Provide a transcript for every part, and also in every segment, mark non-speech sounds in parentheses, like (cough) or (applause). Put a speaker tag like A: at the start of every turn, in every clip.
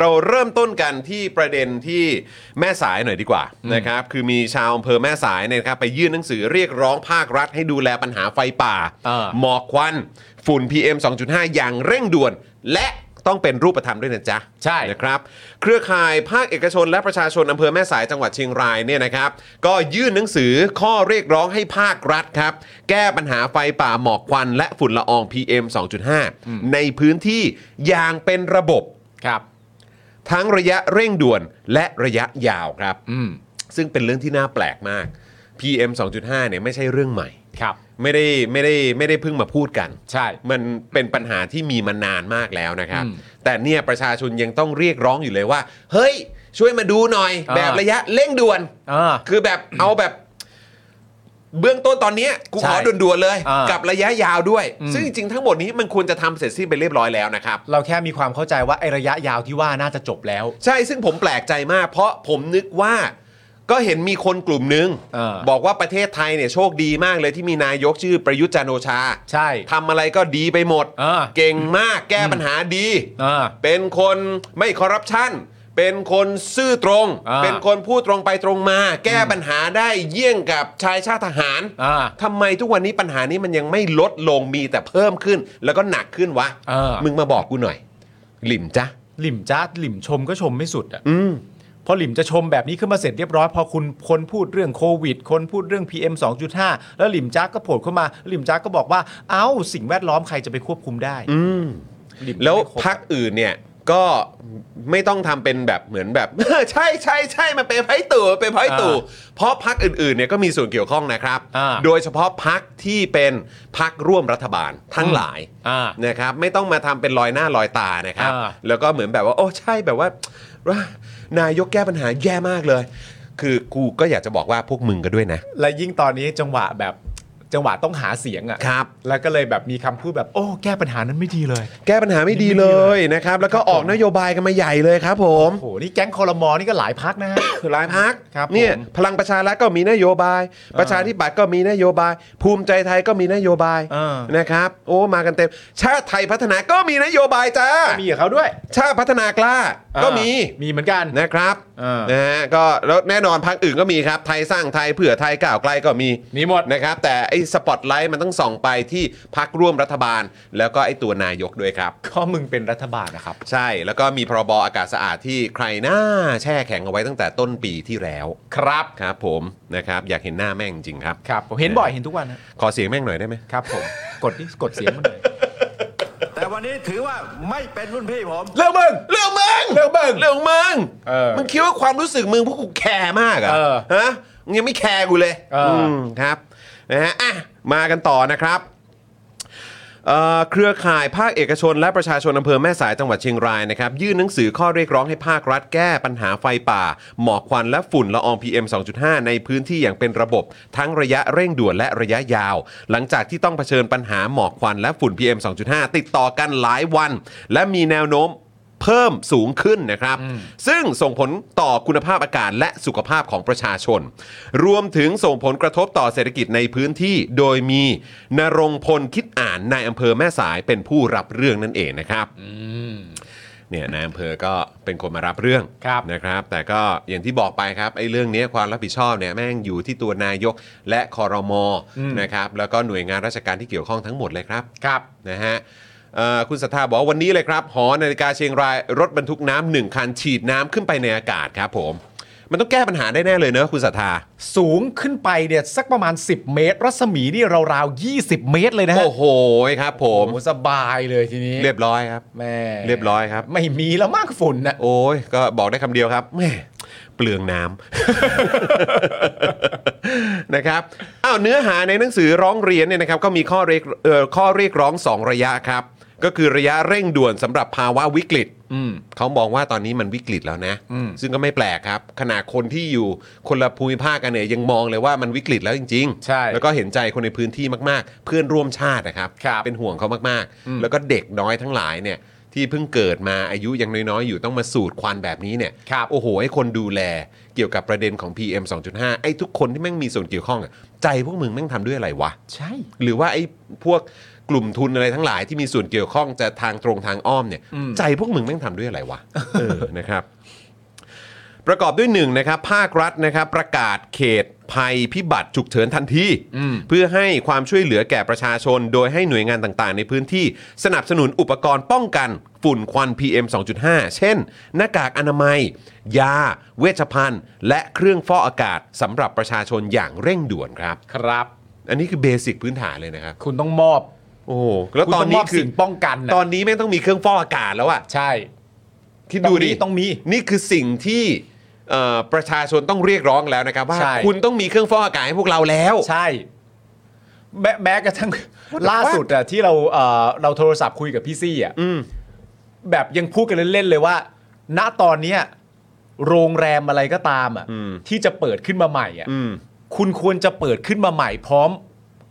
A: เราเริ่มต้นกันที่ประเด็นที่แม่สายหน่อยดีกว่านะครับคือมีชาวอำเภอแม่สายเนี่ยนะครับไปยื่นหนังสือเรียกร้องภาครัฐ ให้ดูแลปัญหาไฟป่า
B: เออ
A: หมอกควัน ฝุ่น PM 2.5 อย่างเร่งด่วน และต้องเป็นรูปธรรมด้วยนะจ๊ะ
B: ใช่
A: นะครับเครือข่ายภาคเอกชนและประชาชนอำเภอแม่สายจังหวัดเชียงรายเนี่ยนะครับ ก็ยื่นหนังสือข้อเรียกร้องให้ภาครัฐครับ แก้ปัญหาไฟป่าหมอกควัน และฝุ่นละออง PM 2.5 ในพื้นที่อย่างเป็นระบบ
B: ครับ
A: ทั้งระยะเร่งด่วนและระยะยาวครับ
B: อืม
A: ซึ่งเป็นเรื่องที่น่าแปลกมาก PM 2.5 เนี่ยไม่ใช่เรื่องใหม่
B: ครับ
A: ไม่ได้ไม่ได้ไม่ได้เพิ่งมาพูดกัน
B: ใช่
A: มันเป็นปัญหาที่มีมานานมากแล้วนะครับ
B: อืม
A: แต่เนี่ยประชาชนยังต้องเรียกร้องอยู่เลยว่า เฮ้ย ช่วยมาดูหน่อย
B: อ่า
A: แบบระยะเร่งด่วน
B: อ่า
A: คือแบบเอาแบบเบื้องต้นตอนเนี้ยกู
B: ใช่
A: ขอด่วนๆเลย
B: อ่ากั
A: กับระยะยาวด้วย
B: อืม
A: ซึ่งจริงๆทั้งหมดนี้มันควรจะทำเสร็จสิ้นไปเรียบร้อยแล้วนะครับ
B: เราแค่มีความเข้าใจว่าไอระยะยาวที่ว่าน่าจะจบแล้ว
A: ใช่ซึ่งผมแปลกใจมาก เพราะผมนึกว่าก็เห็นมีคนกลุ่มนึง
B: เออ
A: บอกว่าประเทศไทยเนี่ยโชคดีมากเลยที่มีนายกชื่อประยุทธ์จันทร์โอชา
B: ใช่
A: ทำอะไรก็ดีไปหมด
B: อ่า
A: เก่งมากแก้ปัญหาดี
B: อ่า
A: เป็นคนไม่คอร์รัปชัน เป็นคนซื่อตรง
B: อ่า
A: เป็นคนพูดตรงไปตรงมา แก้ปัญหาได้เยี่ยงกับชายชาติทหาร
B: อ่า
A: ทำไมทุกวันนี้ปัญหานี้มันยังไม่ลดลงมีแต่เพิ่มขึ้น แล้วก็หนักขึ้นวะ
B: เออ
A: มึงมาบอกกูหน่อย หลิมจ้ะ
B: หลิมจ้าหลิมชมก็ชมไม่สุดอ่ะ
A: อืม
B: พอหลิมจะชมแบบนี้ขึ้นมาเสร็จเรียบร้อย พอคุณคนพูดเรื่องโควิด คนพูดเรื่อง PM 2.5 แล้วหลิมจ้าก็โผล่เข้ามา หลิมจ้าก็บอกว่า เอ้า สิ่งแวดล้อมใครจะไปควบคุมได้
A: อืม
B: หม
A: แล้ว
B: ไม่ครบ
A: พักอื่นเนี่ยก็ไม่ต้องทำเป็นแบบเหมือนแบบ (laughs) ใช่ใช่ใช่มันเป็นไพ่ตู่เป็นไพ่ตู่เพราะพักอื่นๆเนี่ยก็มีส่วนเกี่ยวข้องนะครับ
B: อ่า
A: โดยเฉพาะพักที่เป็นพักร่วมรัฐบาลทั้งหลาย
B: อ่า
A: นะครับ ไม่ต้องมาทำเป็นลอยหน้าลอยตานะครับ
B: อ่า
A: แล้วก็เหมือนแบบว่า โอ้ใช่แบบว่า นายกแก้ปัญหาแย่มากเลย คือกูก็อยากจะบอกว่าพวกมึงก็ด้วยนะ
B: และยิ่งตอนนี้จังหวะแบบจังหวะต้องหาเสียงอ่ะ
A: ครับ
B: แล้วก็เลยแบบมีคำพูดแบบโอ้แก้ปัญหานั้นไม่ดีเลย
A: แก้ปัญหาไม่ดีเลยนะครับ แล้วก็ออกนโยบายกันมาใหญ่เลยครับผม
B: โอ้โห นี่แก๊งคอรมอนี่ก็หลายพักนะฮะ
A: คือหลายพัก
B: ครับ
A: เนี่ย
B: ผม
A: พลังประชารัฐก็มีนโยบาย ประชาธิปัตย์ก็มีนโยบาย ภูมิใจไทยก็มีนโยบาย
B: เออ
A: นะครับ โอ้มากันเต็ม ชาติไทยพัฒนาก็มีนโยบายจ้า
B: มีกับเขาด้วย
A: ชาติพัฒนากล้าก็มี
B: มีเหมือนกัน
A: นะครับ
B: เออ
A: นะฮะก็แล้วแน่นอนพักอื่นก็มีครับ ไทยสร้างไทยเผื่อไทยก้าวไกลก็มี
B: มีหมด
A: นะครับ แต่ไอ้สปอตไลท์มันต้องส่องไปที่พักร่วมรัฐบาล แล้วก็ไอ้ตัวนายกด้วยครับ
B: ก็มึงเป็นรัฐบาลนะครับ
A: ใช่แล้วก็มีพรบอากาศสะอาดที่ใครหน้าแช่แข็งเอาไว้ตั้งแต่ต้นปีที่แล้ว
B: ครับ
A: ครับผมนะครับอยากเห็นหน้าแม่งจริงๆครับ
B: ครับผมเห็นบ่อยเห็นทุกวันนะ
A: ขอเสียงแม่งหน่อยได้ไหม
B: ครับผมกดดิกดเสียงมันเลย
C: แต่วันนี้ถือว่าไม่เป็นรุ่นพี่ผม
B: เลิกมึง
A: เรื่องมึ (laughs) ง
B: เรื่องมึง
A: เรื่องมึง
B: เออ
A: มึงคิดว่าความรู้สึกมึงพวกกูแคร์มากเหร
B: เออ
A: ฮะมึงยังไม่แคร์กูเลย
B: เอออื
A: มครับนะฮะอ่ะมากันต่อนะครับ เอ่อเครือข่ายภาคเอกชนและประชาชนอำเภอแม่สายจังหวัดเชียงรายนะครับยื่นหนังสือข้อเรียกร้องให้ภาครัฐแก้ปัญหาไฟป่า หมอกควันและฝุ่นละออง PM 2.5 ในพื้นที่อย่างเป็นระบบ ทั้งระยะเร่งด่วนและระยะยาว หลังจากที่ต้องเผชิญปัญหาหมอกควันและฝุ่น PM 2.5 ติดต่อกันหลายวัน และมีแนวโน้มเพิ่มสูงขึ้นนะครับ ซึ่งส่งผลต่อคุณภาพอากาศและสุขภาพของประชาชน รวมถึงส่งผลกระทบต่อเศรษฐกิจในพื้นที่ โดยมีนรงพลคิดอ่านนายอำเภอแม่สายเป็นผู้รับเรื่องนั่นเองนะครับเนี่ยนายอำเภอก็เป็นคนมารับเรื่อง
B: ครับ
A: นะครับ แต่ก็อย่างที่บอกไปครับไอ้เรื่องเนี้ยความรับผิดชอบเนี่ยแม่งอยู่ที่ตัวนายกและคอรมอนะครับ แล้วก็หน่วยงานราชการที่เกี่ยวข้องทั้งหมดเลยครับ
B: ครับ
A: นะฮะเอ่อคุณสัทธาบอกว่าวันนี้เลยครับ หอนาฬิกาเชียงราย รถบรรทุกน้ำหนึ่งคันฉีดน้ำขึ้นไปในอากาศครับผม มันต้องแก้ปัญหาได้แน่เลยเนอะคุณสัทธา
B: สูงขึ้นไปเนี่ยสักประมาณ 10 เมตร รัศมีนี่ราวๆ20 เมตรเลยนะฮะ
A: โอ้โหครับผม
B: โอ้สบายเลยทีนี้
A: เรียบร้อยครับ
B: แม่
A: เรียบร้อยครับ
B: ไม่มีแล้วมากฝุ่นนะ
A: โอ้ยก็บอกได้คำเดียวครับแหม่เปลืองน้ำ (laughs) นะครับอ้าวเนื้อหาในหนังสือร้องเรียนเนี่ยนะครับก็มีข้อเรียกเอ่อข้อเรียกร้อง 2 ระยะครับ ก็คือระยะเร่งด่วนสำหรับภาวะวิกฤตเขามองว่าตอนนี้มันวิกฤตแล้วนะ ซึ่งก็ไม่แปลกครับ ขนาดคนที่อยู่คนละภูมิภาคกันเนี่ยยังมองเลยว่ามันวิกฤตแล้วจริงๆ
B: ใช่
A: แล้วก็เห็นใจคนในพื้นที่มากๆ เพื่อนร่วมชาตินะครับ
B: ครับ
A: เป็นห่วงเขามากๆ แล้วก็เด็กน้อยทั้งหลายเนี่ยที่เพิ่งเกิดมาอายุยังน้อยๆ อยู่ต้องมาสูดควันแบบนี้เนี่ย
B: ครับ
A: โอ้โหให้คนดูแลเกี่ยวกับประเด็นของ PM 2.5 ไอ้ทุกคนที่แม่งมีส่วนเกี่ยวข้องอะใจพวกมึงแม่งทำด้วยอะไรวะ
B: ใช่
A: หรือว่าไอ้พวก กลุ่มทุนอะไรทั้งหลายที่มีส่วนเกี่ยวข้องจะทางตรงทางอ้อมเนี่ยใจพวกมึงแม่งทำด้วยอะไรวะ เออนะครับ (laughs) ประกอบด้วยหนึ่งนะครับภาครัฐนะครับประกาศเขตภัยพิบัติฉุกเฉินทันทีเพื่อให้ความช่วยเหลือแก่ประชาชน โดยให้หน่วยงานต่างๆ ในพื้นที่สนับสนุนอุปกรณ์ป้องกันฝุ่นควัน PM 2.5 เช่น หน้ากากอนามัย ยา เวชภัณฑ์ และเครื่องฟอกอากาศสำหรับประชาชนอย่างเร่งด่วนครับ
B: ครับ
A: อันนี้คือเบสิกพื้นฐานเลยนะครับ
B: คุณต้องมอบ
A: โอ้โหแล้ว
B: คุณ
A: ตอน
B: งม
A: นี้
B: บ
A: คือ
B: สิ่งป้องกันนะ
A: ตอนนี้แม่งต้องมีเครื่องฟอกอากาศแล้วอะ
B: ใช่
A: คิดดูดิ
B: ต้องมีต้องมี
A: นี่คือสิ่งที่เอ่อประชาชนต้องเรียกร้องแล้วนะครับว่า
B: ใช่
A: คุณต้องมีเครื่องฟอกอากาศให้พวกเราแล้ว
B: ใช่ แม้แม้กระทั่ง ล่าสุดอะที่เราเอ่อเราโทรศัพท์คุยกับพี่ซี่อะ
A: อืม
B: แบบยังพูดกันเล่นๆเลยว่า ณตอนเนี้ยโรงแรมอะไรก็ตามอะ
A: อืม
B: ที่จะเปิดขึ้นมาใหม่อะ
A: อืม
B: คุณควรจะเปิดขึ้นมาใหม่พร้อม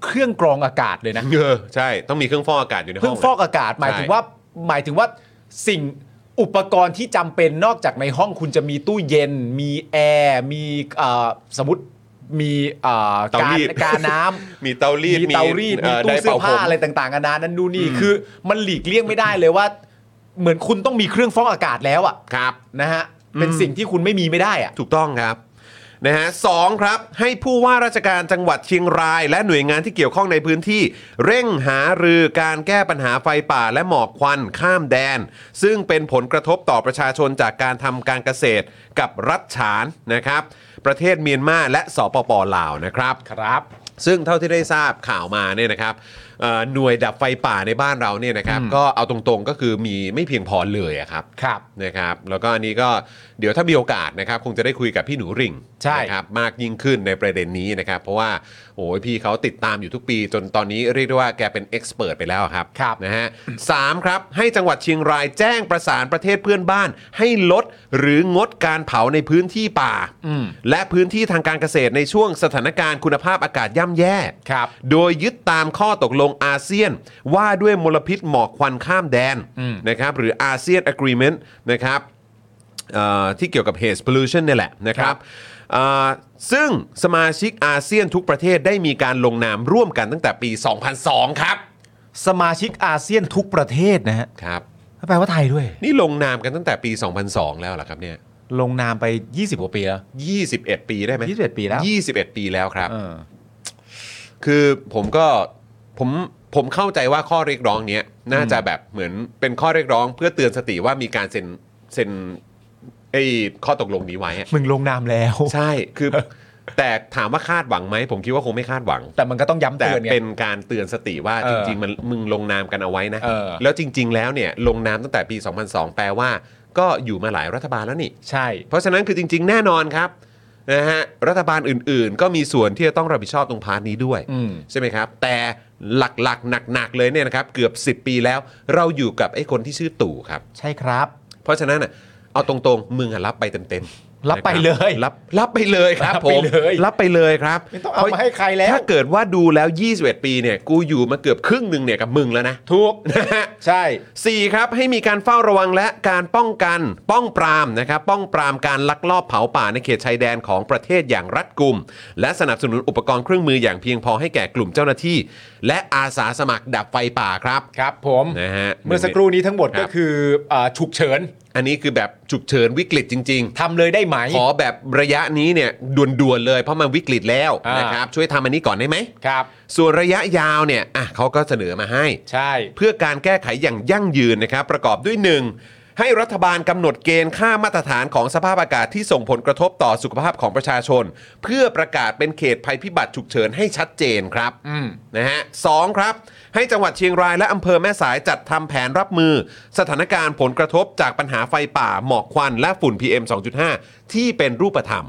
B: เครื่องกรองอากาศเลยนะ
A: เออใช่ต้องมีเครื่องฟอกอากาศอยู่ในห้อง
B: เพิ่งฟอกอากาศหมายถึงว่าหมายถึงว่าสิ่งอุปกรณ์ที่จำเป็นนอกจากในห้องคุณจะมีตู้เย็น มีแอร์มีเอ่อสมมติมีเอ่อ
A: เตา
B: การ
A: ี
B: ร
A: ด
B: การน้ำ
A: (laughs) มีเตารีด
B: มีเตารีดมี
A: ได
B: ตู้
A: ร์
B: เสื้อ
A: ผ
B: ผ้าม อะไรต่างๆนานานั่นนู่นนี่คือมันหลีกเลี่ยงไม่ได้เลยว่า เหมือนคุณต้องมีเครื่องฟอกอากาศแล้วอ่ะ
A: ครับ
B: นะฮะเป็นสิ่งที่คุณไม่มีไม่ได้อ่ะ
A: ถูกต้องครับนะฮะสองครับ ให้ผู้ว่าราชการจังหวัดเชียงราย และหน่วยงานที่เกี่ยวข้องในพื้นที่ เร่งหารือการแก้ปัญหาไฟป่าและหมอกควันข้ามแดน ซึ่งเป็นผลกระทบต่อประชาชนจากการทำการเกษตรกับรัฐฉานนะครับ ประเทศเมียนมาและสปปลาวนะครับ
B: ครับ
A: ซึ่งเท่าที่ได้ทราบข่าวมาเนี่ยนะครับเอ่อหน่วยดับไฟป่าในบ้านเราเนี่ยนะครับ ก็เอาตรงๆก็คือมีไม่เพียงพอเลยอะครับ
B: ครับ
A: นะครับแล้วก็อันนี้ก็เดี๋ยวถ้ามีโอกาสนะครับคงจะได้คุยกับพี่หนูริ่ง
B: ใช่
A: นะครับมากยิ่งขึ้นในประเด็นนี้นะครับ เพราะว่าโอ้ยพี่เขาติดตามอยู่ทุกปี จนตอนนี้เรียกได้ว่าแกเป็นเอ็กซ์เพรสไปแล้วอะครับ
B: ครับ
A: นะฮะสามครับ ให้จังหวัดเชียงรายแจ้งประสานประเทศเพื่อนบ้าน ให้ลดหรืองดการเผาในพื้นที่ป่า และพื้นที่ทางการเกษตรในช่วงสถานการณ์คุณภาพอากาศย่ำแย่
B: ครับ
A: โดยยึดตามข้อตกลงอาเซียน ว่าด้วยมลพิษหมอกควันข้ามแดนนะครับหรืออาเซียนอะ r e ีเมนต์นะครับเอ่อที่เกี่ยวกับ haze pollution เนี่ยแหละนะครั
B: ครับ บ
A: เอ่อซึ่งสมาชิกอาเซียนทุกประเทศได้มีการลงนามร่วมกันตั้งแต่ปี 2002 ครับ
B: สมาชิกอาเซียนทุกประเทศนะฮะ
A: ครับ
B: แปลว่าไทยด้วย
A: นี่ลงนามกันตั้งแต่ปี 2002 แล้วเหรอครับเนี่ย
B: ลงนามไป 20กว่าปีแล้ว
A: 21 ปีได้ไหม
B: 21ปีแล้ว
A: 21 ปีแล้วครับ
B: เออ
A: คือผมก็ผมผมเข้าใจว่าข้อเรียกร้องเนี้ยน่าจะแบบเหมือนเป็นข้อเรียกร้องเพื่อเตือนสติว่ามีการเซ็นเซ็นไอ้ข้อตกลงนี้ไว้อะ
B: มึงลงนามแล้ว
A: ใช่คือ แต่ถามว่าคาดหวังไหม ผมคิดว่าคงไม่คาดหวัง
B: แต่มันก็ต้องย้ำ
A: แต่
B: เตือนไง
A: เป็นการเตือนสติว่า
B: เอ
A: จ
B: อ
A: ริง ๆ มันมึงลงนามกันเอาไว้นะ
B: เออ
A: แล้วจริง ๆ แล้วเนี่ยลงนามตั้งแต่ปี 2002 แปลว่า ก็อยู่มาหลายรัฐบาลแล้วนี่
B: ใช่
A: เพราะฉะนั้นคือจริง ๆ แน่นอนครับนะฮะรัฐบาลอื่น ๆ ก็มีส่วนที่จะต้องรับผิดชอบตรงพาร์ทนี้ด้วย
B: อืม
A: ใช่ไหมครับ แต่หลักๆ หนัก ๆ เลยเนี่ยนะครับ เกือบ 10 ปีแล้ว เราอยู่กับไอ้คนที่ชื่อตู่ครับ
B: ใช่ครับ
A: เพราะฉะนั้นอ่ะเอาตรงๆ มึงอ่ะรับไปเต็มๆ
B: รับไป
A: นะค
B: เลย
A: รับรับไปเลยครับ
B: รับ
A: ผ
B: ไป
A: ม
B: เลย
A: รับไปเลยครับ
B: ไม่ต้องเอามาให้ใครแล้ว
A: ถ้าเกิดว่าดูแล้ว 21 ปีเนี่ยกูอยู่มาเกือบครึ่งหนึ่งเนี่ยกับมึงแล้วนะ (laughs)
B: ถูก (laughs)
A: นะฮะ
B: ใช่
A: 4ครับให้มีการเฝ้าระวังและการป้องกันป้องปรามนะครับป้องปรามการลักลอบเผาป่าในเขตชายแดนของประเทศอย่างรัดกุม และสนับสนุนอุปกรณ์เครื่องมืออย่างเพียงพอให้แก่กลุ่มเจ้าหน้าที่ และอาสาสมัครดับไฟป่าครับ
B: ครับผม
A: นะฮะ
B: เมื่อสักครู่นี้ทั้งหมด
A: ครั
B: ก็
A: บ
B: คืออ่าฉุกเฉิน
A: อันนี้คือแบบฉุกเฉินวิกฤตจริง
B: ทำเลยได้ไหม
A: ๆ ขอแบบระยะนี้เนี่ยด่วนๆเลยเพราะมันวิกฤตแล้ว
B: อ่าน
A: นะครับช่วยทำอันนี้ก่อนได้ไหม
B: ครับ
A: ส่วนระยะยาวเนี่ยอ่ะเขาก็เสนอมาให้
B: ใช่
A: เพื่อการแก้ไขอย่างยั่งยืนนะครับ ประกอบด้วย 1. ให้รัฐบาลกำหนดเกณฑ์ค่ามาตรฐานของสภาพอากาศที่ส่งผลกระทบต่อสุขภาพของประชาชน เพื่อประกาศเป็นเขตภัยพิบัติฉุกเฉินให้ชัดเจนครับ
B: อืม
A: นะฮะสองครับ ให้จังหวัดเชียงรายและอำเภอแม่สายจัดทำแผนรับมือ สถานการณ์ผลกระทบจากปัญหาไฟป่า หมอกควันและฝุ่น PM 2.5 ที่เป็นรูปธรรม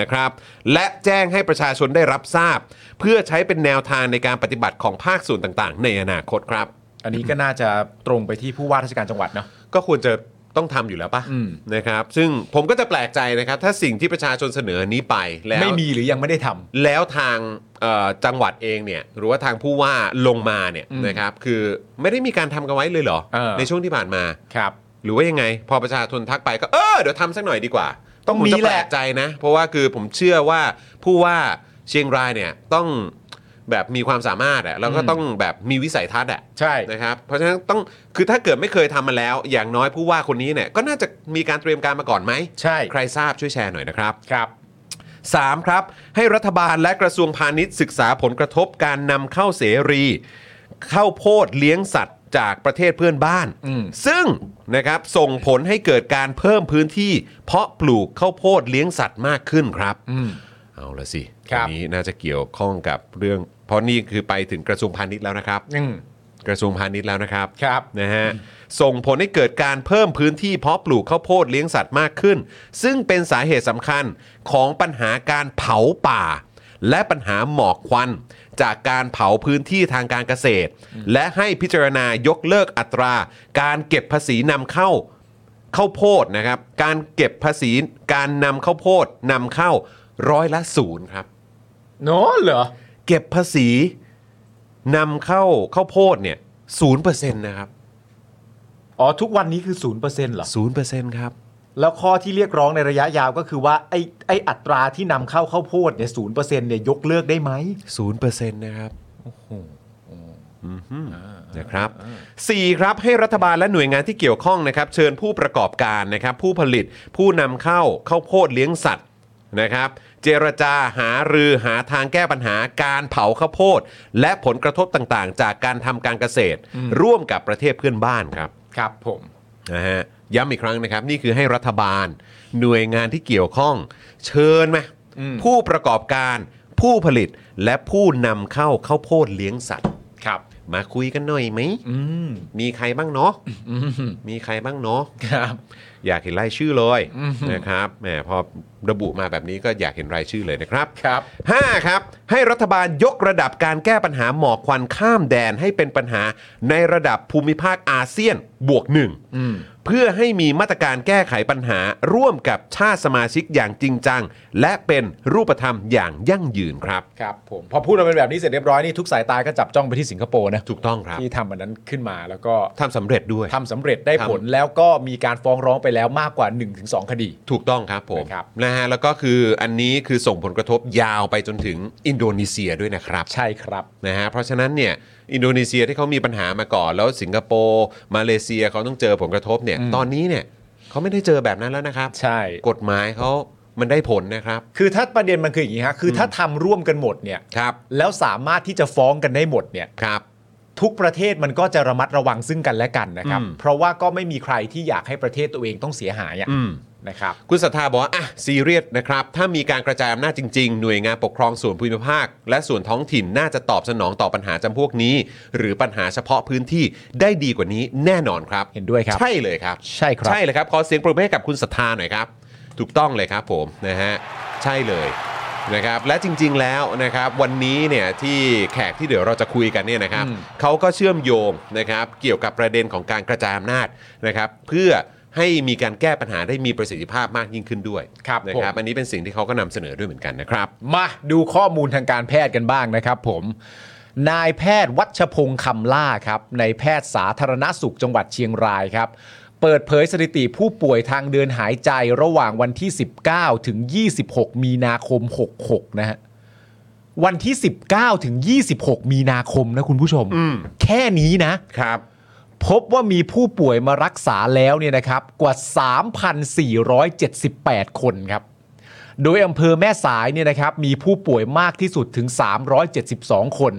A: นะครับ และแจ้งให้ประชาชนได้รับทราบ เพื่อใช้เป็นแนวทางในการปฏิบัติของภาคส่วนต่างๆ ในอนาคตครับ
B: อันนี้ก็น่าจะตรงไปที่ผู้ว่าราชการจังหวัดเนาะ
A: ก็ควรจะต้องทำอยู่แล้วปะ
B: อืม
A: นะครับ ซึ่งผมก็จะแปลกใจนะครับ ถ้าสิ่งที่ประชาชนเสนอนี้ไปแล้ว
B: ไม่มีหรือยังไม่ได้ทำ
A: แล้วทางเอ่อจังหวัดเองเนี่ยหรือว่าทางผู้ว่าลงมาเนี่ย
B: อืม
A: นะครับคือไม่ได้มีการทำกันไว้เลยเหรอ
B: เออ
A: ในช่วงที่ผ่านมา
B: ครับ
A: หรือว่ายังไง พอประชาชนทักไปก็เออเดี๋ยวทำสักหน่อยดีกว่า
B: ต้อง
A: ผ
B: มี
A: จะ
B: แห
A: แปล
B: ละ
A: กใจนะ เพราะว่าคือผมเชื่อว่าผู้ว่าเชียงรายเนี่ยต้อง แบบมีความสามารถอะแล้วก็ต้องแบบมีวิสัยทัศน์อะ
B: ใช่
A: นะครับเพราะฉะนั้นต้องคือถ้าเกิดไม่เคยทำมาแล้ว อย่างน้อยผู้ว่าคนนี้เนี่ยก็น่าจะมีการเตรียมการมาก่อนไหม
B: ใช่
A: ใครทราบช่วยแชร์หน่อยนะครับ
B: ครับ
A: 3ครับให้รัฐบาลและกระทรวงพาณิชย์ศึกษาผลกระทบการนำเข้าเสรีเข้าวโพดเลี้ยงสัตว์จากประเทศเพื่อนบ้าน
B: อืม
A: ซึ่งนะครับส่งผลให้เกิดการเพิ่มพื้นที่ เพาะปลูกข้าวโพดเลี้ยงสัตว์มากขึ้นครับ
B: อืม
A: เอาละสิ
B: ครั
A: อั
B: บ
A: นนี้น่าจะเกี่ยวข้องกับเรื่อง เพราะนี่คือไปถึงกระทรวงพาณิชย์แล้วนะครับ
B: อืม
A: กระทรวงพาณิชย์แล้วนะครับ
B: ครับ
A: นะฮะส่งผลให้เกิดการเพิ่มพื้นที่เพาะปลูกข้าวโพดเลี้ยงสัตว์มากขึ้น ซึ่งเป็นสาเหตุสำคัญของปัญหาการเผาป่า และปัญหาหมอกควัน จากการเผาพื้นที่ทางการเกษตร และให้พิจารณายกเลิกอัตรา การเก็บภาษีนำเข้า ข้าวโพดนะครับ การเก็บภาษีการนำข้าวโพดนำเข้าร้อยละศูนย์ครับ
B: โน้เหรอ
A: เก็บภาษีนำเข้าข้าวโพดเนี่ยศูนย์เปอร์เซ็นต์นะครับ
B: อ๋อ ทุกวันนี้คือศูนย์เปอร์เซ็นต์เหรอ
A: ศูนย์เปอร์เซ็นต์ครับ
B: แล้วข้อที่เรียกร้องในระยะยาวก็คือว่า ไอ้ไอ้อัตราที่นำเข้าข้าวโพดเนี่ยศูนย์เปอร์เซ็นต์เนี่ยยกเลิกได้ไหม
A: ศูนย์เปอร์เซ็นต์นะครับอือหือนะครับสี่ครับให้รัฐบาลและหน่วยงานที่เกี่ยวข้องนะครับ เชิญผู้ประกอบการนะครับ ผู้ผลิตผู้นำเข้าข้าวโพดเลี้ยงสัตว์นะครับ เจรจาหารือหาทางแก้ปัญหาการเผาข้าวโพด และผลกระทบต่างๆ จากการทำการเกษตร ร่วมกับประเทศเพื่อนบ้านครับ
B: ครับผม
A: นะฮะย้ำอีกครั้งนะครับ นี่คือให้รัฐบาล หน่วยงานที่เกี่ยวข้อง เชิญมา
B: อืม
A: ผู้ประกอบการ ผู้ผลิตและผู้นำเข้าข้าวโพดเลี้ยงสัตว์
B: ครับ
A: มาคุยกันหน่อยไหม
B: อืม
A: มีใครบ้างเนาะ
B: อืม
A: มีใครบ้างเนาะ
B: ครับ
A: อยากเห็นรายชื่อเลย
B: อืม
A: นะครับแหมพอระบุมาแบบนี้ก็อยากเห็นรายชื่อเลยนะครับ
B: ครับ
A: 5ครับ ให้รัฐบาลยกระดับการแก้ปัญหาหมอกควันข้ามแดนให้เป็นปัญหาในระดับภูมิภาคอาเซียนบวกหนึ่ง
B: อืม
A: เพื่อให้มีมาตรการแก้ไขปัญหาร่วมกับชาติสมาชิกอย่างจริงจัง และเป็นรูปธรรมอย่างยั่งยืนครับ
B: ครับผม พอพูดมาเป็นแบบนี้เสร็จเรียบร้อยนี่ทุกสายตาก็จับจ้องไปที่สิงคโปร์นะ
A: ถูกต้องครับ
B: ที่ทำอันนั้นขึ้นมาแล้วก็
A: ทำสำเร็จด้วย
B: ทำสำเร็จได้
A: ทำ
B: ผลแล้วก็มีการฟ้องร้องไปแล้วมากกว่า 1-2 คดี
A: ถูกต้องครับผม
B: นะครับ
A: นะฮะแล้วก็คืออันนี้คือส่งผลกระทบยาวไปจนถึงอินโดนีเซียด้วยนะครับ
B: ใช่ครับ
A: นะฮะเพราะฉะนั้นเนี่ยอินโดนีเซียที่เขามีปัญหามาก่อน แล้วสิงคโปร์มาเลเซียเขาต้องเจอผลกระทบเนี่ย ตอนนี้เนี่ยเขาไม่ได้เจอแบบนั้นแล้วนะครับ
B: ใช่
A: กฎหมายเขามันได้ผลนะครับ
B: คือถ้าประเด็นมันคืออย่างนี้ฮะคือถ้าทำร่วมกันหมดเนี่ย
A: ครับ
B: แล้วสามารถที่จะฟ้องกันได้หมดเนี่ย
A: ครับ
B: ทุกประเทศมันก็จะระมัดระวังซึ่งกันและกันนะครับ
A: อืม
B: เพราะว่าก็ไม่มีใครที่อยากให้ประเทศตัวเองต้องเสียหายอะ
A: อืม
B: นะครับ
A: คุณศรัทธาบอกว่าอ่ะซีเรียสนะครับ ถ้ามีการกระจายอำนาจจริง ๆ หน่วยงานปกครองส่วนภูมิภาค และส่วนท้องถิ่นน่าจะตอบสนองต่อปัญหาจำพวกนี้ หรือปัญหาเฉพาะพื้นที่ได้ดีกว่านี้แน่นอนครับ
B: เห็นด้วยครับ
A: ใช่เลยครับ
B: ใช่ครับ
A: ใช่เลยครับ ขอเสียงปรบมือให้กับคุณศรัทธาหน่อยครับ ถูกต้องเลยครับผมนะฮะใช่เลยนะครับและจริง ๆแล้วนะครับวันนี้เนี่ยที่แขกที่เดี๋ยวเราจะคุยกันเนี่ยนะครับ
B: อืม
A: เขาก็เชื่อมโยงนะครับเกี่ยวกับประเด็นของการกระจายอำนาจนะครับเพื่อให้มีการแก้ปัญหาได้มีประสิทธิภาพมากยิ่งขึ้นด้วย
B: ครับ
A: นะ
B: ผม
A: ครับอันนี้เป็นสิ่งที่เขาก็นำเสนอด้วยเหมือนกันนะครับ
B: มาดูข้อมูลทางการแพทย์กันบ้างนะครับผม นายแพทย์วัชพงษ์คำล่าครับในแพทย์สาธารณสุขจังหวัดเชียงรายครับ เปิดเผยสถิติผู้ป่วยทางเดินหายใจระหว่างวันที่ 19 ถึง 26 มีนาคม 66 นะฮะวันที่ 19 ถึง 26 มีนาคมนะคุณผู้ชม
A: อืม
B: แค่นี้นะ
A: ครับ
B: พบว่ามีผู้ป่วยมารักษาแล้วเนี่ยนะครับกว่า 3,478 คนครับ โดยอำเภอแม่สายเนี่ยนะครับมีผู้ป่วยมากที่สุดถึง 372 คน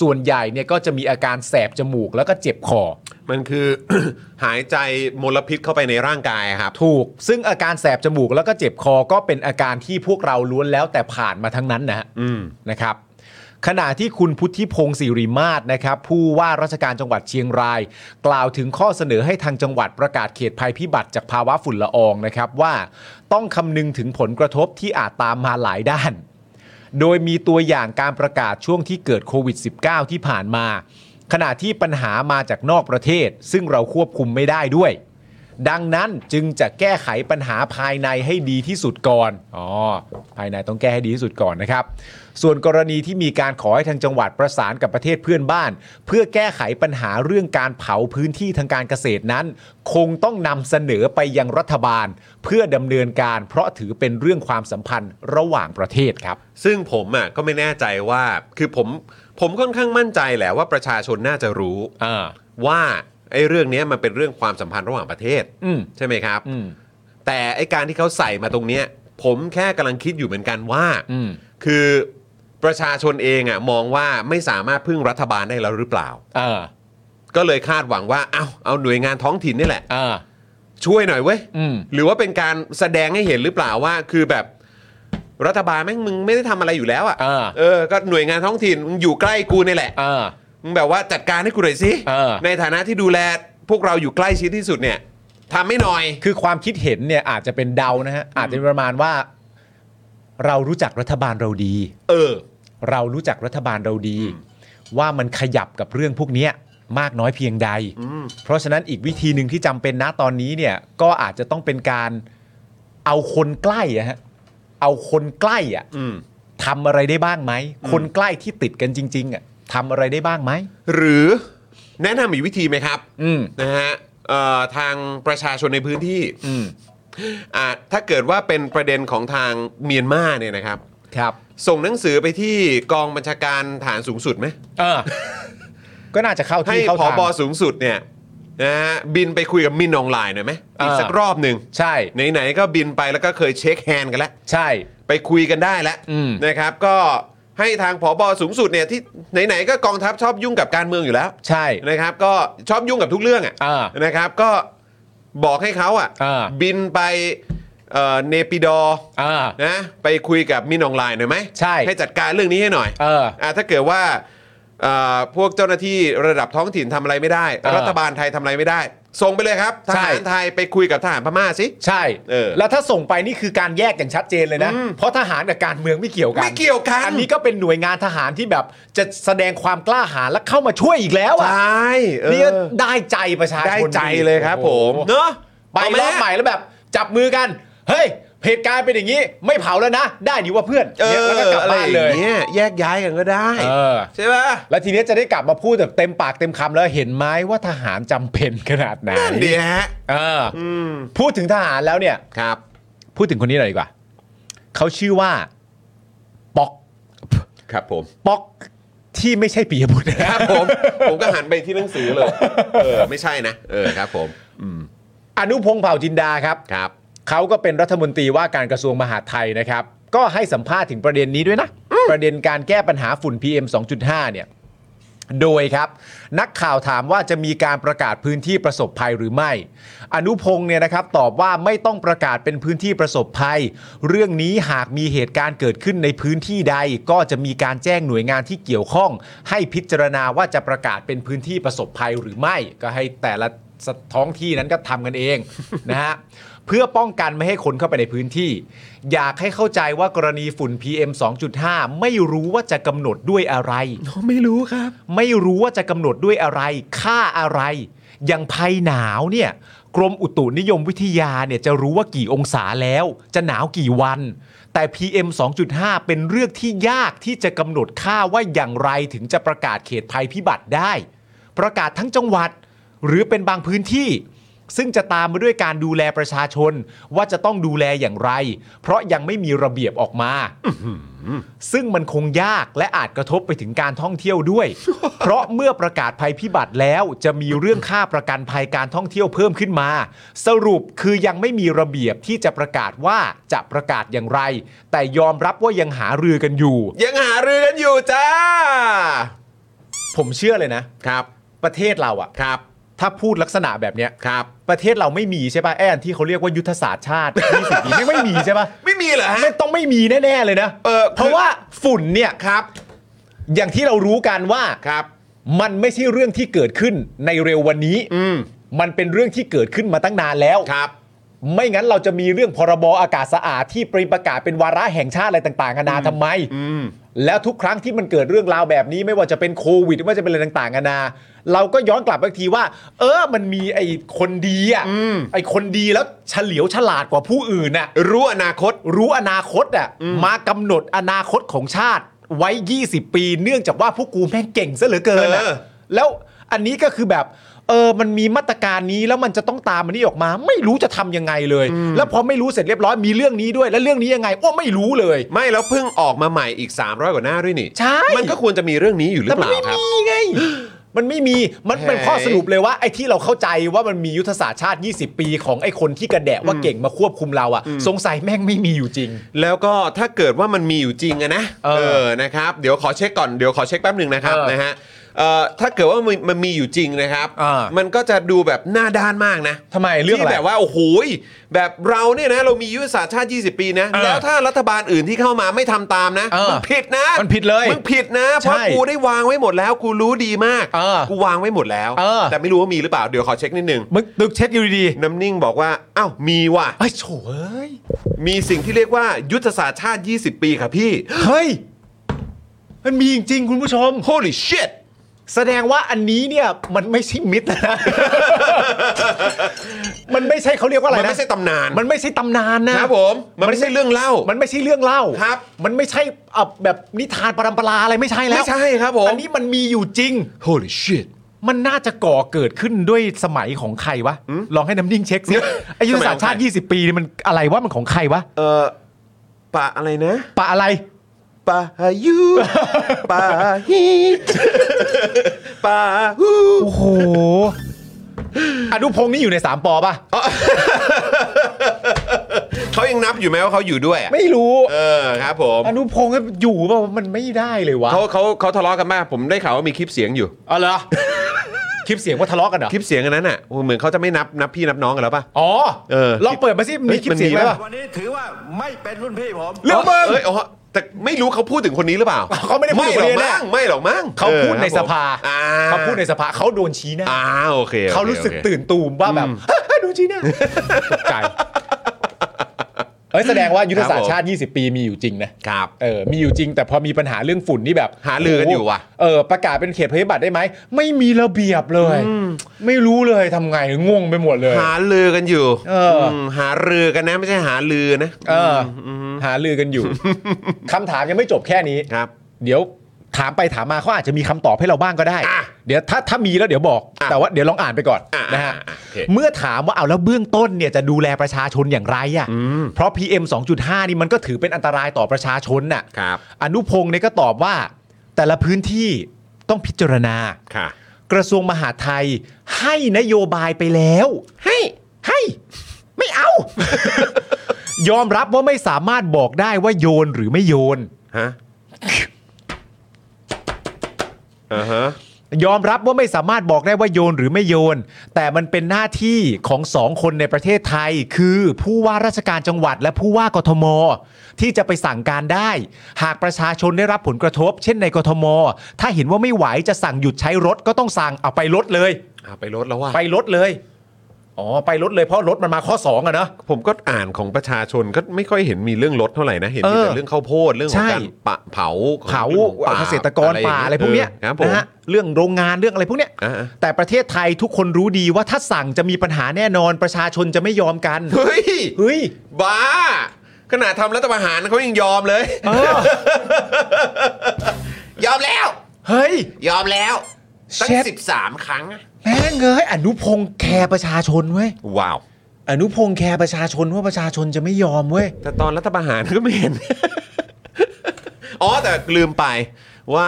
B: ส่วนใหญ่เนี่ยก็จะมีอาการแสบจมูกแล้วก็เจ็บคอ
A: มันคือ (coughs) หายใจมลพิษเข้าไปในร่างกายครับ
B: ถูก ซึ่งอาการแสบจมูกแล้วก็เจ็บคอก็เป็นอาการที่พวกเราล้วนแล้วแต่ผ่านมาทั้งนั้นนะฮะ
A: อืม
B: นะครับขณะที่คุณพุทธิพงศ์สิริมาศนะครับผู้ว่าราชการจังหวัดเชียงราย กล่าวถึงข้อเสนอให้ทางจังหวัดประกาศเขตภัยพิบัติจากภาวะฝุ่นละอองนะครับว่าต้องคำนึงถึงผลกระทบที่อาจตามมาหลายด้าน โดยมีตัวอย่างการประกาศช่วงที่เกิดโควิด -19 ที่ผ่านมา ขณะที่ปัญหามาจากนอกประเทศ ซึ่งเราควบคุมไม่ได้ด้วย ดังนั้นจึงจะแก้ไขปัญหาภายในให้ดีที่สุดก่อน อ๋อ ภายในต้องแก้ให้ดีที่สุดก่อนนะครับ ส่วนกรณีที่มีการขอให้ทางจังหวัดประสานกับประเทศเพื่อนบ้าน เพื่อแก้ไขปัญหาเรื่องการเผาพื้นที่ทางการเกษตรนั้น คงต้องนำเสนอไปยังรัฐบาล เพื่อดำเนินการเพราะถือเป็นเรื่องความสัมพันธ์ระหว่างประเทศครับ
A: ซึ่งผมอ่ะก็ไม่แน่ใจว่าคือผมผมค่อนข้างมั่นใจแหละว่าประชาชนน่าจะรู้
B: อ่า
A: ว่าไอ้เรื่องเนี้ยมันเป็นเรื่องความสัมพันธ์ระหว่างประเทศ
B: อืม
A: ใช่ไหมครับ
B: อืม
A: แต่ไอ้การที่เขาใส่มาตรงเนี้ย ผมแค่กำลังคิดอยู่เหมือนกันว่า
B: อืม
A: คือประชาชนเองอ่ะมองว่าไม่สามารถพึ่งรัฐบาลได้แล้วหรือเปล่า
B: อ่า
A: ก็เลยคาดหวังว่าเอาเอาหน่วยงานท้องถิ่นนี่แหละ
B: อ่า
A: ช่วยหน่อยเว้ย
B: อืม
A: หรือว่าเป็นการแสดงให้เห็นหรือเปล่าว่า คือแบบรัฐบาลแม่งมึงไม่ได้ทำอะไรอยู่แล้วอ่ะ
B: อ่า
A: เออก็หน่วยงานท้องถิ่นมึงอยู่ใกล้กูนี่แหละ
B: อ่า
A: มึงแบบว่าจัดการให้กูหน่อยสิ
B: เออ
A: ในฐานะที่ดูแลพวกเราอยู่ใกล้ชิดที่สุดเนี่ยทำไม่หน่อย
B: คือความคิดเห็นเนี่ยอาจจะเป็นเดานะฮะ อาจจะเป็นประมาณว่า เรารู้จักรัฐบาลเราดี
A: เออ
B: เรารู้จักรัฐบาลเราดี ว่ามันขยับกับเรื่องพวกเนี้ยมากน้อยเพียงใด เพราะฉะนั้นอีกวิธีหนึ่งที่จำเป็นนะตอนนี้เนี่ยก็อาจจะต้องเป็นการเอาคนใกล้อะฮะเอาคนใกล้อะ
A: อืม
B: ทำอะไรได้บ้างไหมคนใกล้ที่ติดกันจริง ๆอะทำอะไรได้บ้างไหม
A: หรือแนะนำอีกวิธีไหมครับ
B: อืม
A: นะฮะเอ่อทางประชาชนในพื้นที่
B: อืม
A: อ่าถ้าเกิดว่าเป็นประเด็นของทางเมียนมาเนี่ยนะครับ
B: ครับ
A: ส่งหนังสือไปที่กองบัญชาการฐานสูงสุดไหม
B: เออ ก็น่าจะเข้า
A: ให้
B: ที่เข้า
A: พอ
B: ทาง
A: บสูงสุดเนี่ยนะฮะบินไปคุยกับมินออนไลน์หน่อยไหมอีก
B: เออ
A: สักรอบหนึ่ง
B: ใช่
A: ไหนๆก็บินไปแล้วก็เคยเช็คแฮนด์กันแล้ว
B: ใช่
A: ไปคุยกันได้แล้ว
B: อืม
A: นะครับ ก็ให้ทางผอบอสูงสุดเนี่ยที่ไหนๆก็กองทัพชอบยุ่งกับการเมืองอยู่แล้ว
B: ใช่
A: นะครับ ก็ชอบยุ่งกับทุกเรื่อง
B: อ่า
A: อะ่ะนะครับก็บอกให้เขาอ่ะ
B: อ่า
A: บินไปเอ่อเนปิดอร์
B: อ่า
A: นะไปคุยกับมินออนไลน์หน่อยไหม
B: ใช่
A: ให้จัดการเรื่องนี้ให้หน่อย
B: เออ
A: อ่ะถ้าเกิดว่าเอ่อพวกเจ้าหน้าที่ระดับท้องถิ่นทำอะไรไม่ได้
B: อ่ารั
A: รัฐบาลไทยทำอะไรไม่ได้ส่งไปเลยครับท
B: ใช่
A: หารไทยไปคุยกับทหารพม่าสิ
B: ใช่
A: เออ
B: แล้วถ้าส่งไปนี่คือการแยกอย่างชัดเจนเลยนะ
A: อืม
B: เพราะทหารกับการเมืองไม่เกี่ยวกัน
A: ไม่เกี่ยวกัน
B: อันนี้ก็เป็นหน่วยงานทหารที่แบบจะแสดงความกล้าหาญและเข้ามาช่วยอีกแล้ว
A: ใช
B: อ่ะ
A: ่เออ
B: นี่ก็ได้ใจประชาชน
A: ได้ใจเลยครับผม
B: โอ้โห
A: เนาะ
B: ไป
A: เอาไหม
B: รอบใหม่แล้วแบบ จับมือกัน เฮ้ยเหตุการณ์เป็นอย่างนี้ ไม่เผาแล้วนะ ได้ดีว่าเพื่อน
A: เอ
B: นี่ย
A: อ
B: แล้วก็กลับ
A: อะไร
B: บ้าน
A: อ
B: เลย
A: ย่างเงี้ยแยกย้ายกันก็ได้
B: เออ
A: ใช่ป่ะ
B: แล้วทีเนี้ยจะได้กลับมาพูดแบบเต็มปากเต็มคำแล้วเห็นไหมว่าทหารจำเป็นขนาดไหน
A: นั่นดีฮะ
B: เออ
A: อืม
B: พูดถึงทหารแล้วเนี่ย
A: ครับ
B: พูดถึงคนนี้หน่อยดีกว่า เขาชื่อว่า ป๊อก
A: ครับผม
B: ป๊อกที่ไม่ใช่ปียบุตร (laughs) นะ
A: ค
B: ค
A: รั
B: รั
A: บบ ผม ผมก็หันไปที่หนังสือเลย เออ ไม่ใช่นะ เออครับผม
B: อนุพงษ์เผ่าจินดาครับ
A: ครับ
B: เขาก็เป็นรัฐมนตรีว่าการกระทรวงมหาดไทยนะครับ ก็ให้สัมภาษณ์ถึงประเด็นนี้ด้วยนะ ประเด็นการแก้ปัญหาฝุ่น PM 2.5 เนี่ย โดยครับ นักข่าวถามว่าจะมีการประกาศพื้นที่ประสบภัยหรือไม่ อนุพงศ์เนี่ยนะครับตอบว่าไม่ต้องประกาศเป็นพื้นที่ประสบภัย เรื่องนี้หากมีเหตุการณ์เกิดขึ้นในพื้นที่ใด ก็จะมีการแจ้งหน่วยงานที่เกี่ยวข้อง ให้พิจารณาว่าจะประกาศเป็นพื้นที่ประสบภัยหรือไม่ ก็ให้แต่ละท้องที่นั้นก็ทำกันเอง (laughs) นะฮะ เพื่อป้องกันไม่ให้คนเข้าไปในพื้นที่ อยากให้เข้าใจว่ากรณีฝุ่น PM 2.5 ไม่รู้ว่าจะกำหนดด้วยอะไร
A: ไม่รู้ครับ
B: ไม่รู้ว่าจะกำหนดด้วยอะไร ค่าอะไร อย่างภัยหนาวเนี่ย กรมอุตุนิยมวิทยาเนี่ยจะรู้ว่ากี่องศาแล้ว จะหนาวกี่วัน แต่ PM 2.5 เป็นเรื่องที่ยากที่จะกำหนดค่าว่าอย่างไรถึงจะประกาศเขตภัยพิบัติได้ ประกาศทั้งจังหวัด หรือเป็นบางพื้นที่ ซึ่งจะตามมาด้วยการดูแลประชาชน ว่าจะต้องดูแลอย่างไร เพราะยังไม่มีระเบียบออกมา ซึ่งมันคงยากและอาจกระทบไปถึงการท่องเที่ยวด้วย (laughs) เพราะเมื่อประกาศภัยพิบัติแล้วจะมีเรื่องค่าประกันภัยการท่องเที่ยวเพิ่มขึ้นมา สรุปคือยังไม่มีระเบียบที่จะประกาศว่าจะประกาศอย่างไร แต่ยอมรับว่ายังหารือกันอยู่
A: ยังหารือกันอยู่จ้า
B: ผมเชื่อเลยนะ
A: ครับ
B: ประเทศเราอะ
A: ครับ
B: ถ้าพูดลักษณะแบบเนี้ย
A: ครับ
B: ประเทศเราไม่มีใช่ป่ะแอนที่เขาเรียกว่ายุทธศาสตร์ชาติ 20ปีไม่ไม่มีใช่ป่ะ
A: ไม่มีเหรอฮะ
B: ไม่ต้องไม่มีแน่ๆเลยนะ
A: เออคือ
B: ราะว่าฝุ่นเนี่ย
A: ครับ
B: อย่างที่เรารู้กันว่า
A: ครับ
B: มันไม่ใช่เรื่องที่เกิดขึ้นในเร็ววันนี้
A: อืม
B: มันเป็นเรื่องที่เกิดขึ้นมาตั้งนานแล้ว
A: ครับ
B: ไม่งั้นเราจะมีเรื่องพรบอากาศสะอาดที่ปริประกาศเป็นวาระแห่งชาติอะไรต่างๆนานาทำไม แล้วทุกครั้งที่มันเกิดเรื่องราวแบบนี้ไม่ว่าจะเป็นโควิดไม่ว่าจะเป็นอะไรต่างๆนานาเราก็ย้อนกลับไปอีกทีว่า เออมันมีไอ้คนดีอ่ะไอ้คนดีแล้วเฉลียวฉลาดกว่าผู้อื่นอ่ะ
A: รู้อนาคต
B: รู้อนาคตอ่ะมากำหนดอนาคตของชาติไว้ 20 ปี เนื่องจากว่าพวกกูแม่งเก่งซะเหลือเกินอะ
A: เออ
B: แล้วอันนี้ก็คือแบบ เออมันมีมาตรการนี้แล้วมันจะต้องตามมันนี่ออกมา ไม่รู้จะทำยังไงเลย แล้วพอไม่รู้เสร็จเรียบร้อยมีเรื่องนี้ด้วย แล้วเรื่องนี้ยังไงโอ้ไม่รู้เลย
A: ไม่แล้วเพิ่งออกมาใหม่อีก 300 กว่าหน้าด้วยนี่
B: ใช่
A: มันก็ควรจะมีเรื่องนี้อยู่หรือ
B: แต่
A: เป
B: มัน
A: ล่า
B: ไม่
A: ครับ
B: มีไง มันไม่มี มันเป็น
A: แหม
B: ข้อสรุปเลยว่าไอ้ที่เราเข้าใจว่ามันมียุทธศาสตร์ชาติ 20 ปีของไอ้คนที่กระแดะว่าเก่งมาควบคุมเราอะสงสัยแม่งไม่มีอยู่จริง
A: แล้วก็ถ้าเกิดว่ามันมีอยู่จริงอะนะ
B: เออ
A: นะครับ เดี๋ยวขอเช็คก่อนเดี๋ยวขอเช็คแป๊บหนึ่งนะครับ
B: เออ
A: นะฮะเอ่อถ้าเกิดว่ามันมันมีอยู่จริงนะครับ
B: อ่า
A: มันก็จะดูแบบหน้าด้านมากนะ
B: ทำไมเรื่องอะไร
A: ที่แบบว่าโอ้โหยแบบเราเนี่ยนะเรามียุทธศาสตร์ชาติ 20 ปีนะ
B: เออ
A: แล้วถ้ารัฐบาลอื่นที่เข้ามาไม่ทำตามนะ
B: เออ
A: มัผิดนะ
B: มันผิดเลย
A: มันผิดนะเพราะ
B: ใช่
A: กูได้วางไว้หมดแล้ว กูรู้ดีมาก
B: เออ
A: กูวางไว้หมดแล้ว
B: เออ
A: แต่ไม่รู้ว่ามีหรือเปล่าเดี๋ยวขอเช็คนิดนึง
B: มึงตึกเช็คอยู่ดี
A: น้ำนิ่งบอกว่าอ้าวมีว่ะ
B: ๆเอ้ยโฉเอ้ย
A: มีสิ่งที่เรียกว่ายุทธศาสตร์ชาติ 20 ปีครับพี่
B: เฮ้ย มันมีจริงๆคุณผู้ชม
A: Holy shit
B: แสดงว่าอันนี้เนี่ยมันไม่ใช่มิตร (laughs) นะ มันไม่ใช่เขาเรียกว่าอะไร
A: มัน
B: นะ
A: ไม่ใช่ตำนาน
B: มันไม่ใช่ตำนานนะครับ
A: ผม มันไม่ใช่เรื่องเล่า
B: มันไม่ใช่เรื่องเล่า
A: ครับ
B: มันไม่ใช่เอ่อแบบนิทานปรำปราอะไรไม่ใช่แล้ว
A: ไม่ใช่ครับผม
B: อันนี้มันมีอยู่จริง
A: Holy shit
B: มันน่าจะก่อเกิดขึ้นด้วยสมัยของใครวะลองให้น้ำนิ่งเช็คสิอายุทธศาสตร์ชาติ 20 ปีนี่มันอะไรวะมันของใครวะ
A: เอ่อปะอะไรนะ
B: ปะอะไร
A: ปะ
B: (laughs)
A: ยูปะฮีปะฮู
B: โอ้โห อนุพงษ์นี่อยู่ในสามปอป่ะ
A: เขายังนับอยู่ไหมว่าเขาอยู่ด้วยอะ
B: ไม่รู้
A: เออครับผม
B: อนุพงษ์อยู่ป่ะมันไม่ได้เลยวะ
A: เขาเขาเขาทะเลาะกันมาก ผมได้ข่าวว่ามีคลิปเสียงอยู่
B: อ๋อเหรอ คลิปเสียงว่าทะเลาะกันเหรอ
A: คลิปเสียงอันนั้นอ่ะเหมือนเขาจะไม่นับนับพี่นับน้องกันแล้วป่ะ
B: อ๋อ
A: เออ
B: ลองเปิดมาสิ
A: เฮ้
B: มี
A: ย
B: คลิปเสียง
A: มันมี
B: ไหมวะ
C: วันนี้ถือว่าไม่เป็นรุ่นพี่ผม
B: เรื่องมึง
A: เอ้ยอ๋อแต่ไม่รู้เขาพูดถึงคนนี้หรือเปล่า
B: เขาไม่ได้พูดถึงคนนี้
A: หรอก
B: แน่
A: มั้งไม่หรอกมั้ง
B: เขาพูดในสภา
A: ออครับผมอ่
B: เขาพูดในสภาเขาโดนชี้หน้า
A: อ่าโอเคโอค
B: เขารู้สึก
A: โอค
B: ตื่นตูมว่าแบบ โดนชี้หน้าตกใจเอ้ยแสดงว่ายุทธศาส
A: ค
B: ต
A: รับผ
B: ร์
A: ม
B: ชาติ 20 ปีมีอยู่จริงนะ
A: ครับ
B: เออ มีอยู่จริงแต่พอมีปัญหาเรื่องฝุ่นนี่แบบ
A: หารือกันอยู่ว่ะ
B: เออ ประกาศเป็นเขตภัยพิบัติได้ไหม ไม่มีระเบียบเลย ไม่รู้เลยทำไงงงไปหมดเลย
A: หาลือกันอยู่
B: เอออื
A: มหารือกันนะ ไม่ใช่หาลือนะ
B: เอออหารือกัน
A: (laughs)
B: อยู่ คำถามยังไม่จบแค่นี้
A: ครับ
B: เดี๋ยวถามไปถามมาเขาอาจจะมีคำตอบให้เราบ้างก็ได้
A: อ่ะ
B: เดี๋ยวถ้าถ้ามีแล้วเดี๋ยวบอก
A: อ่ะ
B: แต่ว่าเดี๋ยวลองอ่านไปก่อน
A: อ่ะ
B: นะฮะ
A: อ่ะอ่ะโอเค
B: เมื่อถามว่าเอาแล้วเบื้องต้นเนี่ยจะดูแลประชาชนอย่างไรอ่ะ เพราะ PM 2.5 นี่มันก็ถือเป็นอันตรายต่อประชาชนน่ะ
A: ครับ
B: อนุพงศ์เนี่ยก็ตอบว่า แต่ละพื้นที่ต้องพิจารณา
A: ค่ะ
B: กระทรวงมหาดไทยให้นโยบายไปแล้ว ให้ให้ไม่
A: (laughs)
B: เอา ยอมรับว่าไม่สามารถบอกได้ว่าโยนหรือไม่โยน
A: ฮะอ่าฮะ
B: ยอมรับว่าไม่สามารถบอกได้ว่าโยนหรือไม่โยน แต่มันเป็นหน้าที่ของสองคนในประเทศไทย คือผู้ว่าราชการจังหวัดและผู้ว่ากทม ที่จะไปสั่งการได้ หากประชาชนได้รับผลกระทบ เช่นในกทม ถ้าเห็นว่าไม่ไหวจะสั่งหยุดใช้รถก็ต้องสั่งเอาไปลดเลย
A: อ่าไปลดแล้วว่า
B: ไปรถเลย อ๋อ ไปรถเลยเพราะรถมันมาข้อ2อะเนอะ
A: ผมก็อ่านของประชาชนก็ไม่ค่อยเห็นมีเรื่องลดเท่าไหร่นะ เห็นมี
B: เออ
A: แต่เรื่องข้าวโพดเรื่องขอ
B: ใช่
A: งการปะเผา
B: เผา
A: ของป่
B: เกษตรกรป่าอะไรพวกเนี้ย
A: ออครับผม
B: นะฮะเรื่องโรงงานเรื่องอะไรพวกเนี้ย
A: อ่า
B: แต่ประเทศไทยทุกคนรู้ดีว่าถ้าสั่งจะมีปัญหาแน่นอนประชาชนจะไม่ยอมกัน
A: เฮ้ย
B: เฮ้ย
A: บ้า ขนาดทำรัฐประหารเขายังยอมเลย (laughs) ยอมแล้ว
B: เฮ้ย
A: ยอมแล้วตั้ง
B: เช็ด
A: สิบสามครั้งอะ
B: แม่งเอ้ยอนุพงษ์แคร์ประชาชนเว้ย
A: ว้าว
B: อนุพงษ์แคร์ประชาชนว่าประชาชนจะไม่ยอมเว้ย
A: แต่ตอนรัฐประหารก็ไม่เห็น (laughs) อ๋อแต่ลืมไปว่า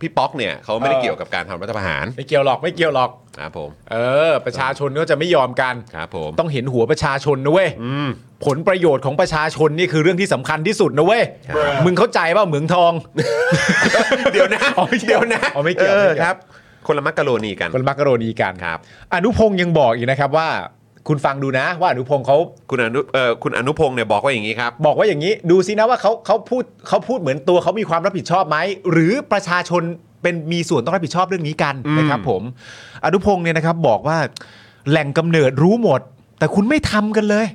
A: พี่ป๊อกเนี่ยเขาไม่ได้
B: เออ
A: เกี่ยวกับการทำรัฐประหาร
B: ไม่เกี่ยวหรอกไม่เกี่ยวหรอก
A: ครับผม
B: เออ ประชาชนก็จะไม่ยอมกัน
A: ครับผม
B: ต้องเห็นหัวประชาชนนะเว้ยผลประโยชน์ของประชาชนนี่คือเรื่องที่สำคัญที่สุดนะเว้ย
A: ครับ
B: มึงเข้าใจเปล่าเหมืองทอง
A: เดี๋ยวนะ
B: อ๋อไม่เกี่ยว
A: เดี๋ยวนะ
B: อ๋อไม่เกี่ยว
A: ออ
B: ไม่เกี่ยว
A: ครับ คนละมักกะโรนีกัน
B: คนมักกะโรนีกัน
A: ครับ
B: อนุพงษ์ยังบอกอีกนะครับว่า คุณฟังดูนะ ว่าอนุพงษ์เขา
A: คุณอนุเอ่อคุณอนุพงศ์เนี่ยบอกว่าอย่างนี้ครับ
B: บอกว่าอย่างนี้ ดูซินะว่าเขาเขาพูดเขาพูดเหมือนตัวเขามีความรับผิดชอบไหมหรือประชาชนเป็นมีส่วนต้องรับผิดชอบเรื่องนี้กันนะครับ ผม อนุพงษ์เนี่ยนะครับบอกว่า แหล่งกำเนิดรู้หมด แต่คุณไม่ทำกันเลย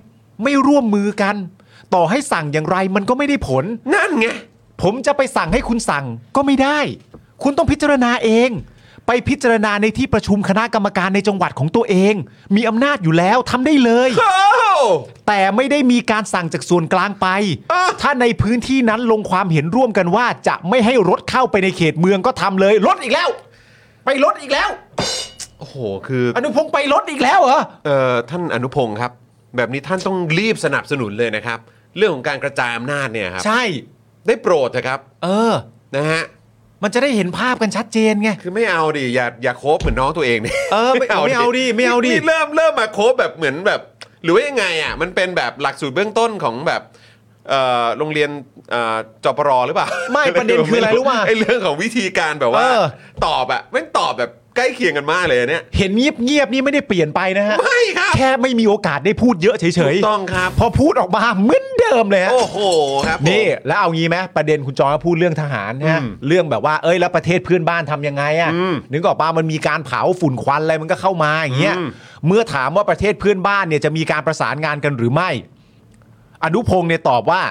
B: ไม่ร่วมมือกัน ต่อให้สั่งอย่างไรมันก็ไม่ได้ผล
A: นั่นไง
B: ผมจะไปสั่งให้คุณสั่งก็ไม่ได้ คุณต้องพิจารณาเอง ไปพิจารณาในที่ประชุมคณะกรรมการในจังหวัดของตัวเอง มีอำนาจอยู่แล้วทำได้เลย
A: โอ้
B: แต่ไม่ได้มีการสั่งจากส่วนกลางไป
A: อ่ะ
B: ถ้าในพื้นที่นั้นลงความเห็นร่วมกันว่า จะไม่ให้รถเข้าไปในเขตเมืองก็ทำเลย รถอีกแล้ว ไปรถอีกแล้ว
A: โอ้โห คือ
B: อนุพงศ์ไปรถอีกแล้วเหรอ
A: เอ่อท่านอนุพงศ์ครับ แบบนี้ท่านต้องรีบสนับสนุนเลยนะครับ เรื่องของการกระจายอำนาจเนี่ยครับ
B: ใช่
A: ได้โปรดเถอะครับ
B: เออ
A: นะฮะ
B: มันจะได้เห็นภาพกันชัดเจนไง
A: คือไม่เอาดิอย่าอย่าโคบเหมือนน้องตัวเองดิ
B: เออไม่ไม่เอาดิไม่เอาดิ
A: นี่เริ่มเริ่มมาโคบแบบเหมือนแบบ หรือว่ายังไงอ่ะมันเป็นแบบหลักสูตรเบื้องต้นของแบบเอ่อโรงเรียนเอ่อจปรหรือเปล่า
B: ไม่
A: (laughs)
B: ประเด็นคืออะไรรู้ป่ะ
A: ไอ้เรื่องของวิธีการแบบว่า
B: เออ
A: ตอบอ่ะไม่งตอบแบบใกล้เคียงกันมากเลยอัน
B: (laughs)
A: เนี่ย
B: เห็นเงียบๆนี่ไม่ได้เปลี่ยนไปนะฮะ
A: ไม่ครับ
B: แค่ไม่มีโอกาสได้พูดเยอะเฉ
A: ถู
B: ย
A: กต้องครับ
B: ๆ พอพูดออกมาเหมือนเดิมเลยฮะ
A: โอ้โหครับผม
B: นี่แล้วเอางี้ไหมประเด็นคุณจอนก็พูดเรื่องทหารนะฮะ
A: อืม
B: เรื่องแบบว่าเอ้ยแล้วประเทศเพื่อนบ้านทำยังไงอะ่ะ
A: อืม
B: นึกออกปะมันมีการเผาฝุ่นควันอะไรมันก็เข้ามาอย่างเงี้ย
A: อืม
B: เมื่อถามว่าประเทศเพื่อนบ้านเนี่ยจะมีการประสานงานกันหรือไม่ อนุพงศ์เนี่ยตอบว่า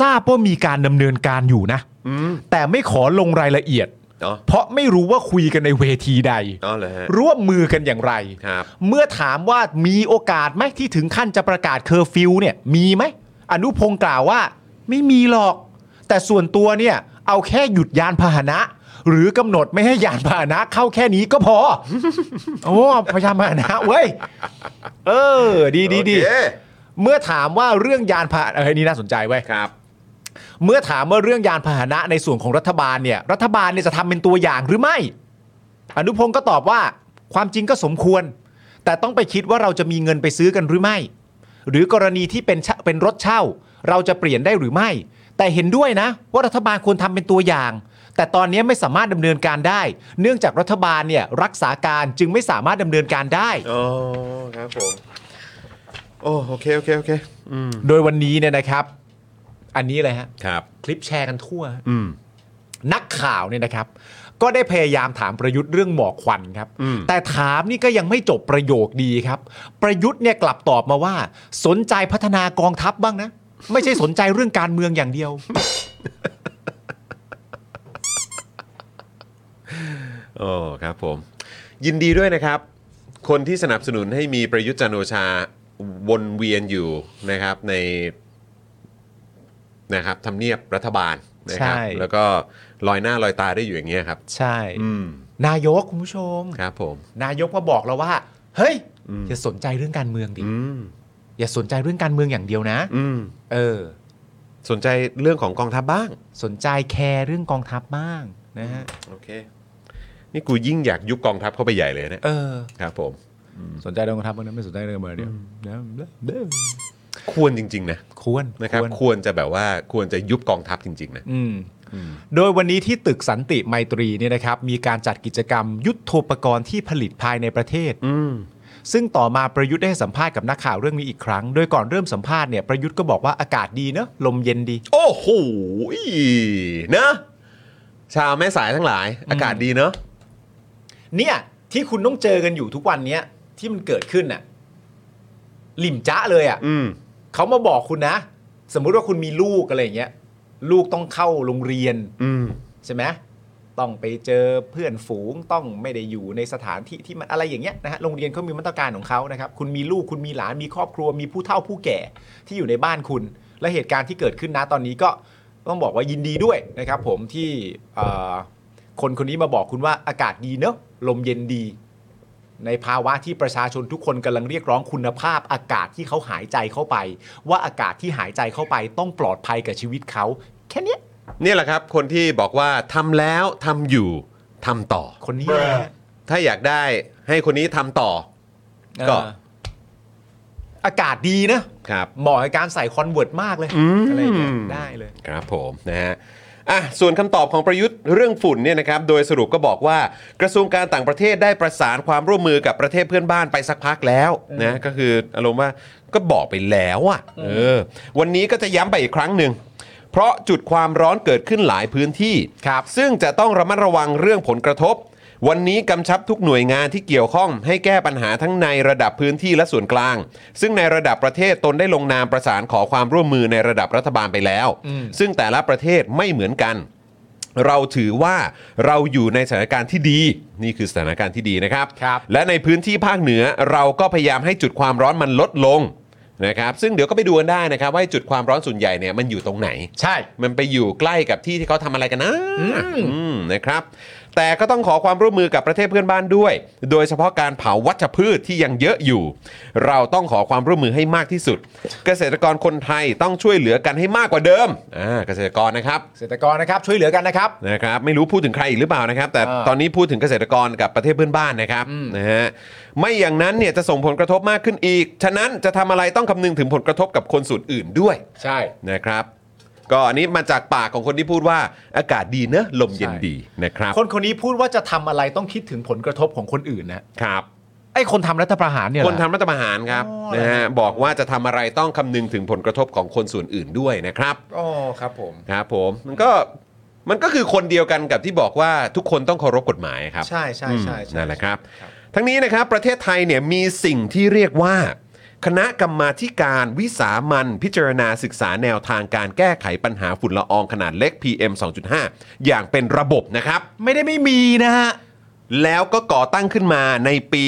B: ทราบว่ามีการดำเนินการอยู่นะ
A: อืม
B: แต่ไม่ขอลงรายละเอียด
A: เนาะ
B: เพราะไม่รู้ว่าคุยกันในเวทีใด
A: เนาะเลยฮะ
B: ร่วมมือกันอย่างไร
A: ครับ
B: เมื่อถามว่ามีโอกาสไหมที่ถึงขั้นจะประกาศเคอร์ฟิวเนี่ยมีไหม อนุพงศ์กล่าวว่า ไม่มีหรอก แต่ส่วนตัวเนี่ย เอาแค่หยุดยานพาหนะ หรือกำหนดไม่ให้ยานพาหนะเข้าแค่นี้ก็พอ (laughs) โอ้พยานพาหนะเว้ย เออ ดีดีดี
A: โอเค
B: เมื่อถามว่าเรื่องยานพาหนะเออนี่น่าสนใจเว้ย
A: ครับ
B: เมื่อถามว่าเรื่องยานพาหนะในส่วนของรัฐบาลเนี่ย รัฐบาลเนี่ยจะทำเป็นตัวอย่างหรือไม่ อนุพงศ์ก็ตอบว่า ความจริงก็สมควร แต่ต้องไปคิดว่าเราจะมีเงินไปซื้อกันหรือไม่ หรือกรณีที่เป็นเช่าเป็นรถเช่า เราจะเปลี่ยนได้หรือไม่ แต่เห็นด้วยนะ ว่ารัฐบาลควรทำเป็นตัวอย่าง แต่ตอนนี้ไม่สามารถดำเนินการได้ เนื่องจากรัฐบาลเนี่ยรักษาการจึงไม่สามารถดำเนินการได้
A: อ๋อครับผมโอ้โอเคโอเคโอเคอืม
B: โดยวันนี้เนี่ยนะครับ อันนี้เลยฮะ
A: ครับ
B: คลิปแชร์กันทั่วฮะ
A: อืม
B: นักข่าวเนี่ยนะครับ ก็ได้พยายามถามประยุทธ์เรื่องหมอกควันครับ
A: อืม
B: แต่ถามนี่ก็ยังไม่จบประโยคดีครับ ประยุทธ์เนี่ยกลับตอบมาว่า สนใจพัฒนากองทัพบ้างนะ ไม่ใช่สนใจเรื่องการเมืองอย่างเดียว
A: โอ้ครับผม ยินดีด้วยนะครับ คนที่สนับสนุนให้มีประยุทธ์จันทร์โอชาวนเวียนอยู่นะครับในนะครับทำเนียบรัฐบาลนะครับ
B: ใช่
A: แล้วก็ลอยหน้าลอยตาได้อยู่อย่างเงี้ยครับ
B: ใช่
A: อืม
B: นายกคุณผู้ชม
A: ครับผม
B: นายกมาบอกเราว่า เฮ้ย
A: อืม
B: อย่าสนใจเรื่องการเมืองดิ
A: อืม
B: อย่าสนใจเรื่องการเมืองอย่างเดียวนะ
A: อืม
B: เออ
A: สนใจเรื่องของกองทัพบ้าง
B: สนใจแคร์เรื่องกองทัพบ้างนะฮะ
A: โอเค นี่กูยิ่งอยากยุบกองทัพเข้าไปใหญ่เลยเนะ
B: เออ
A: ครับผม
B: สนใจเรื่องกองทัพบ้างนะไม่สนใจเรื่องการเมืองอย่างเดียวนะ
A: ควรจริง ๆ นะ
B: ควร
A: นะครับ ควรจะแบบว่าควรจะยุบกองทัพจริง ๆ นะ
B: อืมโดยวันนี้ที่ตึกสันติไมตรีเนี่ยนะครับ มีการจัดกิจกรรมยุทโธปกรณ์ที่ผลิตภายในประเทศ
A: อืม
B: ซึ่งต่อมาประยุทธ์ได้ให้สัมภาษณ์กับนักข่าวเรื่องนี้อีกครั้ง โดยก่อนเริ่มสัมภาษณ์เนี่ยประยุทธ์ก็บอกว่าอากาศดีเนอะลมเย็นดี
A: โอ้โหนะชาวแม่สายทั้งหลาย อากาศดีเนอะ
B: เนี่ยที่คุณต้องเจอกันอยู่ทุกวันเนี้ยที่มันเกิดขึ้นน่ะหลิมจ้าเลยอ่ะ
A: อืม
B: เขามาบอกคุณนะ สมมุติว่าคุณมีลูกอะไรอย่างเงี้ยลูกต้องเข้าโรงเรียน
A: อืม
B: ใช่ไหมต้องไปเจอเพื่อนฝูงต้องไม่ได้อยู่ในสถานที่ที่มันอะไรอย่างเงี้ยนะฮะโรงเรียนเขามีมาตรการของเขานะครับ คุณมีลูกคุณมีหลานมีครอบครัว มีผู้เฒ่าผู้แก่ที่อยู่ในบ้านคุณ และเหตุการณ์ที่เกิดขึ้นนะตอนนี้ก็ต้องบอกว่ายินดีด้วยนะครับ ผมที่เอ่อคนคนนี้มาบอกคุณว่าอากาศดีเนอะลมเย็นดี ในภาวะที่ประชาชนทุกคนกำลังเรียกร้องคุณภาพ อากาศที่เขาหายใจเข้าไป ว่าอากาศที่หายใจเข้าไป ต้องปลอดภัยกับชีวิตเขาแค่เนี้ย
A: เนี่ยแหละครับ คนที่บอกว่าทำแล้วทำอยู่ทำต่อ
B: คนนี้นะฮะ
A: ถ้าอยากได้ให้คนนี้ทำต่อ ก็
B: เอออากาศดีนะครับ เหมาะกับการใส่คอนเวิร์ตมากเลยอะไรอย่างเงี้ยได้เลย
A: ครับผมนะฮะอ่ะส่วนคำตอบของประยุทธ์เรื่องฝุ่นเนี่ยนะครับ โดยสรุปก็บอกว่ากระทรวงการต่างประเทศได้ประสานความร่วมมือกับประเทศเพื่อนบ้านไปสักพักแล้วนะก็คืออารมณ์ว่าก็บอกไปแล้วอะ่ะเออวันนี้ก็จะย้ำไปอีกครั้งหนึ่ง เพราะจุดความร้อนเกิดขึ้นหลายพื้นที่
B: ครับ
A: ซึ่งจะต้องระมัดระวังเรื่องผลกระทบ วันนี้กำชับทุกหน่วยงานที่เกี่ยวข้องให้แก้ปัญหาทั้งในระดับพื้นที่และส่วนกลาง ซึ่งในระดับประเทศตนได้ลงนามประสานขอความร่วมมือในระดับรัฐบาลไปแล้ว ซึ่งแต่ละประเทศไม่เหมือนกัน เราถือว่าเราอยู่ในสถานการณ์ที่ดี นี่คือสถานการณ์ที่ดีนะครับ
B: ครับ
A: และในพื้นที่ภาคเหนือเราก็พยายามให้จุดความร้อนมันลดลงนะครับซึ่งเดี๋ยวก็ไปดูกันได้นะครับว่าจุดความร้อนส่วนใหญ่เนี่ยมันอยู่ตรงไหน
B: ใช่
A: มันไปอยู่ใกล้กับที่ที่เขาทำอะไรกันนะอืมนะครับ แต่ก็ต้องขอความร่วมมือกับประเทศเพื่อนบ้านด้วย โดยเฉพาะการเผาวัชพืชที่ยังเยอะอยู่ เราต้องขอความร่วมมือให้มากที่สุด เกษตรกรคนไทยต้องช่วยเหลือกันให้มากกว่าเดิมอ่าเกษตรกรนะครับ
B: เกษตรกรนะครับช่วยเหลือกันนะครับ
A: นะครับ ไม่รู้พูดถึงใครอีกหรือเปล่านะครับ แต่
B: อ่า
A: ตอนนี้พูดถึงเกษตรกรกับประเทศเพื่อนบ้านนะครับนะฮะไม่อย่างนั้นเนี่ยจะส่งผลกระทบมากขึ้นอีก ฉะนั้นจะทำอะไรต้องคำนึงถึงผลกระทบกับคนส่วนอื่นด้วย
B: ใช่
A: นะครับ ก็อันนี้มาจากปากของคนที่พูดว่าอากาศดีเนอะลมเย็น
B: ใช่
A: ดีนะครับ
B: คนคนนี้พูดว่าจะทำอะไรต้องคิดถึงผลกระทบของคนอื่นนะครับ ไอ้คนทำรัฐประหารเนี่ยเห
A: ค
B: รอ
A: นทำรัฐประหารครับ
B: อ๋อ
A: นะฮะบอกว่าจะทำอะไรต้องคำนึงถึงผลกระทบของคนส่วนอื่นด้วยนะครับ
B: อ๋อครับผม
A: ครับผมมันก็มันก็คือคนเดียวกันกับที่บอกว่าทุกคนต้องเคารพกฎหมายครับ
B: ใช่ใช่ใช่
A: อืม
B: ใช่
A: นั่นแหละครับ
B: ครับ
A: ทั้งนี้นะครับประเทศไทยเนี่ยมีสิ่งที่เรียกว่า คณะกรรมาธิการวิสามันพิจารณาศึกษาแนวทางการแก้ไขปัญหาฝุ่นละอองขนาดเล็ก PM 2.5 อย่างเป็นระบบนะครับ
B: ไม่ได้ไม่มีนะฮะ
A: แล้วก็ก่อตั้งขึ้นมาในปี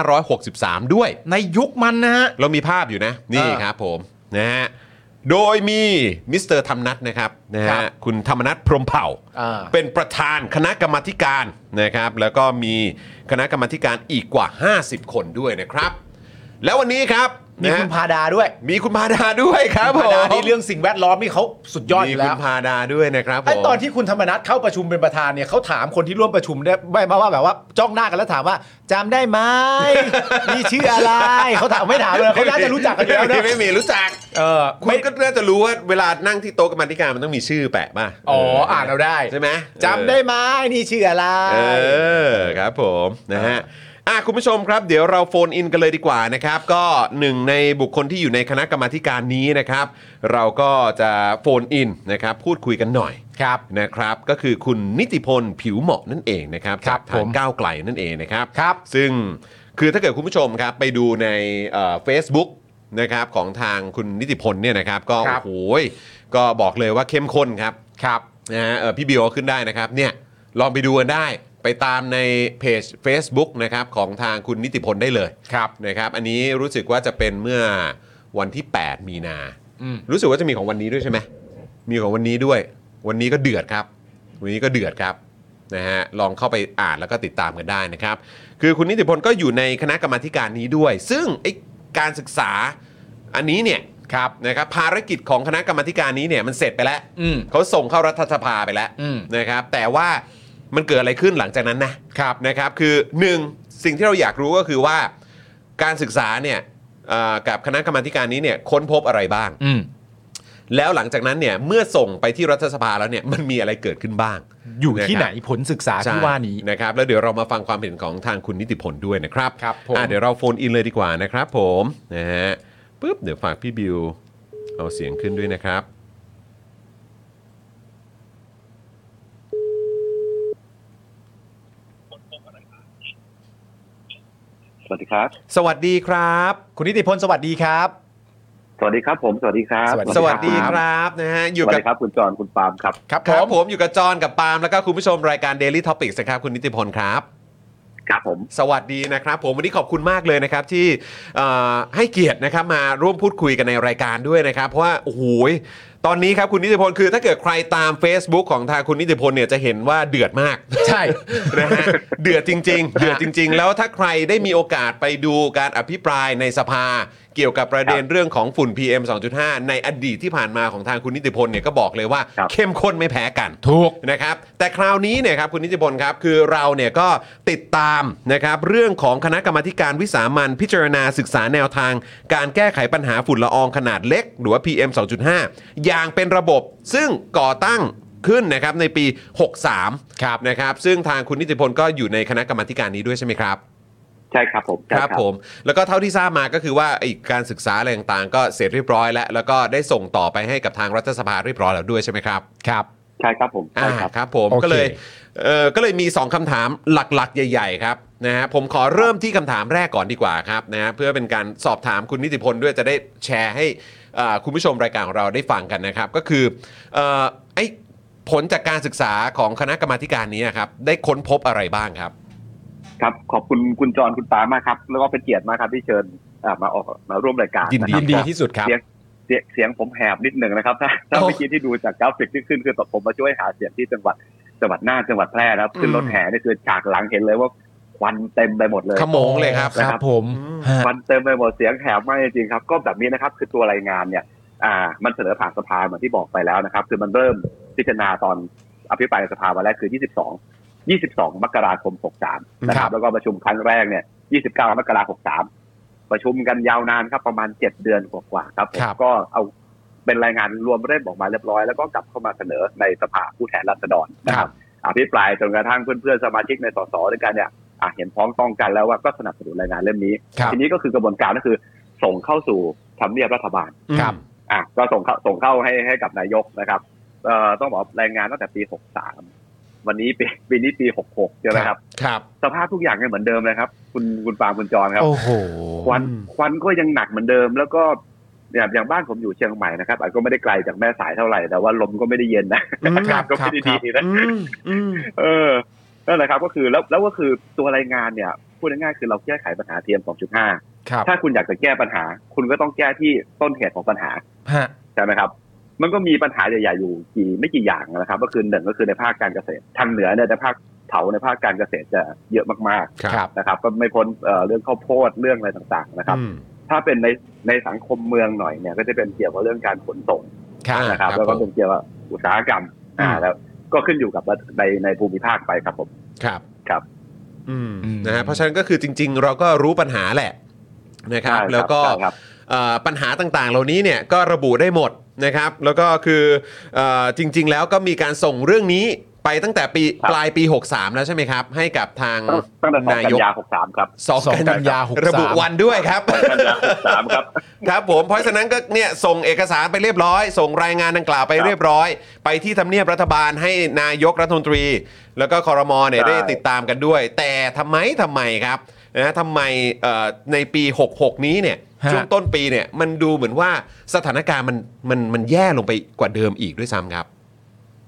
A: 2563 ด้วย
B: ในยุคมันนะฮะ
A: เรามีภาพอยู่นะ นี่
B: เออ
A: ครับผมนะฮะโดยมีมิสเตอร์ธรรมนัทนะครับนะ
B: ครั
A: ฮะ
B: บ
A: คุณธรรมนัทพรหมเผ่า
B: อ่า
A: เป็นประธานคณะกรรมาธิการนะครับ แล้วก็มีคณะกรรมาธิการอีกกว่า 50 คนด้วยนะครับ แล้ววันนี้ครับ
B: มี
A: นะฮะ
B: คุณพาดาด้วย
A: มีคุณพาดาด้วยครับผ
B: พาม ดานี่เรื่องสิ่งแวดล้อมนี่เขาสุดยอดอ
A: มี
B: ยู่
A: คุ
B: แล้ว
A: ณพาดาด้วยนะครับผม
B: ไอ้ตอนที่คุณธรรมนัทเข้าประชุมเป็นประธานเนี่ยเขาถามคนที่ร่วมประชุมได้ไม่มาว่าแบบว่าจ้องหน้ากันแล้วถามว่าจำได้ไหม มีชื่ออะไรเขาถามไม่ถามเลยเขาน่าจะรู้จักกันอยู่แล้ว
A: ไม่
B: นะ
A: มีไม่มีรู้จัก
B: เออ
A: คุณ
B: ไม่
A: ก็น่าจะรู้ว่าเวลานั่งที่โต๊ะกรรมาธิการมันต้องมีชื่อแปะป่ะ
B: อ๋ออ่านเอาได้
A: ใช่ไหม
B: จำได้ไหมนี่ชื่ออะไร
A: เออครับผมนะฮะอ่ะคุณผู้ชมครับเดี๋ยวเราโฟนอินกันเลยดีกว่านะครับ ก็หนึ่งในบุคคลที่อยู่ในคณะกรรมาธิการนี้นะครับ เราก็จะโฟนอินนะครับพูดคุยกันหน่อย
B: ครับ
A: นะครับ ก็คือคุณนิติพลผิวเหมาะนั่นเองนะครับ
B: ครับ
A: จากทา
B: ผ
A: ง
B: ม
A: ก้าวไกลนั่นเองนะครับ
B: ครับ
A: ซึ่งคือถ้าเกิดคุณผู้ชมครับไปดูในเฟซบุ๊กนะครับของทางคุณนิติพลเนี่ยนะครับ ก็
B: ครั
A: โอ้
B: บ
A: โหยก็บอกเลยว่าเข้มข้นครับ
B: ครับ
A: นะฮะเอ่อพี่บิวเอาขึ้นได้นะครับเนี่ยลองไปดูกันได้ไปตามในเพจ Facebook นะครับของทางคุณนิติพลได้เลย
B: ครับ
A: นะครับ อันนี้รู้สึกว่าจะเป็นเมื่อวันที่ 8 มีนา
B: อืม
A: รู้สึกว่าจะมีของวันนี้ด้วยใช่ไหมมีของวันนี้ด้วย วันนี้ก็เดือดครับ วันนี้ก็เดือดครับนะฮะลองเข้าไปอ่านแล้วก็ติดตามกันได้นะครับ คือคุณนิติพลก็อยู่ในคณะกรรมาธิการนี้ด้วย ซึ่งไอการศึกษาอันนี้เนี่ย
B: ครับ
A: นะครับภารกิจของคณะกรรมาธิการนี้เนี่ยมันเสร็จไปแล้ว
B: อืม
A: เขาส่งเข้ารัฐสภาไปแล้ว
B: อืม
A: นะครับแต่ว่ามันเกิดอะไรขึ้นหลังจากนั้นนะ
B: ครับ
A: นะครับคือหนึ่งสิ่งที่เราอยากรู้ก็คือว่าการศึกษาเนี่ยเอ่อกับคณะกรรมาธิการนี้เนี่ยค้นพบอะไรบ้าง
B: อืม
A: แล้วหลังจากนั้นเนี่ยเมื่อส่งไปที่รัฐสภาแล้วเนี่ยมันมีอะไรเกิดขึ้นบ้าง
B: อยู่ที่ไหน
A: นะครับ
B: ผลศึกษาที่
A: ใช่
B: ว่านี้
A: นะครับแล้วเดี๋ยวเรามาฟังความเห็นของทางคุณนิติพลด้วยนะครับ
B: ครับผม
A: อ่ะเดี๋ยวเราโฟนอินเลยดีกว่านะครับผมนะฮะปุ๊บเดี๋ยวฝากพี่บิวเอาเสียงขึ้นด้วยนะครับ
D: สวัสดีครับ
A: สวัสดีครับ
B: คุณนิติพลสวัสดีครับ
D: สวัสดีครับผม สวัสดีครับ
A: สวัสดีครับนะฮะอ
D: ส
A: ยู่
D: วั
A: กั
D: ส
A: บ
D: ดีครับคุณจรคุณปาล์มครับ
B: ครับ
A: ค
B: ผ
A: รับ
B: ม
A: ผมอยู่กับจอห์นกับปาล์มแล้วก็คุณผู้ชมรายการ Daily Topics นะครับคุณนิติพลครับ
D: ครับผม
A: สวัสดีนะครับ ผมวันนี้ขอบคุณมากเลยนะครับที่เอ่อให้เกียรตินะครับมาร่วมพูดคุยกันในรายการด้วยนะครับ เพราะว่าโอ้โหยตอนนี้ครับคุณนิติพลคือถ้าเกิดใครตาม Facebook ของทางคุณนิติพลเนี่ยจะเห็นว่าเดือดมาก
B: ใช่
A: นะฮะเดือดจริง ๆ เดือดจริง ๆ แล้วถ้าใครได้มีโอกาสไปดูการอภิปรายในสภา เกี่ยวกับประเด็นเรื่องของฝุ่น PM 2.5 ในอดีตที่ผ่านมาของทางคุณนิติพลเนี่ยก็บอกเลยว่าเข้มข้นไม่แพ้กัน
B: ถูก
A: นะครับแต่คราวนี้เนี่ยครับคุณนิติพลครับคือเราเนี่ยก็ติดตามนะครับเรื่องของคณะกรรมาธิการวิสามันพิจารณาศึกษาแนวทาง การแก้ไขปัญหาฝุ่นละอองขนาดเล็ก หรือว่า PM 2.5 อย่างเป็นระบบซึ่งก่อตั้งขึ้นนะครับในปี 63
B: ครับ
A: นะครับซึ่งทางคุณนิติพลก็อยู่ในคณะกรรมาธิการนี้ด้วยใช่ไหมครับ
D: ใช่ครับผมใช่
A: ครับผมแล้วก็เท่าที่ทราบมาก็คือว่าไอ้การศึกษาอะไรต่างๆ ก็เสร็จเรียบร้อยแล้วแล้วก็ได้ส่งต่อไปให้กับทางรัฐสภาเรียบร้อยแล้วด้วยใช่ไหมครับ
B: ครับ
D: ใช่ครับผม
A: อ่า
D: ใช่ครับ
A: ครับผม
B: โอเค
A: ก็เลยเออก็เลยมี 2คำถามหลักๆ ใหญ่ ๆ ครับนะฮะผมขอเริ่มที่คำถามแรกก่อนดีกว่าครับนะฮะเพื่อเป็นการสอบถามคุณนิติพลด้วยจะได้แชร์ให้อ่าคุณผู้ชมรายการของเราได้ฟังกันนะครับ ก็คือเอ่อไอ้ผลจากการศึกษาของคณะกรรมาธิการนี้ครับได้ค้นพบอะไรบ้างครับ
D: ครับขอบคุณคุณจรคุณปามากครับ แล้วก็เป็นเกียรติมากครับที่เชิญอ่ามาออกมาร่วมรายการ
B: ยินดี
D: ะ
B: ยิ
D: ครับ
B: นดีที่สุดครับ
D: เสียงเสียงเสียงผมแหบนิดหนึ่งนะครับถ้าถ้า
B: โอ้
D: เมื่อกี้ที่ดูจากกราฟิกที่ขึ้นคือผมมาช่วยหาเสียงที่จังหวัดจังหวัดน่านจังหวัดแพร่นะครับขึ้นรถ
B: อืม
D: แห่นี่คือฉากหลังเห็นเลยว่าควันเต็มไปหมดเลย
A: ขโมงเลยครับ
B: ครับผม
A: อืม
B: ฮะ
D: มันเต็มไปหมดเสียงแหบมากจริงๆครับ ก็แบบนี้นะครับ คือตัวรายงานเนี่ย อ่า มันเสนอผ่านสภาเหมือนที่บอกไปแล้วนะครับ คือมันเริ่มพิจารณาตอนอภิปรายในสภาวันแรกคือ 22 22 มกราคม 63 นะค
B: ครั
D: รับ บ แล้วก็ประชุมครั้งแรกเนี่ย 29 มกราคม 63 ประชุมกันยาวนานครับ ประมาณ 7 เดือนกว่าๆครับผมก็เอาเป็นรายงานรวมเล่มออกมาเรียบร้อย แล้วก็กลับเข้ามาเสนอในสภาผู้แทนราษฎรนะครับ อภิปรายจนกระทั่งเพื่อนๆสมาชิกในสสด้วยกันเนี่ยอ่ะเห็นพ้องต้องกันแล้วว่าก็สนับสนุนรายงานเล่มนี้
B: ครับ
D: ทีนี้ก็คือกระบวนการก็คือส่งเข้าสู่ทำเนียบรัฐบาล
B: ครับ
D: อ่ะก็ส่งเข้าส่งเข้าให้ให้กับนายกนะครับเอ่อต้องบอกว่ารายงานตั้งแต่ปี 63 วันนี้ปีปีนี้ปี 66ใช่ไหมครับ
A: ครับ
D: สภาพทุกอย่างยังเหมือนเดิมเลยครับ คุณคุณปาล์มคุณจรครับ
B: โอ้โห
D: ควันควันก็ยังหนักเหมือนเดิม แล้วก็เนี่ยอย่างบ้านผมอยู่เชียงใหม่นะครับอาจก็ไม่ได้ไกลจากแม่สายเท่าไหร่แต่ว่าลมก็ไม่ได้เย็นนะ
B: อืม
D: (laughs) อากาศก็
B: ครับ
D: ไม่ได้
B: ครั
D: ดี
B: บ
D: นะ
A: อืมอืม
D: เออ นั่นแหละครับก็คือแล้วแล้วก็คือตัวรายงานเนี่ย พูดง่ายๆคือเราแก้ไขปัญหาเทียม 2.5
B: ครับ
D: ถ้าคุณอยากจะแก้ปัญหา คุณก็ต้องแก้ที่ต้นเหตุของปัญหา
B: ฮะ
D: ใช่ไหมครับ มันก็มีปัญหาใหญ่ๆอยู่กี่ไม่กี่อย่างนะครับ ก็คือหนึ่งก็คือในภาคการเกษตรทางเหนือเนี่ยในภาคเถาในภาคการเกษตรจะเยอะมาก
A: ครับ
B: ครับ
D: ๆนะครับ ก็ไม่พ้นเอ่อเรื่องข้าวโพดเรื่องอะไรต่างๆนะครับ
A: อืม
D: ถ้าเป็นในในสังคมเมืองหน่อยเนี่ย ก็จะเป็นเกี่ยวกับเรื่องการขนส่ง
B: ครับ
D: นะครับแล้วก็เป็นเกี่ยวกับอุตสาหกรรม อ่า
B: อืม
D: แล้วก็ขึ้นอยู่กับว่าในในภูมิภาคไปครับผม
A: ครับ
D: ครับ
A: อืม
B: อืม
A: นะฮะเพราะฉะนั้นก็คือจริง ๆ เราก็รู้ปัญหาแหละนะครับ
D: ใช่ครับ
A: แล้วก็
D: ใช่ครับ
A: เอ่อปัญหาต่างๆ เหล่านี้เนี่ยก็ระบุได้หมดนะครับ แล้วก็คือเอ่อจริง ๆ แล้วก็มีการส่งเรื่องนี้ไปตั้งแต่ปี
D: ครับ
A: ปลายปี 63 แล้วใช่ไหมครับ ให้กับทาง
D: ตั้งตั้งแต่สอ
A: นา
D: งกัน
A: ยก
D: ยาหกสามครับ
A: สอง
B: สองกันยา63
A: ระบุวันด้วยครับ
D: กันยาหกสามครับ
A: ครับผมเพราะฉะนั้นก็เนี่ยส่งเอกสารไปเรียบร้อย ส่งรายงานดังกล่าวไปเรียบร้อย ไปที่ทำเนียบรัฐบาลให้นายกรัฐมนตรี แล้วก็คอรมอเนี่ย
D: ใช่
A: ได้ติดตามกันด้วย แต่ทำไมทำไมครับนะทำไมเอ่อในปี 66 นี้เนี่ย
B: ฮะ
A: ช่วงต้นปีเนี่ยมันดูเหมือนว่าสถานการณ์มันมันมันแย่ลงไปกว่าเดิมอีกด้วยซ้ำครับ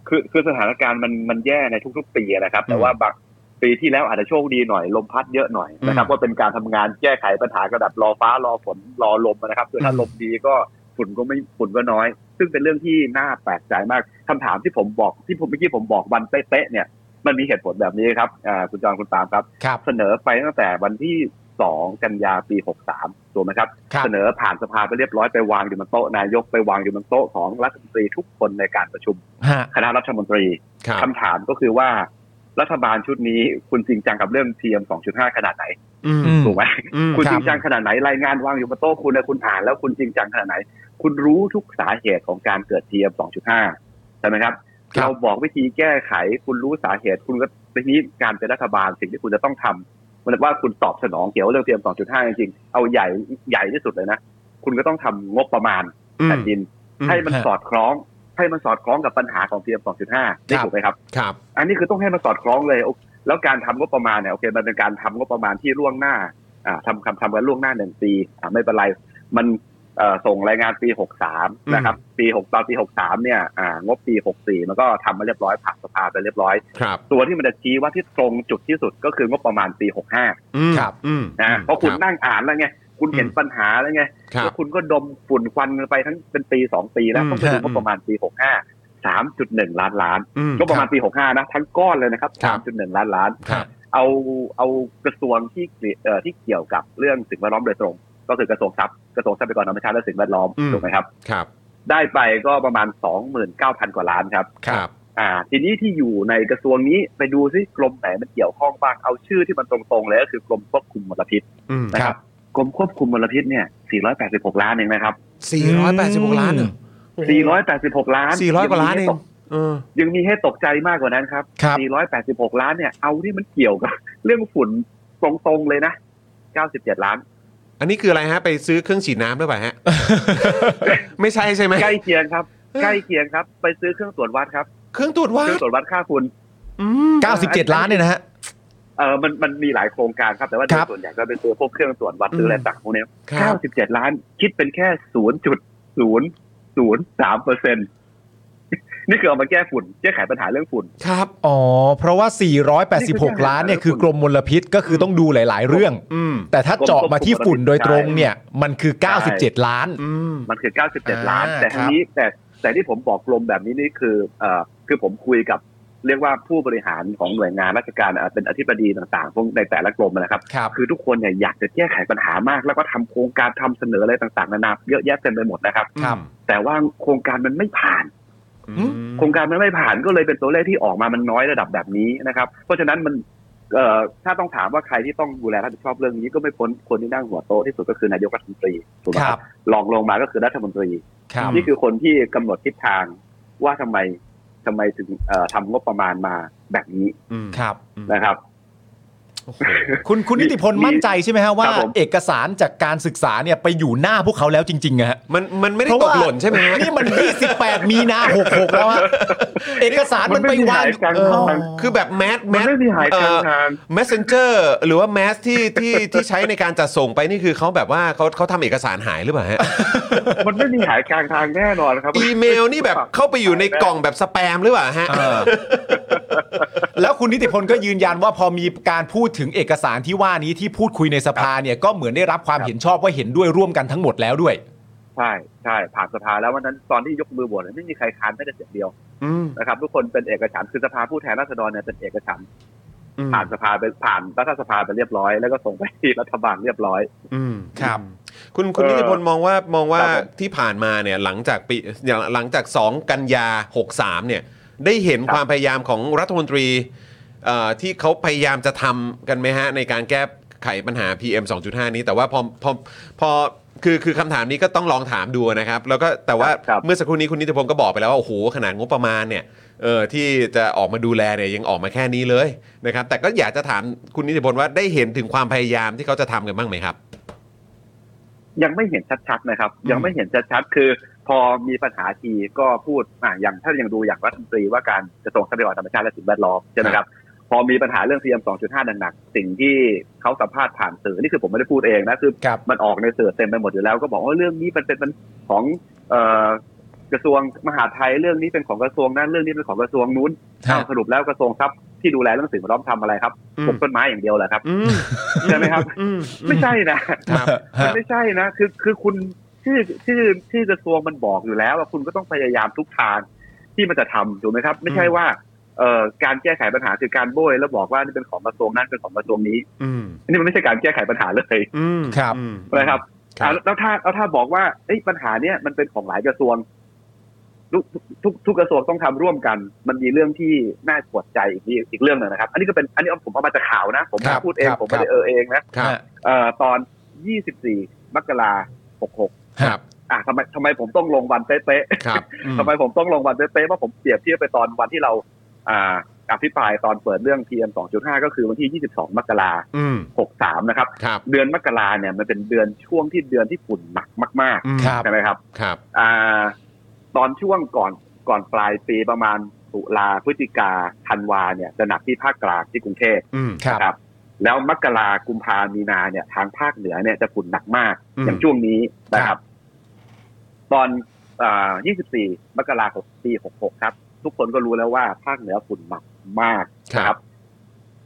D: คือคือสถานการณ์มันมันแย่ในทุก ๆ ปีนะครับ แต่ว่าบางปีที่แล้วอาจจะโชคดีหน่อยลมพัดเยอะหน่อยนะครับ
A: อืม
D: ว่าเป็นการทำงานแก้ไขปัญหากระดับรอฟ้ารอฝนรอลมนะครับคือถ้าลมดีก็ฝุ่นก็ไม่ฝุ่นก็น้อย ซึ่งเป็นเรื่องที่น่าแปลกใจมากคำถามที่ผมบอกที่ผมเมื่อกี้ผมบอกวันเป๊ะๆเนี่ยมันมีเหตุผลแบบนี้ครับอ่าคุณจอนคุณปาล์มครับ
B: ครับ
D: เสนอไปตั้งแต่วันที่ 2 กันยาปี 63 ถูกไหมครับ
B: ครับ
D: เสนอผ่านสภาไปเรียบร้อยไปวางอยู่บนโต๊ะนายกไปวางอยู่บนโต๊ะของรัฐมนตรีทุกคนในการประชุม
B: ฮะ
D: คณะรัฐมนตรี
A: ครับ
D: คำถามก็คือว่า รัฐบาลชุดนี้คุณจริงจังกับเรื่อง PM 2.5 ขนาดไหน
A: อืม
B: อืม
D: ถูกไหม
A: อืม
D: คุณ
B: ครั
D: จ
B: บ
D: ริงจังขนาดไหนรายงานวางอยู่บนโต๊ะคุณนะคุณอ่านแล้วคุณจริงจังขนาดไหน คุณรู้ทุกสาเหตุของการเกิด PM 2.5 ใช่ไหมครับ
B: ครับ
D: เราบอกวิธีแก้ไข คุณรู้สาเหตุ คุณก็ทีนี้การเป็นรัฐบาลสิ่งที่คุณจะต้องทำมันว่าคุณตอบสนองเกี่ยวกับเรื่อง PM 2.5 จริงๆเอาใหญ่ใหญ่ที่สุดเลยนะ คุณก็ต้องทำงบประมาณ
A: อืม
D: แผ่นดิน ให้มัน
B: ฮะ
D: สอดคล้อง ให้มันสอดคล้องกับปัญหาของ PM 2.5นี่ถูกไหมครับ
A: ครับ
D: อันนี้คือต้องให้มันสอดคล้องเลยโอแล้วการทำงบประมาณเนี่ยโอเคมันเป็นการทำงบประมาณที่ล่วงหน้าอ่าทำคำทำกันล่วงหน้าหนึ่งปีอ่าไม่เป็นไรมันเอ่อส่งรายงานปี
A: อืม
D: 63 นะครับปี6ตอนปี 63 เนี่ยอ่างบปี 64 มันก็ทำมาเรียบร้อยผ่านสภาไปเรียบร้อย
A: ครับ
D: ตัวที่มันจะชี้ว่าที่ตรงจุดที่สุดก็คืองบประมาณปี 65
A: อืม
B: ครับ
A: อืม
D: นะเพราะคุณ
A: รับ
D: นั่งอ่านแล้วไงคุณเห็นปัญหาแล้วไง
A: ครับ
D: แล้วคุณก็ดมฝุ่นควันกันไปทั้งเป็นปีสองปีแล้ว
A: อืม
D: ต้องไปดู
B: ฮะ
D: งบประมาณปี 65 3.1 ล้านล้าน
A: อืม
D: งบประมาณปี 65 นะ ทั้งก้อนเลยนะครับ
A: ครับ
D: 3.1 ล้านล้าน
A: ครับ
D: เอาเอากระทรวงที่เกี่ยวเอ่อที่เกี่ยวกับเรื่องสิ่งแวดล้อมโดยตรง ก็คือกระทรวงทรัพย์กระทรวงทรัพยากรธรรมชาติและสิ่งแวดล้อม
A: อืม
D: ถูกไหมครับ
A: ครับ
D: ได้ไปก็ประมาณ 29,000 กว่าล้านครับ
A: ครับ
D: อ่า ทีนี้ที่อยู่ในกระทรวงนี้ไปดูซิกรมไหนมันเกี่ยวข้องบ้างเอาชื่อที่มันตรงๆเลยก็คือกรมควบคุมมลพิษ
A: อืม
D: นะ
B: ค
D: ค
B: รั
D: รับ บกรมควบคุมมลพิษเนี่ย486 ล้านเองนะครับ
A: 486 ล้านเหรอ
D: 486 ล้าน
A: 400กว่าล้านเอง
D: ยังมี
A: เออ
D: ให้ตกยังมีให้ตกใจมากกว่านั้นครับ
B: ครับ
D: 486 ล้านเนี่ย เอาที่มันเกี่ยวกับ (laughs) เรื่องฝุ่นตรงๆเลยนะ 97 ล้าน
A: อันนี้คืออะไรฮะ ไปซื้อเครื่องฉีดน้ำหรือเปล่าฮะ ไม่ใช่ใช่ไหม
D: ใกล้เคียงครับ ใกล้เคียงครับ ไปซื้อเครื่องตรวจวัดครับ
A: เครื่องตรวจวัด
D: เครื่องตรวจวัดค่าฝุ่น
A: อืม
B: 97 ล้านเนี่ยนะฮะ
D: เออมันมันมีหลายโครงการครับ แต่ว่าโด
B: ค
D: ย
B: รับ
D: ส่วนใหญ่ก็เป็นตัวพวกเครื่องตรวจวัดหรือ
A: ม
D: อะไรต่างพวกเนี้ย
A: ครับ
D: เก้าสิบเจ็ดล้าน คิดเป็นแค่ศูนย์จุดศูนย์ศูนย์สามเปอร์เซ็ (laughs) นนี่คือเอามาแก้ฝุ่น แก้ไขปัญหาเรื่องฝุ่น
A: ครับ
B: อ๋อ เพราะว่า
D: นี่คือ
B: 486 ล้านเนี่ยคือกรมมลพิษก็คือต้องดูหลาย ๆ เรื่อง
A: อืม
B: แต่ถ้าเจาะมาที่ฝุ่นโดยตรงเนี่ยมันคือ
D: ใช่
B: 97 ล้าน
A: อืม
D: มันคือเก้าสิบเจ็ด
B: อ่า
D: ล้าน แต่
B: ค
D: ที
B: รับ
D: นี้แต่แต่ที่ผมบอกกลมแบบนี้นี่คือเอ่อคือผมคุยกับเรียกว่าผู้บริหารของหน่วยงานราชการอ่ะเป็นอธิบดีต่างๆพวกในแต่ละกรมนะครับ
B: ครับ
D: คือทุกคนเนี่ยอยากจะแก้ไขปัญหามาก แล้วก็ทำโครงการทำเสนออะไรต่างๆนานาเยอะแยะเต็มไปหมดนะครับ
B: ครับ
D: แต่ว่าโครงการมันไม่ผ่าน
A: อืม
D: โครงการมันไม่ผ่านก็เลยเป็นตัวเลขที่ออกมามันน้อยระดับแบบนี้นะครับ เพราะฉะนั้นมันเอ่อถ้าต้องถามว่าใครที่ต้องดูแลรับผิดชอบเรื่องนี้ก็ไม่พ้นคนที่นั่งหัวโตะที่สุดก็คือนายกรัฐมนตรีถูกไหม
B: ค
D: ค
B: รั
D: รั
B: บบ
D: รองลงมาก็คือรัฐมนตรี
B: ครับ
D: นี่คือคนที่กำหนดทิศทางว่าทำไมทำไมถึงเอ่อทำงบประมาณมาแบบนี้
A: อืม
B: ครับ
D: นะครับ
A: โอ้โห
B: คุณคุณนิติพล
D: มี
B: มั่นใจใช่ไหมฮะว่า
D: ครับผม
B: เอกสารจากการศึกษาเนี่ยไปอยู่หน้าพวกเขาแล้วจริงๆอะฮะ
A: มันมันไม่ได้
B: เพราะ
A: ต
B: ว่าก
A: หล่นใช่ไหมฮะ
B: นี่มัน 28 มีนา66 แล้วฮะ เอกสารมันไปวาง
D: มันไม่มีหายกลาง
B: เออ
D: ทาง
A: คือแบบแมสแม
D: มัน
A: ส
D: ไม่มีหายกลางทาง
A: เมสเซนเจอร์หรือว่าแมสที่ที่ที่ใช้ในการจัดส่งไปนี่คือเขาแบบว่าเขาเขาทำเอกสารหายหรือเปล่าฮะ
D: มันไม่มีหายกลางทางแน่นอนครับ
A: อีเมลนี่แบบเข้าไปอยู่ในกล่องแบบสแปมหรือเปล่าฮะ
B: เออแล้วคุณนิติพลก็ยืนยันว่าพอมีการพูดถึงเอกสารที่ว่านี้ที่พูดคุยในสภาเนี่ยก็เหมือนได้รับความเห็นชอบว่าเห็นด้วยร่วมกันทั้งหมดแล้วด้วย
D: ใช่ใช่ผ่านสภาแล้ววันนั้นตอนที่ยกมือโหวตเนี่ยไม่มีใครค้านแม้แต่เสียงเดียว
A: อืม
D: นะครับทุกคนเป็นเอกฉันท์คือสภาผู้แทนราษฎรเนี่ยเป็นเอกฉันท์
A: อืม
D: ผ่านสภาไปผ่านรัฐสภาไปเรียบร้อย แล้วก็ส่งไปที่รัฐบาลเรียบร้อย
A: อืม
B: ครับ
A: คุณคุณ
D: เอ่อ
A: นิติพลมองว่ามองว่า
D: ครับผม
A: ที่ผ่านมาเนี่ยหลังจากปีอย่างหลังจาก 2 กันยา 63 เนี่ย ได้เห็น
D: ครับ
A: ความพยายามของรัฐมนตรีเอ่อที่เขาพยายามจะทำกันไหมฮะ ในการแก้ไขปัญหา PM 2.5 นี้ แต่ว่าพอพอพอคือคือคำถามนี้ก็ต้องลองถามดูนะครับ แล้วก็แต่ว่า
D: ครับ
A: เมื่อสักครู่นี้คุณนิติพงศ์ก็บอกไปแล้วว่าโอ้โหขนาดงบประมาณเนี่ยเออที่จะออกมาดูแลเนี่ยยังออกมาแค่นี้เลยนะครับ แต่ก็อยากจะถามคุณนิติพลว่าได้เห็นถึงความพยายามที่เขาจะทำกันบ้างไหมครับ
D: ยังไม่เห็นชัดๆนะครับ ยังไม่เห็นชัดๆคือ พอมีปัญหาทีก็พูดอ่ะอย่างถ้ายังดูอย่างรัฐมนตรีว่าการกระทรวงทรัพยากรธรรมชาติและสิ่งแวดล้อมใช่ไหมครับ พอมีปัญหาเรื่อง PM 2.5หนักๆสิ่งที่เขาสัมภาษณ์ผ่านสื่อนี่คือผมไม่ได้พูดเองนะคือ
B: ครับ
D: มันออกในสื่อเต็มไปหมดอยู่แล้วก็บอกว่าเรื่องนี้มันเป็นมันของเอ่อกระทรวงมหาดไทยเรื่องนี้เป็นของกระทรวงนั้นเรื่องนี้เป็นของกระทรวงนู้น
B: ฮะ
D: อ้าวสรุปแล้วกระทรวงทรัพย์ที่ดูแลเรื่องสิ่งแวดล้อมทำอะไรครับ
A: อืม
D: ปลูกต้นไม้อย่างเดียวเหรอครับ
A: อืม
D: ใช่ไหมครับ
A: อืม
D: ไม่ใช่นะครับ มันไม่ใช่นะ คือคือคุณชื่อชื่อชื่อกระทรวงมันบอกอยู่แล้วว่าคุณก็ต้องพยายามทุกทางที่มันจะทำถูกไหมครับ ไม่ใช่ว่าเอ่อการแก้ไขปัญหาคือการโบยแล้วบอกว่านี่เป็นของกระทรวงนั้นเป็นของกระทรวงนี้
A: อืม
D: อันนี่มันไม่ใช่การแก้ไขปัญหาเลย
A: อืม
B: ครับ
A: อืม
D: นะครับ
A: ครับ
D: อ่ะแล้วถ้าแล้วถ้าบอกว่าเอ้ยปัญหาเนี้ยมันเป็นของหลายกระทรวง ทุกทุกทุกกระทรวงต้องทำร่วมกัน มันมีเรื่องที่น่าปวดใจอีกนิดอีกเรื่องหนึ่งนะครับ อันนี้ก็เป็นอันนี้ผมเอามาจากข่าวนะ ผมไม่
B: ครั
D: ได้
B: บ
D: พูดเอง
B: ครับ
D: ผม
B: ค
D: ไม่
B: รั
D: ได้
B: บ
D: เออเองนะครับ เอ่อตอน 24 มกราคม66
B: ครับ
D: อ่ะทำไมทำไมผมต้องลงวันเป๊ะ
A: ครับอื
D: ๆทำไมผมต้องลงวันเป๊ะๆเพราะผมเปรียบเทียบไปตอนวันที่เรา อ่าอภิปรายตอนเปิดเรื่อง PM 2.5 ก็คือวันที่ 22 มกรา
A: (coughs) อืม
D: คม63 นะครับ
A: ครับ
D: เดือนมกราเนี่ยมันเป็นเดือนช่วงที่เดือนที่ฝุ่นหนักมาก
A: อืม
B: ครับ
D: ๆใช่ไหมครับ
A: ครับ
D: อ่าตอนช่วงก่อนก่อนปลายปีประมาณตุลาพฤศจิกาธันวาเนี่ยจะหนักที่ภาคกลางที่กรุงเทพ
A: อืม
B: ครับ
D: นะครับ แล้วมกรากุมภามีนาเนี่ยทางภาคเหนือเนี่ยจะฝุ่นหนักมาก
A: อืม
D: อย่างช่วงนี้นะครับ ตอนอ่า24 มกราคมปี 66 ครับ ทุกคนก็รู้แล้วว่าภาคเหนือฝุ่นหนักมากนะ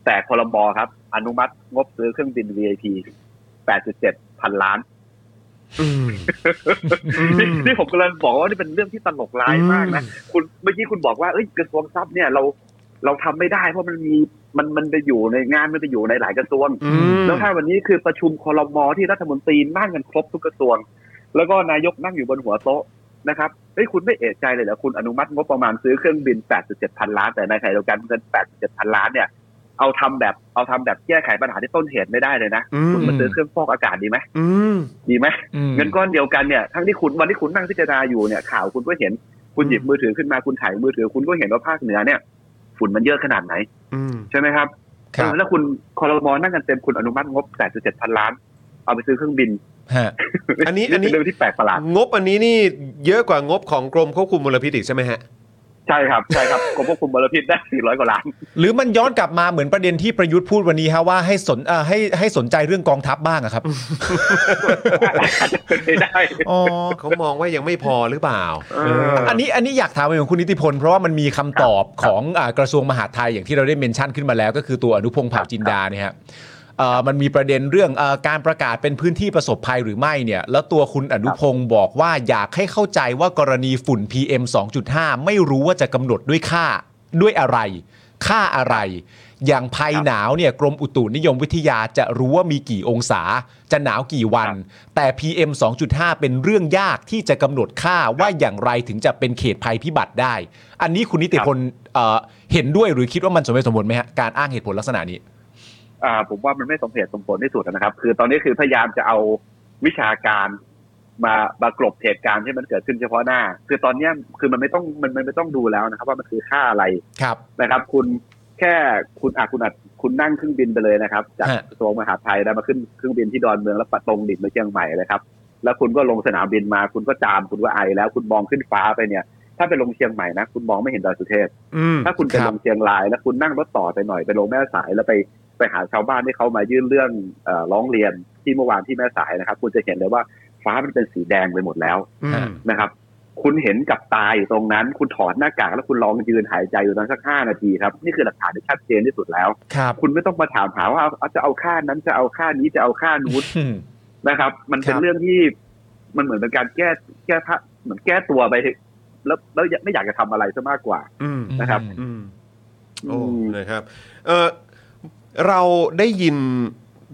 D: แต่คอรมอครับ อนุมัติงบซื้อเครื่องบิน VIP 8.7 พันล้าน
A: อืมอืม
D: นี่ (laughs) นี่ผมกำลังบอกว่านี่เป็นเรื่องที่ตลกร้ายมากนะคุณเมื่อกี้คุณบอกว่าเอ้ยกระทรวงทรัพย์เนี่ยเราเราทำไม่ได้ เพราะมันมีมันมันไปอยู่ในงานมันไปอยู่ในหลายกระทรวง
A: อืม
D: แล้วถ้าวันนี้คือประชุมคอรมอที่รัฐมนตรีนั่งกันครบทุกกระทรวง แล้วก็นายกนั่งอยู่บนหัวโต๊ะนะครับเฮ้ยคุณไม่เอะใจเลยเหรอคุณอนุมัติงบประมาณซื้อเครื่องบิน 8.7 พันล้านแต่ในขณะเดียวกันเงิน 8.7 พันล้านเนี่ย เอาทำแบบเอาทำแบบแก้ไขปัญหาที่ต้นเหตุไม่ได้เลยนะ
A: อืม
D: คุณมาซื้อเครื่องฟอกอากาศดีไหม
A: อืม
D: ดีไหม
B: อืม
D: เงินก้อนเดียวกันเนี่ยทั้งที่คุณวันที่คุณนั่งพิจารณาอยู่เนี่ยข่าวคุณก็เห็นคุณหยิบ
A: อืม
D: มือถือขึ้นมาคุณถ่ายมือถือ คุณก็เห็นว่าภาคเหนือเนี่ย ฝุ่นมันเยอะขนาดไหน
A: อืม
D: ใช่ไหมครับ
B: ครับ
D: เออแล้วคุณคอรมอนั่งกันเต็มคุณอนุมัติงบแสนเจ็ดพันล้าน เอาไปซื้อเครื่องบิน
B: ฮะ
A: อันนี้อัน
D: (laughs) เป็
A: นี้
D: นเรื่องที่แปลกประหลาด
A: งบอันนี้นี่เยอะกว่างบของกรมควบคุมมลพิษอีกใช่ไหมฮะ
D: ใช่ครับใช่ครับกรมควบคุมมลพิษได้ 400 กว่าล้าน
B: หรือมันย้อนกลับมาเหมือนประเด็นที่ประยุทธ์พูดวันนี้ฮะว่าให้สนเอ่อให้ให้สนใจเรื่องกองทัพบ้างอะครับ
D: อาจจะเป็นไปได้
B: อ๋อ
A: เขามองว่ายังไม่พอหรือเปล่า
D: เออ
B: อันนี้อันนี้อยากถามไปของคุณนิติพล เพราะว่ามันมีคำตอบของอ่ากระทรวงมหาดไทยอย่างที่เราได้เมนชั่นขึ้นมาแล้วก็คือตัวอนุพงษ์เผ่าจินดาเนี่ยฮะเอ่อมันมีประเด็นเรื่องเออการประกาศเป็นพื้นที่ประสบภัยหรือไม่เนี่ย แล้วตัวคุณอนุพงศ์บอกว่าอยากให้เข้าใจว่ากรณีฝุ่น PM 2.5 ไม่รู้ว่าจะกำหนดด้วยค่าด้วยอะไร ค่าอะไร อย่างภัยหนาวเนี่ยกรมอุตุนิยมวิทยาจะรู้ว่ามีกี่องศา จะหนาวกี่วัน แต่ PM 2.5 เป็นเรื่องยากที่จะกำหนดค่าว่าอย่างไรถึงจะเป็นเขตภัยพิบัติได้ อันนี้คุณนิติพลเอ่อเห็นด้วยหรือคิดว่ามันสมเหตุสมผลไหมฮะการอ้างเหตุผลลักษณะนี้
D: อ่าผมว่ามันไม่สมเหตุสมผลที่สุดนะครับ คือตอนนี้คือพยายามจะเอาวิชาการมามากลบเหตุการณ์ที่มันเกิดขึ้นเฉพาะหน้า คือตอนเนี้ยคือมันไม่ต้องมันมันไม่ต้องดูแล้วนะครับ ว่ามันคือค่าอะไร
B: ครับ
D: นะครับ คุณแค่คุณอาคุณอาจคุณนั่งเครื่องบินไปเลยนะครับ จาก
B: ฮะ
D: กระทรวงมหาดไทยแล้วมาขึ้นเครื่องบินที่ดอนเมืองแล้วปะตรงดิ่งไปเชียงใหม่เลยครับ แล้วคุณก็ลงสนามบินมาคุณก็จามคุณก็ไอแล้วคุณมองขึ้นฟ้าไปเนี่ย ถ้าไปลงเชียงใหม่นะคุณมองไม่เห็นดอยสุเทพ
A: อืม
D: ถ้าคุณไป
B: ครับ
D: ลงเชียงราย แล้วคุณนั่งรถต่อไปหน่อยไปลงแม่สายแล้วไปไปหาชาวบ้านที่เขามายื่นเรื่องเอ่อร้องเรียนที่เมื่อวานที่แม่สายนะครับ คุณจะเห็นเลยว่าฟ้ามันเป็นสีแดงไปหมดแล้ว
A: อืม
D: นะครับ คุณเห็นกับตาอยู่ตรงนั้น คุณถอดหน้ากากแล้วคุณลองยืนหายใจอยู่นั้นสักห้านาทีครับนี่คือหลักฐานที่ชัดเจนที่สุดแล้ว
B: ครับ
D: คุณไม่ต้องมาถามหาว่าเอาเอาจะเอาค่านั้นจะเอาค่านี้จะเอาค่านู้น นะครับ มันเป็
B: คน รับ
D: เรื่องที่มันเหมือนเป็นการแก้แก้ผ้าเหมือนแก้ตัวไปแล้วแล้วไม่อยากจะทำอะไรซะมากกว่า
A: อืม
D: นะครับ
A: อืม โอ้
D: อืม
A: นะครับ เออเราได้ยิน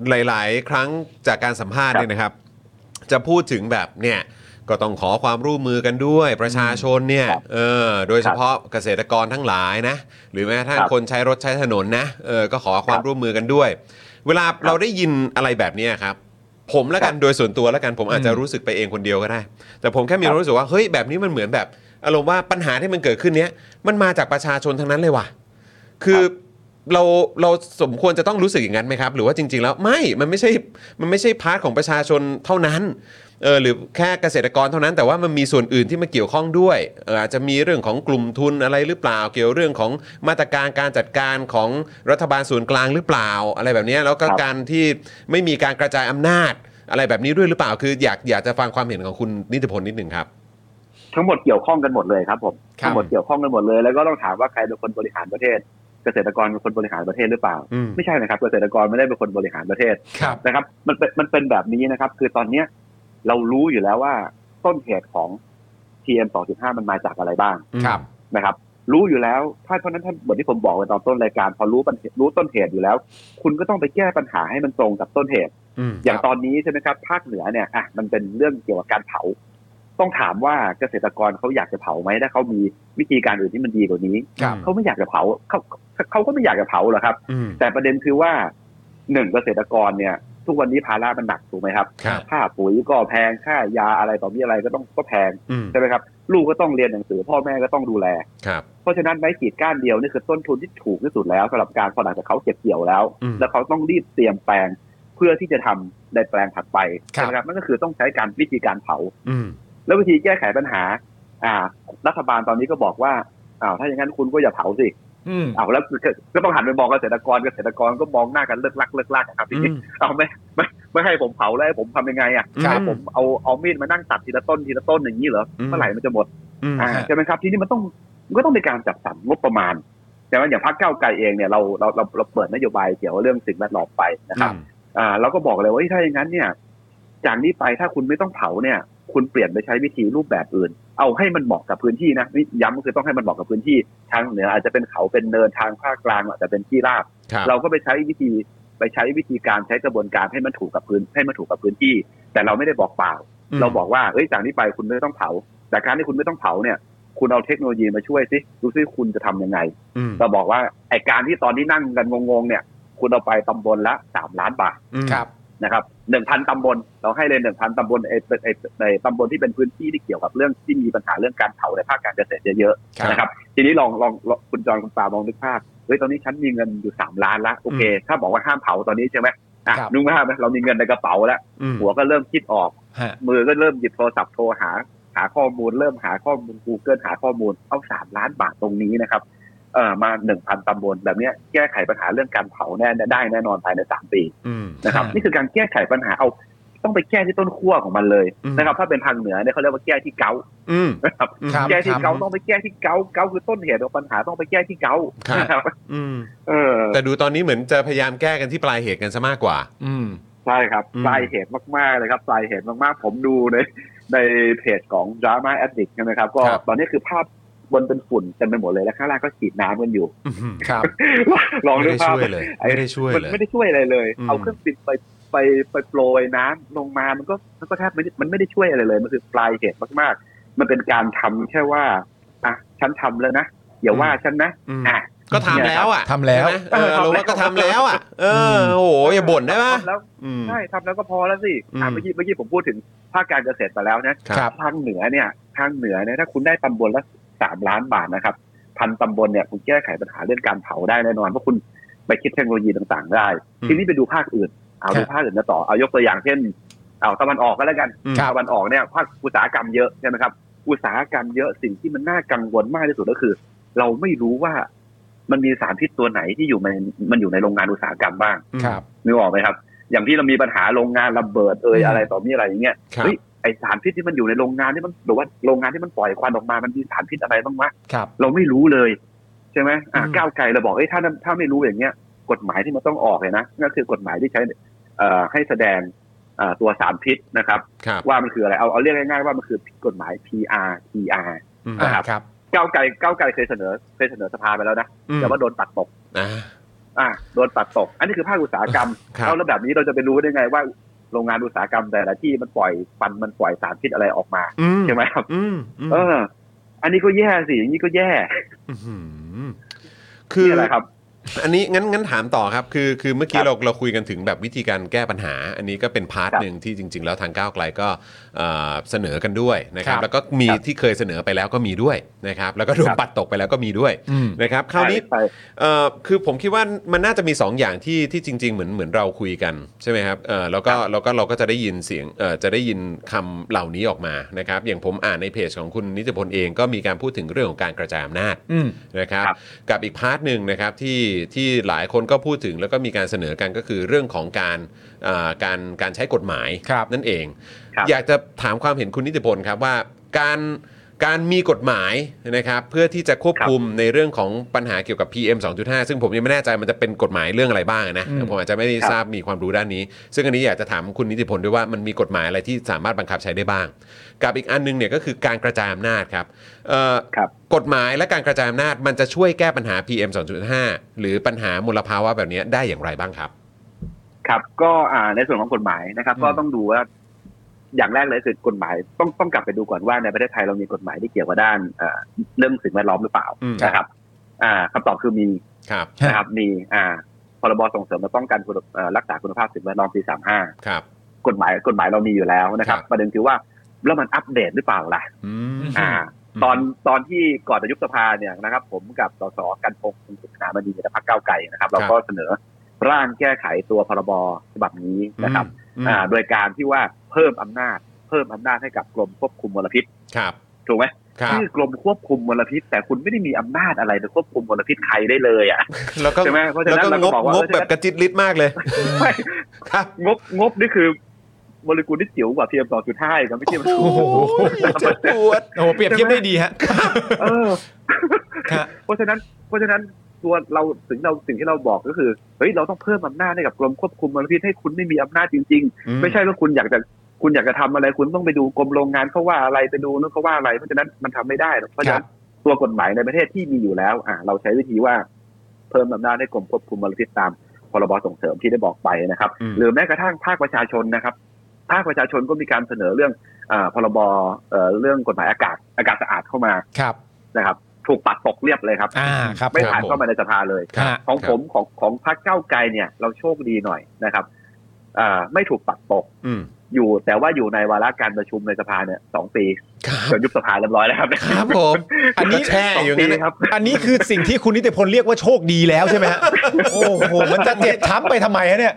A: หลาย ๆ ครั้งจากการสัมภาษณ์
D: ครับ
A: เนี่ยนะครับ จะพูดถึงแบบเนี่ย ก็ต้องขอความร่วมมือกันด้วยประชาชนเนี่ย
D: ครับ
A: เออ โดยเฉพาะเกษตรกรทั้งหลายนะ หรือแม้กระทั่ง
D: ครับ
A: คนใช้รถใช้ถนนนะ เออ ก็ขอความ
D: ครับ
A: ร่วมมือกันด้วย เวลาเราได้ยินอะไรแบบเนี้ยครับ ผมละกันโดยส่วนตัวละกันผมอาจจะรู้สึกไปเองคนเดียวก็ได้ แต่ผมแค่มี
D: ครับ
A: รู้สึกว่าเฮ้ยแบบนี้มันเหมือนแบบอารมณ์ว่าปัญหาที่มันเกิดขึ้นเนี้ยมันมาจากประชาชนทั้งนั้นเลยว่ะ คือเราเราสมควรจะต้องรู้สึกอย่างนั้นไหมครับ หรือว่าจริง ๆ แล้วไม่มันไม่ใช่มันไม่ใช่พาร์ทของประชาชนเท่านั้นเออหรือแค่เกษตรกรเท่านั้น แต่ว่ามันมีส่วนอื่นที่มาเกี่ยวข้องด้วยเอออาจจะมีเรื่องของกลุ่มทุนอะไรหรือเปล่า เกี่ยวเรื่องของมาตรการการจัดการของรัฐบาลส่วนกลางหรือเปล่า อะไรแบบเนี้ยแล้วก็
D: ครับ
A: การที่ไม่มีการกระจายอำนาจ อะไรแบบนี้ด้วยหรือเปล่า คืออยากอยากจะฟังความเห็นของคุณนิติพลนิดหนึ่งครับ
D: ทั้งหมดเกี่ยวข้องกันหมดเลยครับผม
A: ครับ
D: ทั้งหมดเกี่ยวข้องกันหมดเลย แล้วก็ต้องถามว่าใครเป็นคนบริหารประเทศ เกษตรกรเป็นคนบริหารประเทศหรือเปล่า
A: อืม
D: ไม่ใช่นะครับ เกษตรกรไม่ได้เป็นคนบริหารประเทศ
B: ครับ
D: นะครับ มันเป็นมันเป็นแบบนี้นะครับ คือตอนเนี้ยเรารู้อยู่แล้วว่าต้นเหตุของ PM 2.5 มันมาจากอะไรบ้าง
B: ครับ
D: นะครับ รู้อยู่แล้ว ถ้าเท่านั้นท่านเหมือนที่ผมบอกไปตอนต้นรายการ พอรู้ปัญรู้ต้นเหตุอยู่แล้ว คุณก็ต้องไปแก้ปัญหาให้มันตรงกับต้นเหตุ
A: อืม
D: อย่างตอนนี้ใช่ไหมครับภาคเหนือเนี่ยอ่ะมันเป็นเรื่องเกี่ยวกับการเผา ต้องถามว่าเกษตรกรเขาอยากจะเผาไหมถ้าเขามีวิธีการอื่นที่มันดีกว่านี้
A: ครับ
D: เขาไม่อยากจะเผาเขาเขาเขาก็ไม่อยากจะเผาหรอกครับ
A: อืม
D: แต่ประเด็นคือว่าหนึ่งเกษตรกรเนี่ย ทุกวันนี้ภาระมันหนักถูกไหมครับ
A: ครับ
D: ค่าปุ๋ยก็แพงค่ายาอะไรต่อมีอะไรก็ต้องก็แพง
A: อืม
D: ใช่ไหมครับ ลูกก็ต้องเรียนหนังสือพ่อแม่ก็ต้องดูแล
A: ครับ
D: เพราะฉะนั้นไม้ขีดก้านเดียวนี่คือต้นทุนที่ถูกที่สุดแล้วสำหรับการพอหลังจากเขาเก็บเกี่ยวแล้ว
A: อืม
D: แล้วเขาต้องรีบเตรียมแปลงเพื่อที่จะทำในแปลงถัดไป
B: ครับ
D: นะครับนั่นก็คือต้องใช้การวิธีการเผา
A: อืม
D: แล้ววิธีแก้ไขปัญหา อ่า รัฐบาลตอนนี้ก็บอกว่าอ้าวถ้าอย่างนั้นคุณก็อย่าเผาสิ
B: อืม
D: อ้าวแล้วก็ต้องหันไปบอกเกษตรกรเกษตรกรก็มองหน้ากันเลิกลักเลิกลักครับทีนี้เอาไม่ไม่ไม่ให้ผมเผาแล้วให้ผมทำยังไงอ่ะ
A: ครับ
D: ให้ผมเอาเอามีดมานั่งตัดทีละต้นทีละต้นอย่างนี้เหรอ
A: อืม
D: เมื่อไหร่มันจะหมด
A: อืม
D: อ่า
B: ฮะ
D: ใช่ไหมครับทีนี้มันต้องมันก็ต้องมีการจัดสรรงบประมาณใช่ไหมอย่างพรรคก้าวไกลเองเนี่ยเราเราเราเราเปิดนโยบายเกี่ยวกับเรื่องสิ่งแวดล้อมไปนะครับอ่าเราก็บอกเลยว่าเฮ้ยถ้าอย่างนั้นเนี่ย จากนี้ไปถ้าคุณไม่ต้องเผาเนี่ย คุณเปลี่ยนไปใช้วิธีรูปแบบอื่น เอาให้มันเหมาะกับพื้นที่นะนี่ย้ำก็คือต้องให้มันเหมาะกับพื้นที่ทางเหนืออาจจะเป็นเขาเป็นเนินทางภาคกลางอาจจะเป็นที่ราบ
A: ครับ
D: เราก็ไปใช้วิธีไปใช้วิธีการใช้กระบวนการให้มันถูกกับพื้นให้มันถูกกับพื้นที่ แต่เราไม่ได้บอกเปล่า
A: ม
D: เราบอกว่าเอ้ยจากนี้ไปคุณไม่ต้องเผา แต่การที่คุณไม่ต้องเผาเนี่ย คุณเอาเทคโนโลยีมาช่วยสิดูซิคุณจะทำยังไง
A: อืม
D: เราบอกว่าไอการที่ตอนที่นั่งกันงงๆเนี่ย คุณเอาไปตำบลละสามล้านบาท
A: อืม
B: ครับ
D: นะครับหนึ่งพันตำบล เราให้เลยหนึ่งพันตำบลไอไอในตำบลที่เป็นพื้นที่ที่เกี่ยวกับเรื่องที่มีปัญหาเรื่องการเผาในภาคการเกษตรเยอะ
A: ครับ
D: ๆนะครับ ทีนี้ลองลองลองคุณจอนคุณปาลองนึกภาพเฮ้ยตอนนี้ฉันมีเงินอยู่สามล้านละโอเค ถ้าบอกว่าห้ามเผาตอนนี้ใช่ไหมอ่ะ
B: ครับ
D: นึกภาพไหมเรามีเงินในกระเป๋าแล้ว
A: อืม
D: หัวก็เริ่มคิดออก
B: ฮะ
D: มือก็เริ่มหยิบโทรศัพท์โทรหา หาข้อมูล เริ่มหาข้อมูล Google หาข้อมูลเอาสามล้านบาทตรงนี้นะครับเอ่อมาหนึ่งพันตำบลแบบเนี้ยแก้ไขปัญหาเรื่องการเผาแน่ได้แน่นอนภายในสามปี
A: อืม
D: นะครับ
B: ค่ะ
D: นี่คือการแก้ไขปัญหาเอา ต้องไปแก้ที่ต้นขั้วของมันเลย
A: อืม
D: นะครับ ถ้าเป็นทางเหนือเนี่ยเขาเรียกว่าแก้ที่เกา
A: อืม
D: นะครับ
B: ครับ
D: แก้ที่เกาต้องไปแก้ที่เกาเกาคือต้นเหตุของปัญหาต้องไปแก้ที่เกา
A: ครับ
D: นะครับ
A: อืม
D: เออ
A: แต่ดูตอนนี้เหมือนจะพยายามแก้กันที่ปลายเหตุกันซะมากกว่า
B: อืม
D: ใช่ครับ
A: อืม
D: ปลายเหตุมากๆเลยครับปลายเหตุมากๆ ผมดูในในเพจของ drama addict ใช่ไหมครับ ก็
B: ครับ
D: ตอนนี้คือภาพบนเป็นฝุ่นเต็มไปหมดเลยแล้วข้างล่างก็ฉีดน้ำกันอยู่ (laughs)
A: อื้อหือ
B: ครับ
D: ลอง
A: ไม่
D: ดู
A: ได้
D: ภาพ
A: ช่วยเลย ไม่ได้ช่วย
D: มัน
A: เลย
D: ไม่ได้ช่วยอะไรเลย
A: อืม
D: เอาเครื่องปิดไปไปไปโปรยน้ำลงมา มันก็มันก็แทบไม่ได้มันไม่ได้ช่วยอะไรเลย มันคือปลายเหตุมากๆ มันเป็นการทำแค่ว่า อ่ะ ฉันทำแล้วนะอย่าว่าฉันนะ
A: อืม
D: อ่ะ
A: ก็ทำแล้วอ่ะ
B: ทำแล้ว
A: ใช่ไหมเออเราว่าก็ทำแล้วอ่ะ เออ
B: ม
A: โอ้โหอย่าบ่นได้ปะ
D: ทำแล้ว
A: อืม
D: ใช่ทำแล้วก็พอแล้วสิอ่ะ
A: อืม
D: เมื่อกี้เมื่อกี้ผมพูดถึงภาคการเกษตรไปแล้วนะ
B: ครับ
D: ทางเหนือเนี่ยทางเหนือเนี่ยถ้าคุณได้ตำบลละสามล้านบาทนะครับพันตำบลเนี่ยคุณแก้ไขปัญหาเรื่องการเผาได้แน่นอนเพราะคุณไปคิดเทคโนโลยีต่างๆ ได้
A: อืม
D: ทีนี้ไปดูภาคอื่น เอา
B: ครับ
D: ดูภาคอื่นกันต่อเอายกตัวอย่างเช่นเอาตะวันออกก็แล้วกัน
A: อืม
B: ครับ
D: ตะวันออกเนี่ยภาคอุตสาหกรรมเยอะใช่ไหมครับอุตสาหกรรมเยอะสิ่งที่มันน่ากังวลมากที่สุดก็คือ เราไม่รู้ว่ามันมีสารพิษตัวไหนที่อยู่ในมันอยู่ในโรงงานอุตสาหกรรมบ้าง
B: ครับ
D: นึกออกไหมครับ อย่างที่เรามีปัญหาโรงงานระเบิดเอ่ย
B: อืม
D: อะไรต่อมีอะไรอย่างเงี้ย
A: ครับ
D: เฮ้ยไอสารพิษที่มันอยู่ในโรงงานที่มันหรือว่าโรงงานที่มันปล่อยควันออกมามันมีสารพิษอะไรบ้างวะ
B: ครับ
D: เราไม่รู้เลย ใช่ไหมอ่ะ
B: อืม
D: ก้าวไกลเราบอกเอ้ยถ้าถ้าไม่รู้อย่างเงี้ย กฎหมายที่มันต้องออกเลยนะก็คือกฎหมายที่ใช้เอ่อให้แสดงเอ่อตัวสารพิษนะครับ
A: ครับ
D: ว่ามันคืออะไรเอาเอาเรียกง่ายๆว่ามันคือกฎหมาย PR PR
A: อืม
B: อ่า
D: ครับ
B: ครับ
D: ก้าวไกลก้าวไกลเคยเสนอเคยเสนอสภาไปแล้วนะ
A: อืม
D: แต่ว่าโดนตัดตก
A: อ่า
D: อ่ะโดนตัดตก อันนี้คือภาคอุตสาหกรรม
A: ครับ
D: เอาแล้วแบบนี้เราจะไปรู้ได้ไงว่าโรงงานอุตสาหกรรมแต่ละที่มันปล่อยฟันมันปล่อยสารพิษอะไรออกมา
A: อืม
D: ใช่ไหมครับ
A: อืมอืม
D: เออ อันนี้ก็แย่สิอย่างนี้ก็แย่
A: อหือคือ
D: นี่อะไรครับ
A: อันนี้งั้นงั้นถามต่อครับ คือคือเมื่อกี้
D: ครับ
A: เราเราคุยกันถึงแบบวิธีการแก้ปัญหา อันนี้ก็เป็นพาร์ท
D: ครับ
A: หนึ่งที่จริง ๆ แล้วทางก้าวไกลก็เอ่อเสนอกันด้วยนะครับ
B: ครับ
A: แล้วก็มี
D: ครับ
A: ที่เคยเสนอไปแล้วก็มีด้วยนะครับ แล้วก็โดน
D: ครับ
A: ปัดตกไปแล้วก็มีด้วย
B: อืม
A: นะครับคราวนี้
D: ใช่
A: เอ่อคือผมคิดว่ามันน่าจะมี 2 อย่างที่ที่จริง ๆ เหมือนเหมือนเราคุยกันใช่ไหมครับเอ่อแล้วก็แล้วก็เราก็จะได้ยินเสียงเอ่อจะได้ยินคำเหล่านี้ออกมานะครับ อย่างผมอ่านในเพจของคุณนิจพลเองก็มีการพูดถึงเรื่องของการกระจายอำนาจ
B: อืม
A: นะครับ
D: ครับ
A: กับอีกพาร์ทหนึ่งนะครับที่ที่หลายคนก็พูดถึงแล้วก็มีการเสนอกันก็คือเรื่องของการเอ่อการการใช้กฎหมาย
B: ครับ
A: นั่นเอง
D: ครับ
A: อยากจะถามความเห็นคุณนิติพลครับว่าการการมีกฎหมายนะครับเพื่อที่จะควบคุมในเรื่องของปัญหาเกี่ยวกับ PM 2.5 ซึ่งผมยังไม่แน่ใจมันจะเป็นกฎหมายเรื่องอะไรบ้างนะ
B: อืม
A: ผมอาจจะไม่ได้ทราบมีความรู้ด้านนี้ ซึ่งอันนี้อยากจะถามคุณนิติพลด้วยว่ามันมีกฎหมายอะไรที่สามารถบังคับใช้ได้บ้าง กับอีกอันหนึงเนี่ยก็คือการกระจายอำนาจครับเอ่อ
D: ครับ
A: กฎหมายและการกระจายอำนาจมันจะช่วยแก้ปัญหา PM 2.5 หรือปัญหามลภาวะแบบนี้ได้อย่างไรบ้างครับ
D: ครับ ก็อ่าในส่วนของกฎหมายนะครับ
A: อืม
D: ก็ต้องดูว่า อย่างแรกเลยคือกฎหมาย ต้องต้องกลับไปดูก่อนว่าในประเทศไทยเรามีกฎหมายที่เกี่ยวกับด้านเอ่อเรื่องสิ่งแวดล้อมหรือเปล่า
A: อืม
D: นะครับ อ่าคำตอบคือมี
A: ครับ
D: นะครับมีอ่าพรบส่งเสริมและป้องกันคุณเอ่อรักษาคุณภาพสิ่งแวดล้อมปี 35
A: ครับ
D: กฎหมายกฎหมายเรามีอยู่แล้วนะครับ ประเด็นคือว่าแล้วมันอัปเดตหรือเปล่าล่ะ
A: อืม
D: อ่า
A: อืม
D: ตอนตอนที่ก่อนจะยุบสภาเนี่ยนะครับ ผมกับสสกันพงศ์สุขนามณีและพรรคก้าวไกลนะครับ เราก็เสนอร่างแก้ไขตัวพรบฉบับนี้นะครับ
A: อืม
D: อ่าโดยการที่ว่าเพิ่มอำนาจ เพิ่มอำนาจให้กับกรมควบคุมมลพิษ
A: ครับ
D: ถูกไหม
A: ครับ
D: ชื่อกรมควบคุมมลพิษ แต่คุณไม่ได้มีอำนาจอะไรไปควบคุมมลพิษใครได้เลยอ่ะ
A: แล้วก็
D: ใช่ไหมเพราะฉะ
A: แล้ว
D: นั้น
A: ก็ง
D: เราก็
A: บ
D: บอกว่าง ง
A: บแบบกระจิตริดมากเลย
D: ไม่
A: ครับ
D: งบงบนี่คือโมเลกุลที่จิ๋วกว่า PM 2.5อีกนะไม่ใช่มัน
A: โอ้โหเจ็บปวด
B: โอ้โหเปรียบเทียบได้ดีฮะ
D: เออ
B: ครับ
D: เพราะฉะนั้นเพราะฉะนั้นตัวเราถึงเราสิ่งที่เราบอกก็คือเฮ้ยเราต้องเพิ่มอำนาจให้กับกรมควบคุมมลพิษให้คุณไม่มีอำนาจจริง ๆ ไม่ใช่ว่าคุณอยากจะคุณอยากจะทำอะไร คุณต้องไปดูกรมโรงงานเขาว่าอะไรไปดูนู่นเขาว่าอะไร เพราะฉะนั้นมันทำไม่ได้หรอกเพราะฉะนั้นตัวกฎหมายในประเทศที่มีอยู่แล้ว อ่า เราใช้วิธีว่า เพิ่มอำนาจให้กรมควบคุมมลพิษตามพรบส่งเสริมที่ได้บอกไปนะครับ
A: อืม
D: หรือแม้กระทั่งภาคประชาชนนะครับ ภาคประชาชนก็มีการเสนอเรื่องอาพรบเอ่อเรื่องกฎหมายอากาศอากาศสะอาดเข้ามา
B: ครับ
D: นะครับ ถูกปัดตกเรียบเลยครับ
B: อ่าครับ
D: ไม่
B: ผ
D: ผ่าน
B: ม
D: เข้ามาในสภาเลย
B: ครับ
D: ของผมของของพรรคก้าวไกลเนี่ย เราโชคดีหน่อยนะครับอ่าไม่ถูกปัดตก
A: อืม
D: อยู่ แต่ว่าอยู่ในวาระการประชุมในสภาเนี่ยสองปี
A: ครับ
D: จนยุบสภาเรียบร้อยแล้วครับ
A: ครับผม อันนี้
B: แช่
A: แช่อยู่
D: ส
A: งั้น
D: ปี
A: นะ
D: ครับ
B: อันนี้คือสิ่งที่คุณนิติพลเรียกว่าโชคดีแล้วใช่ไหมฮะ โอ้โห มันจะเจ็บช้ำไปทำไมฮะเนี่ย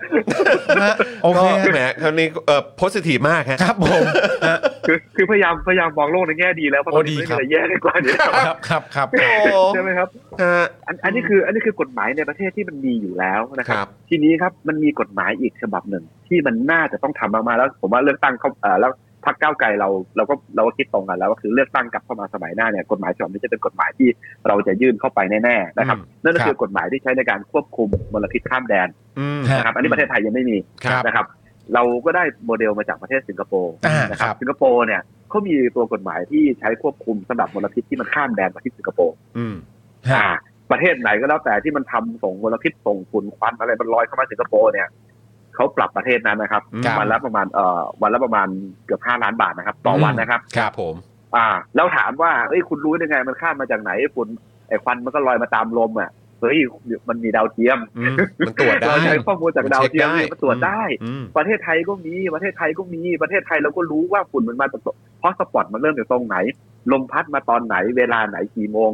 B: นะฮะโอเคฮะ
A: ก็แหมคราวนี้เอ่อโพสิทีฟมากฮะ
B: ครับผมฮะ
D: คือคือพยายามพยายามมองโลกในแง่ดีแล้วเพราะตอนนี้
B: โอ้ดี
D: ไม่
B: ครับ
D: มีอะไรแย่ได้กว่านี้แล้ว
B: ครับครับครับ
A: โอ้
D: ใช่ไหมครับ
A: ฮะ
D: อันอันนี้คืออันนี้คือกฎหมายในประเทศที่มันมีอยู่แล้วนะค
A: ครั
D: รับ
A: บ
D: ทีนี้ครับมันมีกฎหมายอีกฉบับหนึ่ง ที่มันน่าจะต้องทำมากๆแล้ว ผมว่าเลือกตั้งเข้าเอ่อแล้วพรรคก้าวไกลเราเราก็เราก็คิดตรงกันแล้วว่าคือเลือกตั้งกลับเข้ามาสมัยหน้าเนี่ยกฎหมายฉบับนี้จะเป็นกฎหมายที่เราจะยื่นเข้าไปแน่ๆนะครับนั่นก็คือกฎหมายที่ใช้ในการควบคุมมลพิษข้ามแดน
A: อืม
D: นะครับ อันนี้ประเทศไทยยังไม่มี
B: ครับ
D: นะครับ เราก็ได้โมเดลมาจากประเทศสิงคโปร์
B: อ่า
D: นะ
B: ค
D: ค
B: รั
D: รับ บสิงคโปร์เนี่ยเขามีตัวกฎหมายที่ใช้ควบคุมสำหรับมลพิษที่มันข้ามแดนมาที่สิงคโปร์
A: อืม
B: ฮะ
D: อ่าประเทศไหนก็แล้วแต่ที่มันทำส่งมลพิษส่งฝุ่นควันอะไรมันลอยเข้ามาสิงคโปร์เนี่ยเขาปรับประเทศนั้นนะครับ
B: ครับ
D: วันละประมาณเอ่อวันละประมาณเกือบห้าล้านบาทนะครับ ต่อวันนะครับ
A: ครับผม
D: อ่า แล้วถามว่าเอ้ยคุณรู้ได้ไงมันข้ามมาจากไหนฝุ่นไอ้ควันมันก็ลอยมาตามลมอ่ะเฮ้ยมันมีดาวเทียม
A: อืมมันตรวจได้
D: เราใช้ข้อมูลจากดาวเทียมเนี่ยมันตรวจได้
A: อืม
D: ประเทศไทยก็มีประเทศไทยก็มีประเทศไทยเราก็รู้ว่าฝุ่นมันมาจากเพราะสปอตมันเริ่มจากตรงไหน ลมพัดมาตอนไหนเวลาไหนกี่โมง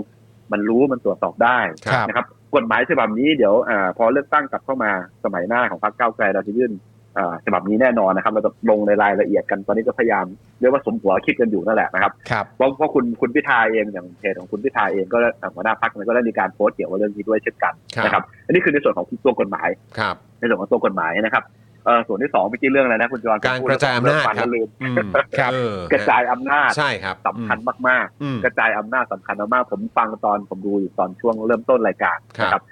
D: มันรู้มันตรวจสอบได้
B: ครับ
D: นะครับกฎหมายฉบับนี้เดี๋ยวอาพอเลือกตั้งกลับเข้ามาสมัยหน้าของพรรคก้าวไกลเราจะยื่นอ่าฉบับนี้แน่นอนนะครับ เราจะลงในรายละเอียดกันตอนนี้ก็พยายามเรียกว่าสมหัวคิดกันอยู่นั่นแหละนะครับ
B: ครับ
D: เพราะเพราะคุณคุณพิธาเองอย่างเพจของคุณพิธาเองก็อ่าหัวหน้าพรรคเนี่ยก็ได้มีการโพสต์เกี่ยวกับเรื่องนี้ด้วยเช่นกันนะครับอันนี้คือในส่วนของตัวกฎหมาย
A: ครับ
D: ในส่วนของตัวกฎหมายนะครับเอ่อส่วนที่สองเมื่อกี้เรื่องอะไรนะคุณจอน
A: การกระจายอำนาจ
D: เงฟัน
A: ครั
D: แล้
A: บ
D: วลืม
A: อืม
B: ครับ
A: เออก
D: ระจายอำนาจ
A: ใช่ครับ
D: สำคัญมาก
A: อืม
D: ๆ กระจายอำนาจสำคัญมากๆผมฟังตอนผมดูอยู่ตอนช่วงเริ่มต้นรายการ
A: ครับ
D: นะครับ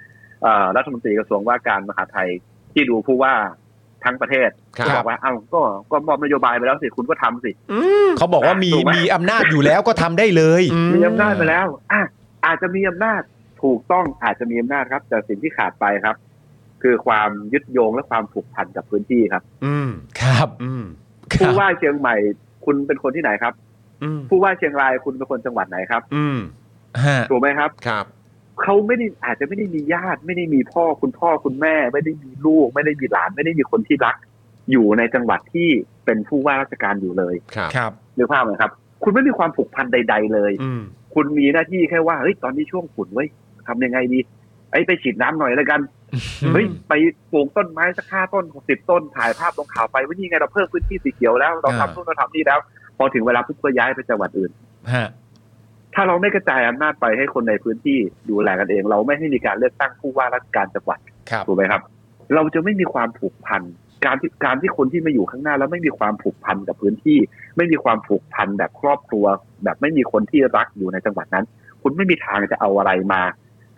D: เอ่อรัฐมนตรีกระทรวงว่าการมหาดไทยที่ดูผู้ว่าทั้งประเทศ
A: ครั
D: ก็บบ อกว่าเอ้าก็ก็มอบนโยบายไปแล้วสิคุณก็ทำสิ
A: อืม
B: เขาบอกว่ามี
D: ถูกไหม
B: มีอำนาจอยู่แล้วก็ทำได้เลย
D: มีอำนาจไปแล้วอ่ะอาจจะมีอำนาจถูกต้องอาจจะมีอำนาจครับ แต่สิ่งที่ขาดไปครับ คือความยึดโยงและความผูกพันกับพื้นที่ครับ
A: อืม
B: ครับ
A: อืม
B: ค
D: ผู้
B: รับ
D: ว่าเชียงใหม่คุณเป็นคนที่ไหนครับ
A: อืม
D: ผู้ว่าเชียงรายคุณเป็นคนจังหวัดไหนครับ
A: อืม
B: ฮะ
D: ถูกไหมครับ
A: ครับ
D: เขาไม่ได้อาจจะไม่ได้มีญาติ ไม่ได้มีพ่อคุณพ่อคุณแม่ ไม่ได้มีลูก ไม่ได้มีหลาน ไม่ได้มีคนที่รัก อยู่ในจังหวัดที่เป็นผู้ว่าราชการอยู่เลย
A: ครับ
B: ครับ
D: นึกภาพไหมครับ คุณไม่มีความผูกพันใด ๆ เลย
A: อืม
D: คุณมีหน้าที่แค่ว่าเฮ้ยตอนนี้ช่วงฝุ่นเว้ยทำยังไงดีไอ้ยไปฉีดน้ำหน่อยแล้วกันเฮ้ยไปปลูกต้นไม้สักห้าต้นหกสิบต้นถ่ายภาพลงข่าวไปว่านี่ไงเราเพิ่มพื้นที่สีเขียวแล้วเรา
B: อ่า
D: ทำนู่นเราทำนี่แล้ว พอถึงเวลาปุ๊บก็ย้ายไปจังหวัดอื่น
B: ฮะ
D: ถ้าเราไม่กระจายอำนาจไปให้คนในพื้นที่ดูแลกันเอง เราไม่ให้มีการเลือกตั้งผู้ว่าราชการจังหวัด
B: ครับ
D: ถูกไหมครับ เราจะไม่มีความผูกพันการที่การที่คนที่มาอยู่ข้างหน้า แล้วไม่มีความผูกพันกับพื้นที่ ไม่มีความผูกพันแบบครอบครัว แบบไม่มีคนที่รักอยู่ในจังหวัดนั้น คุณไม่มีทางจะเอาอะไรมา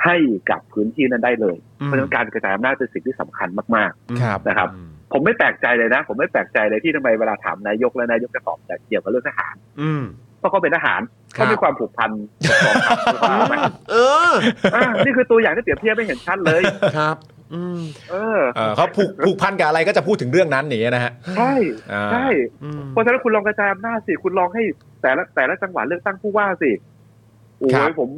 D: ให้กับพื้นที่นั้นได้เลยเพราะฉะนั้นการกระจายอำนาจเป็นสิ่งที่สำคัญมาก
B: ครับ
D: นะครับ
A: อืม
D: ๆ ผมไม่แปลกใจเลยนะ ผมไม่แปลกใจเลยที่ทำไมเวลาถามนายกแล้วนายกจะตอบแต่เกี่ยวกับเรื่องทหาร
A: อืม
D: เพราะเขาเป็นทหาร
A: ครับ
D: เขามีความผูกพันกับกองทัพหรือเปล่าไหม
A: เออ
D: อ่านี่คือตัวอย่างที่เปรียบเทียบไม่เห็นชัดเลย
A: ครับอืม
D: เออ
B: เออเขาผูกผูกพันกับอะไรก็จะพูดถึงเรื่องนั้นอย่างเงี้ยนะฮะ
D: ใช่
B: อ่า
D: ใช่
A: อืม
D: เพราะฉะนั้นคุณลองกระจายอำนาจสิ คุณลองให้แต่ละแต่ละจังหวัดเลือกตั้งผู้ว่าสิ โอ้
A: ครั
D: ย
A: บ
D: ผม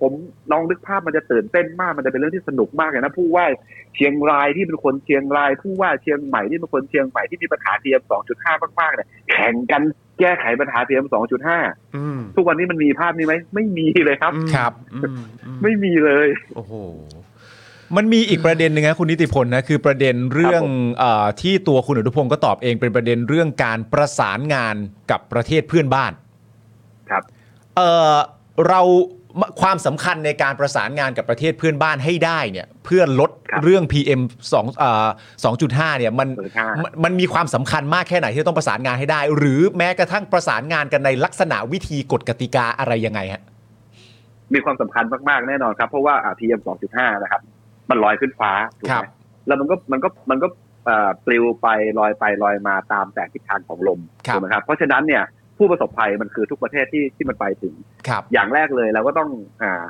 D: ผมลองนึกภาพมันจะตื่นเต้นมาก มันจะเป็นเรื่องที่สนุกมากเลยนะผู้ว่าเชียงรายที่เป็นคนเชียงราย ผู้ว่าเชียงใหม่ที่เป็นคนเชียงใหม่ที่มีปัญหาเทียม 2.5 มากๆเนี่ยแข่งกันแก้ไขปัญหาเทียม 2.5
A: อืม
D: ทุกวันนี้มันมีภาพนี้ไหมไม่มีเลยครับ
B: ครับ
A: อืมอืม
D: ไม่มีเลย
A: โอ้โห
B: มันมีอีกประเด็นหนึ่งนะคุณนิติพลนะคือประเด็นเรื่องเออที่ตัวคุณอนุพงศ์ก็ตอบเองเป็นประเด็นเรื่องการประสานงานกับประเทศเพื่อนบ้าน
D: ครับ
B: เออเราความสำคัญในการประสานงานกับประเทศเพื่อนบ้านให้ได้เนี่ยเพื่อลดเรื่อง PM 2เอ่อ2.5เนี่ยมัน
D: เออใช่
B: มันมันมีความสำคัญมากแค่ไหนที่จะต้องประสานงานให้ได้ หรือแม้กระทั่งประสานงานกันในลักษณะวิธีกฎกติกาอะไรยังไงฮะ
D: มีความสำคัญมากๆแน่นอนครับ เพราะว่าพีเอ็มสองจุดห้า PM 2.5 นะครับ มันลอยขึ้นฟ้าถูก
B: ครั
D: ไห
B: บ
D: มแล้วมันก็มันก็มันก็เอ่อปลิวไปลอยไปลอยมาตามแต่ทิศทางของลม
B: ครับ
D: ถูกไหมครับเพราะฉะนั้นเนี่ยผู้ประสบภัยมันคือทุกประเทศที่ที่มันไปถึง
B: ครับ
D: อย่างแรกเลยเราก็ต้องอ่า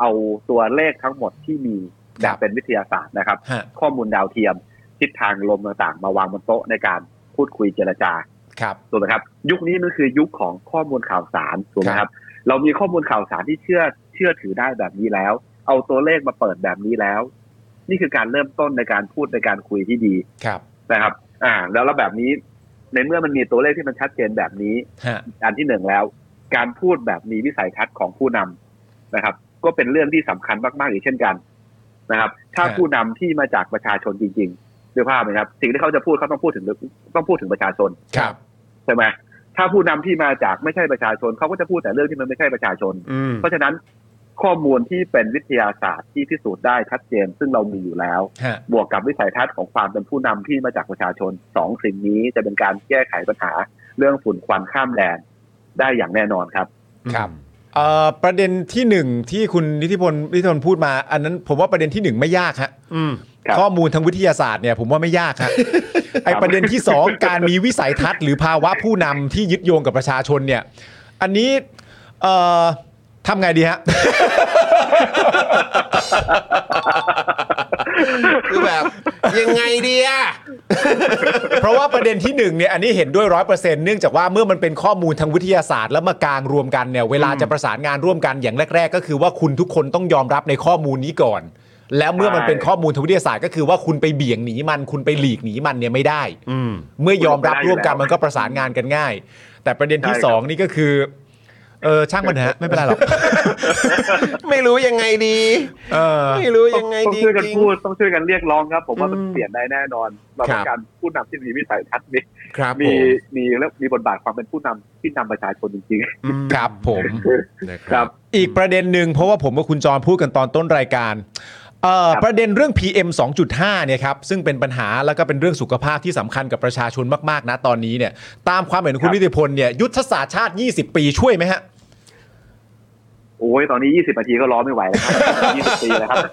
D: เอาตัวเลขทั้งหมดที่มีแบ
B: ครับ บ
D: เป็นวิทยาศาสตร์นะครับ
B: ฮะ
D: ข้อมูลดาวเทียม ทิศทางลมต่างๆ มาวางบนโต๊ะในการพูดคุยเจรจา
B: ครับ
D: ถูกไหมครับยุคนี้มันคือยุคของข้อมูลข่าวสารถูกไหมครับเรามีข้อมูลข่าวสารที่เชื่อเชื่อถือได้แบบนี้แล้ว เอาตัวเลขมาเปิดแบบนี้แล้ว นี่คือการเริ่มต้นในการพูดในการคุยที่ดี
B: ครับ
D: นะครับ อ่า แล้วแล้วแบบนี้ ในเมื่อมันมีตัวเลขที่มันชัดเจนแบบนี้
B: ฮะ
D: อันที่หนึ่งแล้ว การพูดแบบมีวิสัยทัศน์ของผู้นำนะครับ ก็เป็นเรื่องที่สำคัญมากๆอีกเช่นกันนะครับ ถ้า
B: ครับ
D: ผู้นำที่มาจากประชาชนจริงๆด้วยภาพนะครับ สิ่งที่เขาจะพูดเขาต้องพูดถึงต้องพูดถึงประชาชน
B: ครับ
D: ใช่ไหมถ้าผู้นำที่มาจากไม่ใช่ประชาชนเขาก็จะพูดแต่เรื่องที่มันไม่ใช่ประชาชน
A: อืม
D: เพราะฉะนั้นข้อมูลที่เป็นวิทยาศาสตร์ที่พิสูจน์ได้ชัดเจน ซึ่งเรามีอยู่แล้ว
B: ฮะ
D: บวกกับวิสัยทัศน์ของความเป็นผู้นำที่มาจากประชาชนสองสิ่งนี้จะเป็นการแก้ไขปัญหาเรื่องฝุ่นควันข้ามแดนได้อย่างแน่นอนครับ
B: ครับ เอ่อประเด็นที่หนึ่งที่คุณนิติพลนิติพลพูดมา อันนั้นผมว่าประเด็นที่หนึ่งไม่ยากฮะ
A: อืม
D: ครับ
B: ข้อมูลทางวิทยาศาสตร์เนี่ยผมว่าไม่ยากฮะไอ (laughs) ประเด็นที่สองการมีวิสัยทัศน์หรือภาวะผู้นำที่ยึดโยงกับประชาชนเนี่ย อันนี้เอ่อทำไงดีฮะ
A: คือแบบ ยังไงดีอะ
B: เพราะว่าประเด็นที่หนึ่งเนี่ยอันนี้เห็นด้วยร้อยเปอร์เซ็นต์เนื่องจากว่าเมื่อมันเป็นข้อมูลทางวิทยาศาสตร์แล้วมากางรวมกันเนี่ยเวลาจะประสานงานร่วมกันอย่างแรก ๆ ก็คือว่าคุณทุกคนต้องยอมรับในข้อมูลนี้ก่อน แล้วเมื่อมันเป็นข้อมูลทางวิทยาศาสตร์ก็คือว่าคุณไปเบี่ยงหนีมันคุณไปหลีกหนีมันเนี่ยไม่ได้
A: อืม
B: เมื่อยอมรับร่วมกันมันก็ประสานงานกันง่าย แต่ประเด็นที่สองนี่ก็คือเออช่างมันเถอะฮะไม่เป็นไรหรอก
A: ไม่รู้ยังไงดี
B: เออ
A: ไม่รู้ยังไง
D: ต้อง
A: ดี
D: ช่วยกัน
A: จริง
D: พูดต้องช่วยกันเรียกร้องครับ ผมว่ามัน
A: อืม
D: เปลี่ยนได้แน่นอนเรา
A: ค
D: ต้อ
A: รับ
D: งการผู้นำที่มีวิสัยทัศน์มี
A: ครับผ
D: มี
A: ม
D: มีแล้วมีบทบาทความเป็นผู้นำที่นำประชาชนจริง
A: อืม
B: ครับผม
A: นะค
D: ครั
A: รับ
D: บ
B: อีกประเด็นหนึ่งเพราะว่าผมกับคุณจรพูดกันตอนต้นรายการเอ่อ
D: ครับ
B: ประเด็นเรื่อง PM 2.5เนี่ยครับซึ่งเป็นปัญหาแล้วก็เป็นเรื่องสุขภาพที่สำคัญกับประชาชนมาก ๆ นะตอนนี้เนี่ยตามความเห็นของคุณนิติพลเนี่ยยุทธศาสตร์ชาติ 20 ปีช่วยไหมฮะ
D: ๆ โอ้ยตอนนี้ 20นาทีก็ร้อไม่ไหวแล้วครับ 20 ปีแล้วครับ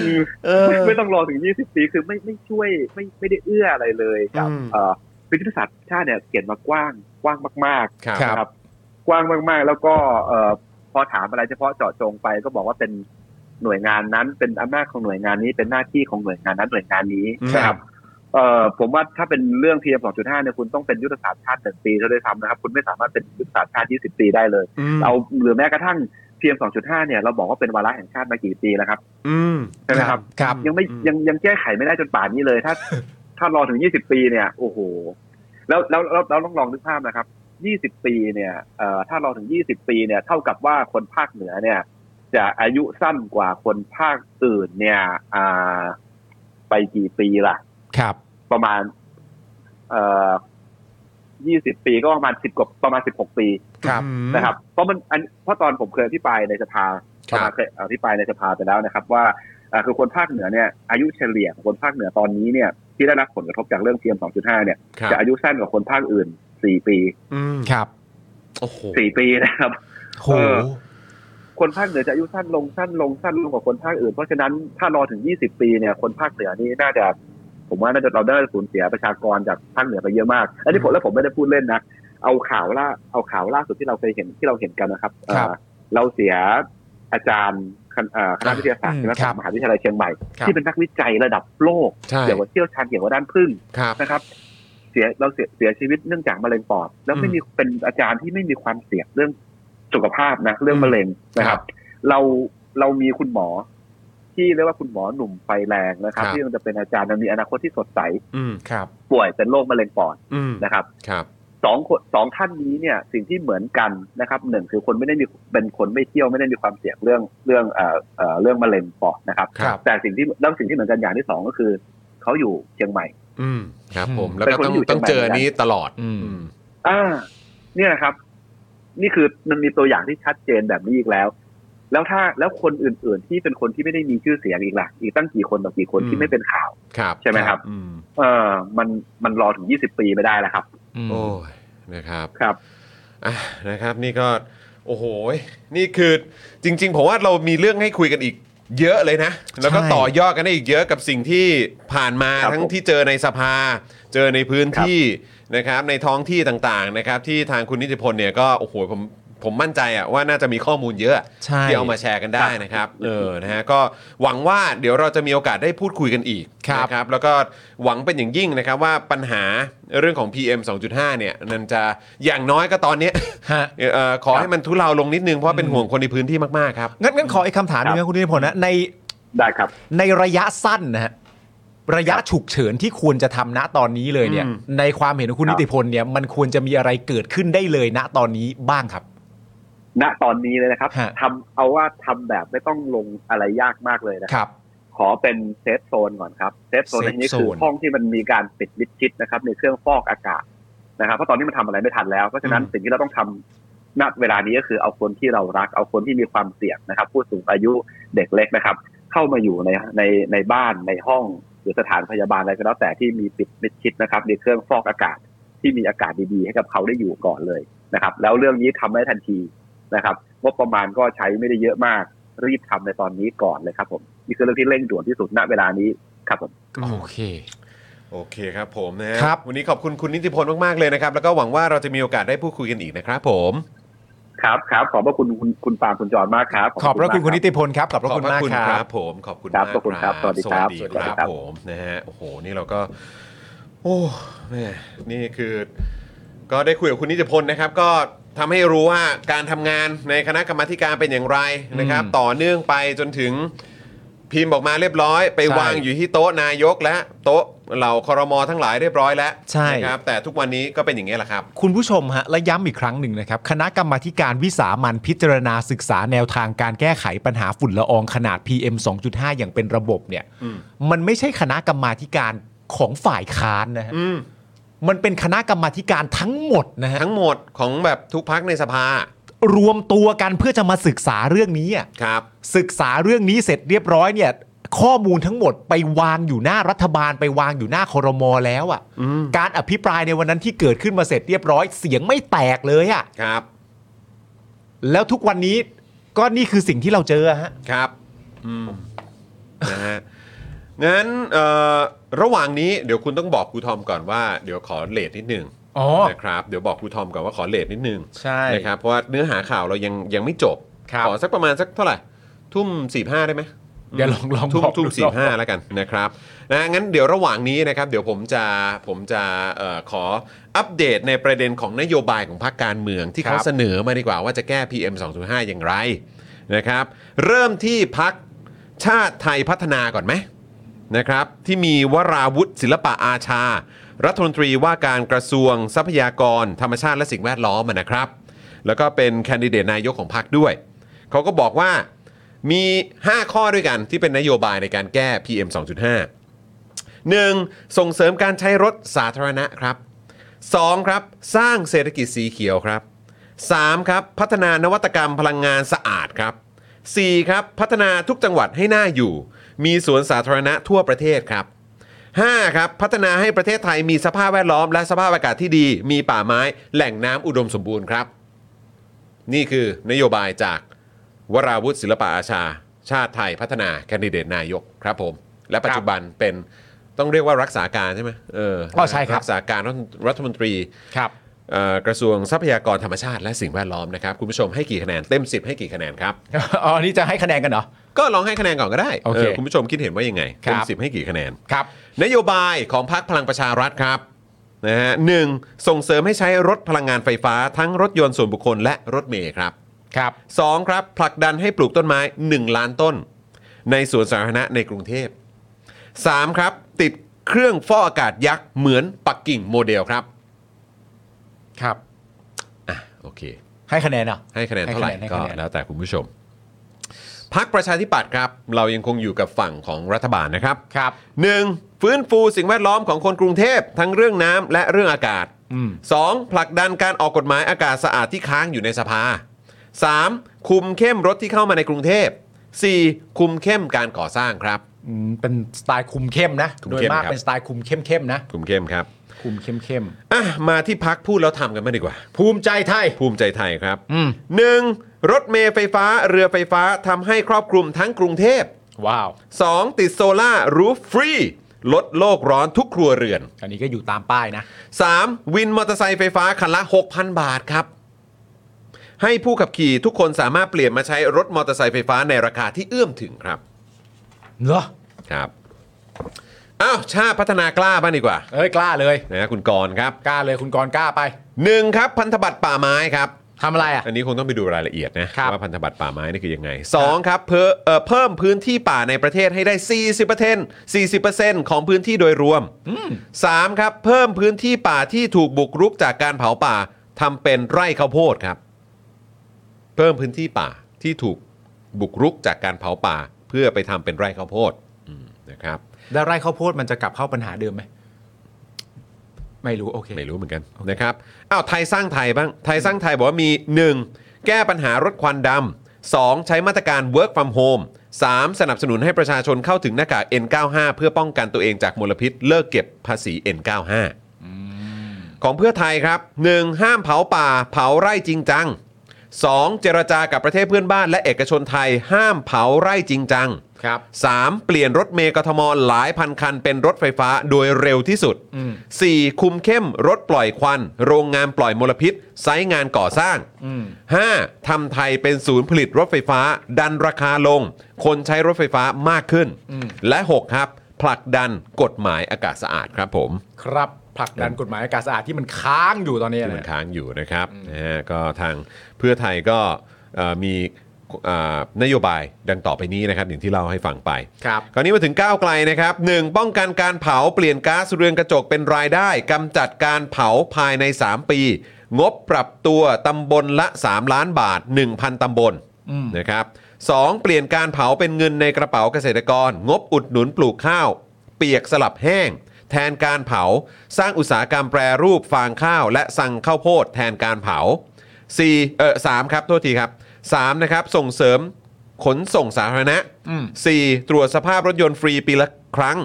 D: อืม
A: เออ
D: ไม่ต้องร (laughs) อถึง 20 ปีคือไม่ไม่ช่วยไม่ไม่ได้เอื้ออะไรเลยกับ
A: อืม
D: เอ่อวิทยาศาสตร์ชาติเนี่ยเขียนมากว้างกว้างมาก ๆ
A: ครับ
B: ครับ
D: นะครับกว้างมากๆ แล้วก็เอ่อพอถามอะไรเฉพาะเจาะจงไปก็บอกว่าเป็นหน่วยงานนั้น เป็นอำนาจของหน่วยงานนี้ เป็นหน้าที่ของหน่วยงานนั้นหน่วยงานนี้
B: ครับ
D: นะเอ่อผมว่าถ้าเป็นเรื่อง PM 2.5เนี่ยคุณต้องเป็นยุทธศาสตร์ชาติหนึ่งปีเท่าด้วยซ้ำนะครับ คุณไม่สามารถเป็นยุทธศาสตร์ชาติ 20 ปีได้เลย
A: อืม
D: เราหรือแม้กระทั่ง PM 2.5เนี่ยเราบอกว่าเป็นวาระแห่งชาติมากี่ปีแล้วครับ
A: อืม
D: ใช่ไหมครับ
B: ครับ
D: ยังไม่
A: อืม
D: ยังยังแก้ไขไม่ได้จนป่านนี้เลย
A: (laughs)
D: ถ้า ถ้ารอถึงยี่สิบปีเนี่ย โอ้โห แล้วแล้วแล้วแล้วต้องลองนึกภาพนะครับยี่สิบปีเนี่ยเอ่อถ้ารอถึงยี่สิบปีเนี่ย เท่ากับว่าคนภาคเหนือเนี่ย จะอายุสั้นกว่าคนภาคอื่นเนี่ย อ่า ไปกี่ปีล่ะ
B: ครับ
D: ประมาณ เอ่อยี่สิบปีก็ประมาณสิบกว่าประมาณสิบหกปี
B: ครับ
A: อืม
D: นะครับเพราะมันอันเพราะตอนผมเคยอภิปรายในสภา
A: ครับ
D: สภาเคยอภิปรายในสภาไปแล้วนะครับ ว่าอ่าคือคนภาคเหนือเนี่ยอายุเฉลี่ยของคนภาคเหนือตอนนี้เนี่ยที่ได้รับผลกระทบจากเรื่องเทียม2.5 เนี่ย
A: ครับ
D: จะอายุสั้นกว่าคนภาคอื่น 4 ปี
A: อืม
B: ครับ
A: โอ้โห
D: 4 ปีนะครับ
B: โห
D: เออ คนภาคเหนือจะอายุสั้นลงสั้นลงสั้นลงกว่าคนภาคอื่น เพราะฉะนั้นถ้ารอถึง 20 ปีเนี่ยคนภาคเหนือนี่น่าจะ ผมว่าน่าจะเราได้สูญเสียประชากรจากภาคเหนือไปเยอะมากอันนี้ผมแล้วผมไม่ได้พูดเล่นนะเอาข่าวล่าเอาข่าวล่าสุดที่เราเคยเห็นที่เราเห็นกันนะครับ
B: ครับ
D: เอ่อเราเสียอาจารย์คณะเอ่อคณะวิทยาศาสตร์
B: อืม
D: คณะ
B: ครับ
D: มหาวิทยาลัยเชียงใหม่
A: ครับ
D: ที่เป็นนักวิจัยระดับโลก
A: ใช่
D: เกี่ยวกับเชี่ยวชาญเกี่ยวกับด้านพึ่ง
A: ครับ
D: นะครับ เสียเราเสียเสียชีวิตเนื่องจากมะเร็งปอด แล้วไม่
A: อืม
D: มีเป็นอาจารย์ที่ไม่มีความเสี่ยงเรื่องสุขภาพนะเรื่องมะเร็งนะค
A: ครั
D: รั
A: บบ
D: เราเรามีคุณหมอ ที่เรียกว่าคุณหมอหนุ่มไฟแรงนะครับ
A: ครับ
D: ที่มันจะเป็นอาจารย์มันมีอนาคตที่สดใส
A: อืม
B: ครับ
D: ป่วยเป็นโรคมะเร็งปอด
A: อืม
D: นะครับ
A: ครับ
D: สองคนสองท่านนี้เนี่ย สิ่งที่เหมือนกันนะครับหนึ่งคือคนไม่ได้มีเป็นคนไม่เที่ยวไม่ได้มีความเสี่ยงเรื่องเรื่องเอ่อเอ่อเรื่องมะเร็งปอดนะครับ
B: ครับ
D: แต่สิ่งที่แล้วสิ่งที่เหมือนกันอย่างที่สองก็คือเขาอยู่เชียงใหม่
A: อืมครับผม
B: เป็น
A: แล้วก็ต้อง
D: คนอยู่
A: ต้องเจอ
D: จังหวัด
A: อันนี้ตลอด
B: อืม
A: อืม
D: อ่าเนี่ยนะครับ นี่คือมันมีตัวอย่างที่ชัดเจนแบบนี้อีกแล้ว แล้วถ้าแล้วคนอื่น ๆ ที่เป็นคนที่ไม่ได้มีชื่อเสียงอีกล่ะอีกตั้งกี่คนต่อกี่คน
A: อืม
D: ที่ไม่เป็นข่าว
A: ครับ
D: ใช่ไหมครับ
A: อืม
D: เออมันมันรอถึงยี่สิบปีไม่ได้แล้วครับ
A: โอ้ยนะครับ
D: ครับ
A: อ่ะนะครับนี่ก็โอ้โหยนี่คือจริง ๆ ผมว่าเรามีเรื่องให้คุยกันอีกเยอะเลยนะ แล้วก็
B: ใช่
A: ต่อยอดกันได้อีกเยอะกับสิ่งที่ผ่านมา
D: ครับ
A: ทั้ง
D: ผม
A: ที่เจอในสภา เจอในพื้นที่นะครับ ในท้องที่ต่างๆนะครับที่ทางคุณนิติพลเนี่ยก็โอ้โหผมผมมั่นใจอะว่าน่าจะมีข้อมูลเยอะ
B: ใช่
A: ที่เอามาแชร์กันได้
D: ครับ
A: นะครับเออนะฮะก็หวังว่าเดี๋ยวเราจะมีโอกาสได้พูดคุยกันอีก
B: ครับ
A: นะครับ แล้วก็หวังเป็นอย่างยิ่งนะครับว่าปัญหาเรื่องของ PM 2.5 เนี่ยนันจะอย่างน้อยก็ตอนเนี้ย (laughs)
B: ฮะ
A: เอ่อขอให้มันทุเลาลงนิดนึงเพราะเป็น
B: อืม
A: ห่วงคนในพื้นที่มากๆครับ
B: งั้นงั้นขออีกคำถามหนึง
D: ครั
B: นะ
D: บ
B: คุณนิติพลนะใน
D: ได้ครับ
B: ในระยะสั้นนะฮะ ระยะฉุกเฉินที่ควรจะทำณตอนนี้เลยเนี่ย
A: อืม
B: ในความเห็นของคุณ
D: ครั
B: นิ
D: บ
B: ติพลเนี่ยมันควรจะมีอะไรเกิดขึ้นได้เลยณตอนนี้บ้างครับ
D: ณตอนนี้เลยนะครับ
B: ฮะ
D: ทำเอาว่าทำแบบไม่ต้องลงอะไรยากมากเลยนะค
B: ค
D: รับ
B: รับ
D: ขอเป็นเซฟโซนก่อนครับเซฟโซน
B: Safe
D: อันนี้คือ
B: zone
D: ห้องที่มันมีการปิดมิดชิดนะครับ ในเครื่องฟอกอากาศนะครับเพราะตอนนี้มันทำอะไรไม่ทันแล้ว เพราะฉะนั้น
B: อืม
D: สิ่งที่เราต้องทำณเวลานี้ก็คือเอาคนที่เรารัก เอาคนที่มีความเสี่ยงนะครับ ผู้สูงอายุเด็กเล็กนะครับ เข้ามาอยู่ในในในบ้านในห้องหรือสถานพยาบาลอะไรก็แล้วแต่ที่มีปิดมิดชิดนะครับในเครื่องฟอกอากาศที่มีอากาศดีๆ ให้กับเขาได้อยู่ก่อนเลยนะครับ แล้วเรื่องนี้ทำได้ทันทีนะครับงบประมาณก็ใช้ไม่ได้เยอะมากรีบทำในตอนนี้ก่อนเลยครับผมนี่คือเรื่องที่เร่งด่วนที่สุดณเวลานี้ครับผม
B: โอเค
A: โอเคครับผมนะฮะ
B: ครับ
A: วันนี้ขอบคุณคุณนิติพลมากๆเลยนะครับ แล้วก็หวังว่าเราจะมีโอกาสได้พูดคุยกันอีกนะครับผม
D: ครับครับขอบพระคุณคุณคุณปาล์มคุณจอห์นมากครับ
B: ขอบพระคุณคุณนิ
D: มาก
B: ติพลครับขอบพระคุณมาก
A: ขอบ
B: ค
A: ค
B: รั
A: รับ บ ผมขอบคุณ
D: ครับ
A: มาก
D: ขอบคุณครับสวัสดีครับ
A: สวัส
D: สวัส
A: ดีค
D: ดีครั
A: รับบ ผมนะฮะโอ้โหนี่เราก็ โอ้แม่นี่คือ ก็ได้คุยกับคุณนิติพลนะครับ ก็ทำให้รู้ว่าการทำงานในคณะกรรมาธิการเป็นอย่างไรนะครับ
B: อืม
A: ต่อเนื่องไปจนถึงพิมพ์ออกมาเรียบร้อย ไป
B: ใช่
A: วางอยู่ที่โต๊ะนายกและโต๊ะเหล่าครมทั้งหลายเรียบร้อยแล้ว
B: ใช่
A: นะครับแต่ทุกวันนี้ก็เป็นอย่างนี้ยแหละครับ
B: คุณผู้ชมฮะและย้ำอีกครั้งหนึ่งนะครับ คณะกรรมาธิการวิสามันพิจารณาศึกษาแนวทางการแก้ไขปัญหาฝุ่นละอองขนาด PM 2.5 อย่างเป็นระบบเนี่ย มันไม่ใช่คณะกรรมาธิการของฝ่ายค้านนะฮะ
A: อืม
B: มันเป็นคณะกรรมาธิการทั้งหมดนะฮะ
A: ทั้งหมดของแบบทุกพักในสภาร
B: วมตัวกันเพื่อจะมาศึกษาเรื่องนี้อะ
A: ครับ
B: ศึกษาเรื่องนี้เสร็จเรียบร้อยเนี่ยข้อมูลทั้งหมดไปวางอยู่หน้ารัฐบาลไปวางอยู่หน้าคอรมอแล้วอะการอภิปรายในวันนั้นที่เกิดขึ้นมาเสร็จเรียบร้อย เสียงไม่แตกเลยอะ
A: ครับ
B: แล้วทุกวันนี้ก็นี่คือสิ่งที่เราเจอฮะ
A: ครับอืมนะฮะงั้นเอ่อระหว่างนี้เดี๋ยวคุณต้องบอกครูทอมก่อนว่าเดี๋ยวขอเลทนิดนึง
B: อ๋อ
A: นะครับเดี๋ยวบอกครูทอมก่อนว่าขอเลทนิดนึง
B: ใช่
A: นะครับเพราะว่าเนื้อหาข่าวเรายังยังไม่จบ
B: ครับ
A: ขอสักประมาณสักเท่าไหร่ ทุ่มสี่ห้าได้ไหม
B: เดี๋ยวลองลอง
A: ทุ่ม
B: บอก
A: ทุ่ม
B: ดู
A: สี่ห้าแล้วกันนะครับนะงั้นเดี๋ยวระหว่างนี้นะครับ เดี๋ยวผมจะผมจะเอ่อขออัปเดตในประเด็นของนโยบายของพรรคการเมือง ที่เขาเสนอมาดีกว่าว่าจะแก้ PM 2.5 อย่างไรนะครับ เริ่มที่พรรคชาติไทยพัฒนาก่อนไหมนะครับ ที่มีวราวุธศิลปะอาชา รัฐมนตรีว่าการกระทรวงทรัพยากร ธรรมชาติและสิ่งแวดล้อมอะนะครับ แล้วก็เป็นแคนดิเดตนายกของพรรคด้วย เขาก็บอกว่ามี 5 ข้อด้วยกันที่เป็นนโยบายในการแก้ PM 2.5 1. ส่งเสริมการใช้รถสาธารณะครับ 2. ครับ สร้างเศรษฐกิจสีเขียวครับ 3. ครับ พัฒนานวัตกรรมพลังงานสะอาดครับ 4. ครับ พัฒนาทุกจังหวัดให้น่าอยู่ มีสวนสาธารณะทั่วประเทศครับ 5. ครับ พัฒนาให้ประเทศไทยมีสภาพแวดล้อม และสภาพอากาศที่ดี มีป่าไม้แหล่งน้ำอุดมสมบูรณ์ครับ นี่คือนโยบายจากวราวุธศิลปะอาชา ชาติไทยพัฒนาแคนดิเดตนายกครับผม และปัจจุบันเป็นต้องเรียกว่ารักษาการใช่ไหมเออ
B: อใช่ครับ
A: รักษาการรัฐมนตรี
B: ครับ
A: เอ่อกระทรวงทรัพยากรธรรมชาติและสิ่งแวดล้อมนะครับ คุณผู้ชมให้กี่คะแนน เต็ม 10 ให้กี่คะแนนครับ
B: อ๋อนี่จะให้คะแนนกันเหรอ
A: ก็ลองให้คะแนนก่อนก็ได้
B: โอเค
A: เออคุณผู้ชมคิดเห็นว่ายังไง เต็ม
B: ครับ
A: 10 ให้กี่คะแนน
B: ครับ
A: นโยบายของพรรคพลังประชารัฐครับนะฮะหนึ่งส่งเสริมให้ใช้รถพลังงานไฟฟ้า ทั้งรถยนต์ส่วนบุคคลและรถเมล์ครับ
B: ครับ
A: 2ครับผลักดันให้ปลูกต้นไม้ 1 ล้านต้น ในสวนสาธารณะในกรุงเทพ 3. ครับ ติดเครื่องฟอกอากาศยักษ์เหมือนปักกิ่งโมเดลครับ
B: ครับ
A: อ่ะโอเค
B: ให้คะแนนเหรอ
A: ให้คะแนนเท่าไหร่
B: ให้
A: ก็
B: คะแนนให้คะแนน
A: แล้วแต่คุณผู้ชมพักประชาธิปัตย์ครับ เรายังคงอยู่กับฝั่งของรัฐบาลนะครับ
B: ครับ
A: หนึ่งฟื้นฟูสิ่งแวดล้อมของคนกรุงเทพ ทั้งเรื่องน้ำและเรื่องอากาศ
B: อืม
A: 2. ผลักดันการออกกฎหมายอากาศสะอาดที่ค้างอยู่ในสภา 3. คุมเข้มรถที่เข้ามาในกรุงเทพ 4. คุมเข้มการก่อสร้างครับ
B: อืมเป็นสไตล์คุมเข้มนะ
A: คุม
B: โดย
A: เข้ม
B: มาก
A: ครับ
B: เป็นสไตล์คุมเข้มเข้มๆนะ
A: คุมเข้มครับ
B: คุมเข้มเข้ม
A: อ่ะมาที่พักพูดแล้วทำกันมางดีกว่า
B: ภูมิใจไทย
A: ภูมิใจไทยครับ
B: อืม
A: หนึ่งรถเมล์ไฟฟ้าเรือไฟฟ้าทำให้ครอบคลุมทั้งกรุงเทพ
B: ว้าว
A: 2. ติดโซล่าร์รูฟฟรี ลดโลกร้อนทุกครัวเรือน
B: อันนี้ก็อยู่ตามป้ายนะ
A: 3. วินมอเตอร์ไซค์ไฟฟ้าคันละ 6,000 บาทครับ ให้ผู้ขับขี่ทุกคนสามารถเปลี่ยนมาใช้รถมอเตอร์ไซค์ไฟฟ้าในราคาที่เอื้อมถึงครับ
B: เหรอ
A: ครับอ้าวชาติพัฒนากล้าบ้างดีกว่า
B: เอ้ยกล้าเลย
A: นะคุณกรณ์ครับ
B: กล้าเลยคุณกรณ์กล้าไป
A: 1. ครับพันธบัตรป่าไม้ครับ
B: ทำอะไรอ่ะ
A: อันนี้คงต้องไปดูรายละเอียดนะ
B: ครับ
A: ว่าพันธบัตรป่าไม้นี่คือยังไงสองครับเพิ่มเอ่อเพิ่มพื้นที่ป่าในประเทศให้ได้ 40% 40%ของพื้นที่โดยรวมสามครับ เพิ่มพื้นที่ป่าที่ถูกบุกรุกจากการเผาป่าทำเป็นไร่ข้าวโพดครับ เพิ่มพื้นที่ป่าที่ถูกบุกรุกจากการเผาป่า เพื่อไปทำเป็นไร่ข้าวโพดอืมนะครับ
B: แล้วไร่ข้าวโพดมันจะกลับเข้าปัญหาเดิมไหมไม่รู้ โอเค
A: ไม่รู้เหมือนกันนะครับ อ้าวไทยสร้างไทยบ้าง ไทยสร้างไทยบอกว่ามี 1. แก้ปัญหารถควันดำ 2. ใช้มาตรการ work from home 3. สนับสนุนให้ประชาชนเข้าถึงหน้ากาก N95 เพื่อป้องกันตัวเองจากมลพิษ เลิกเก็บภาษี N95 ของเพื่อไทยครับ 1. ห้ามเผาป่า เผาไร่จริงจัง 2. เจรจากับประเทศเพื่อนบ้านและเอกชนไทย ห้ามเผาไร่จริงจัง
B: ครับ
A: 3. เปลี่ยนรถเมล์กทมหลายพันคันเป็นรถไฟฟ้าโดยเร็วที่สุด 4. คุมเข้มรถปล่อยควัน โรงงานปล่อยมลพิษไซต์งานก่อสร้าง 5. ทำไทยเป็นศูนย์ผลิตรถไฟฟ้า ดันราคาลง คนใช้รถไฟฟ้ามากขึ้น และ 6 ครับ ผลักดันกฎหมายอากาศสะอาดครับผม
B: ครับผลักดันกฎหมายอากาศสะอาดที่มันค้างอยู่ตอนนี้
A: ที่มัน
B: นะ
A: ค้างอยู่นะครับนะฮะก็ทางเพื่อไทยก็เอ่อมีเอ่อนโยบายดังต่อไปนี้นะครับ อย่างที่เราให้ฟังไป
B: ครับ
A: คราวนี้มาถึงก้าวไกลนะครับ 1. ป้องกันการเผาเปลี่ยนก๊าซเรือนกระจกเป็นรายได้กำจัดการเผาภายใน 3 ปี งบปรับตัวตำบลละ 3 ล้านบาท 1,000ตำบลนะครับ 2. เปลี่ยนการเผาเป็นเงินในกระเป๋าเกษตรกร งบอุดหนุนปลูกข้าว เปียกสลับแห้ง แทนการเผา สร้างอุตสาหกรรมแปรรูปฟางข้าว และสั่งข้าวโพดแทนการเผา 4. เออสามครับโทษทีครับ 3 นะครับ ส่งเสริมขนส่งสาธารณะ 4. ตรวจสภาพรถยนต์ฟรีปีละครั้ง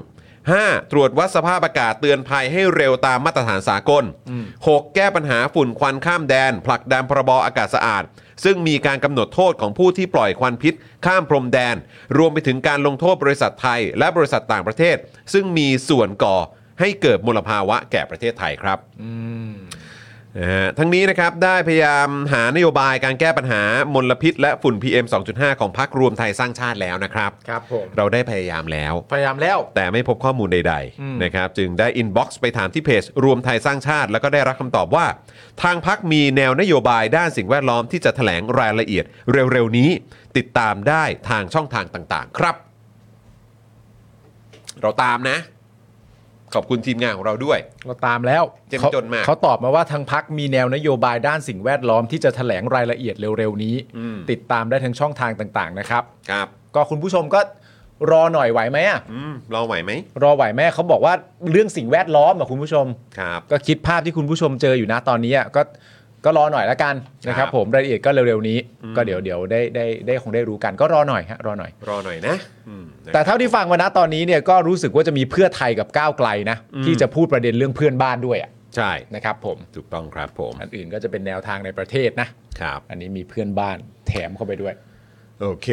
A: 5. ตรวจวัดสภาพอากาศเตือนภัยให้เร็วตามมาตรฐานสากล 6. แก้ปัญหาฝุ่นควันข้ามแดน ผลักดันพรบอากาศสะอาด ซึ่งมีการกำหนดโทษของผู้ที่ปล่อยควันพิษ ข้ามพรมแดน รวมไปถึงการลงโทษบริษัทไทย และบริษัทต่างประเทศ ซึ่งมีส่วนก่อให้เกิดมลภาวะแก่ประเทศไทยครับ นะฮะทั้งนี้นะครับได้พยายามหานโยบายการแก้ปัญหามลพิษ และฝุ่น PM 2.5 ของพักรวมไทยสร้างชาติแล้วนะครับ
B: ครับผม
A: เราได้พยายามแล้ว
B: พยายามแล้ว
A: แต่ไม่พบข้อมูลใดๆนะครับจึงได้อินบ็อกซ์ไปถามที่เพจ รวมไทยสร้างชาติ แล้วก็ได้รับคำตอบว่า ทางพักมีแนวนโยบายด้านสิ่งแวดล้อมที่จะแถลงรายละเอียดเร็วๆนี้ ติดตามได้ทางช่องทางต่างๆ ครับ เราตามนะ ขอบคุณทีมงานของเราด้วย
B: เราตามแล้ว
A: เจ้มจนมาก
B: เขเขาตอบมาว่าทางพักมีแนวนโยบายด้านสิ่งแวดล้อมที่จะแถลงรายละเอียดเร็วๆนี้ ติดตามได้ทางช่องทางต่างๆนะครับ
A: ครับ
B: ก็คุณผู้ชมก็รอหน่อยไหวไหมอะ
A: อืมเราไหวไหม
B: รอไหวไหมเขาบอกว่าเรื่องสิ่งแวดล้อมอะคุณผู้ชม
A: ครับ
B: ก็คิดภาพที่คุณผู้ชมเจออยู่นะตอนนี้อะก็ก็รอหน่อยละกันนะครั
A: ครับ บ
B: ผมรายละเอียดก็เร็วๆนี้ ก็เดี๋ยวเดี๋ยวได้ได้ได้คงได้รู้กันก็รอหน่อยฮะรอหน่อย
A: รอหน่อยนะอืมนะ
B: แต่เท่าที่ฟังมานะตอนนี้เนี่ยก็รู้สึกว่าจะมีเพื่อไทยกับก้าวไกลนะที่จะพูดประเด็นเรื่องเพื่อนบ้านด้วยอะ
A: ใช่
B: นะครับผม
A: ถูกต้องครับผม
B: อันอื่นก็จะเป็นแนวทางในประเทศนะ
A: ครับ
B: อันนี้มีเพื่อนบ้านแถมเข้าไปด้วย
A: โอเค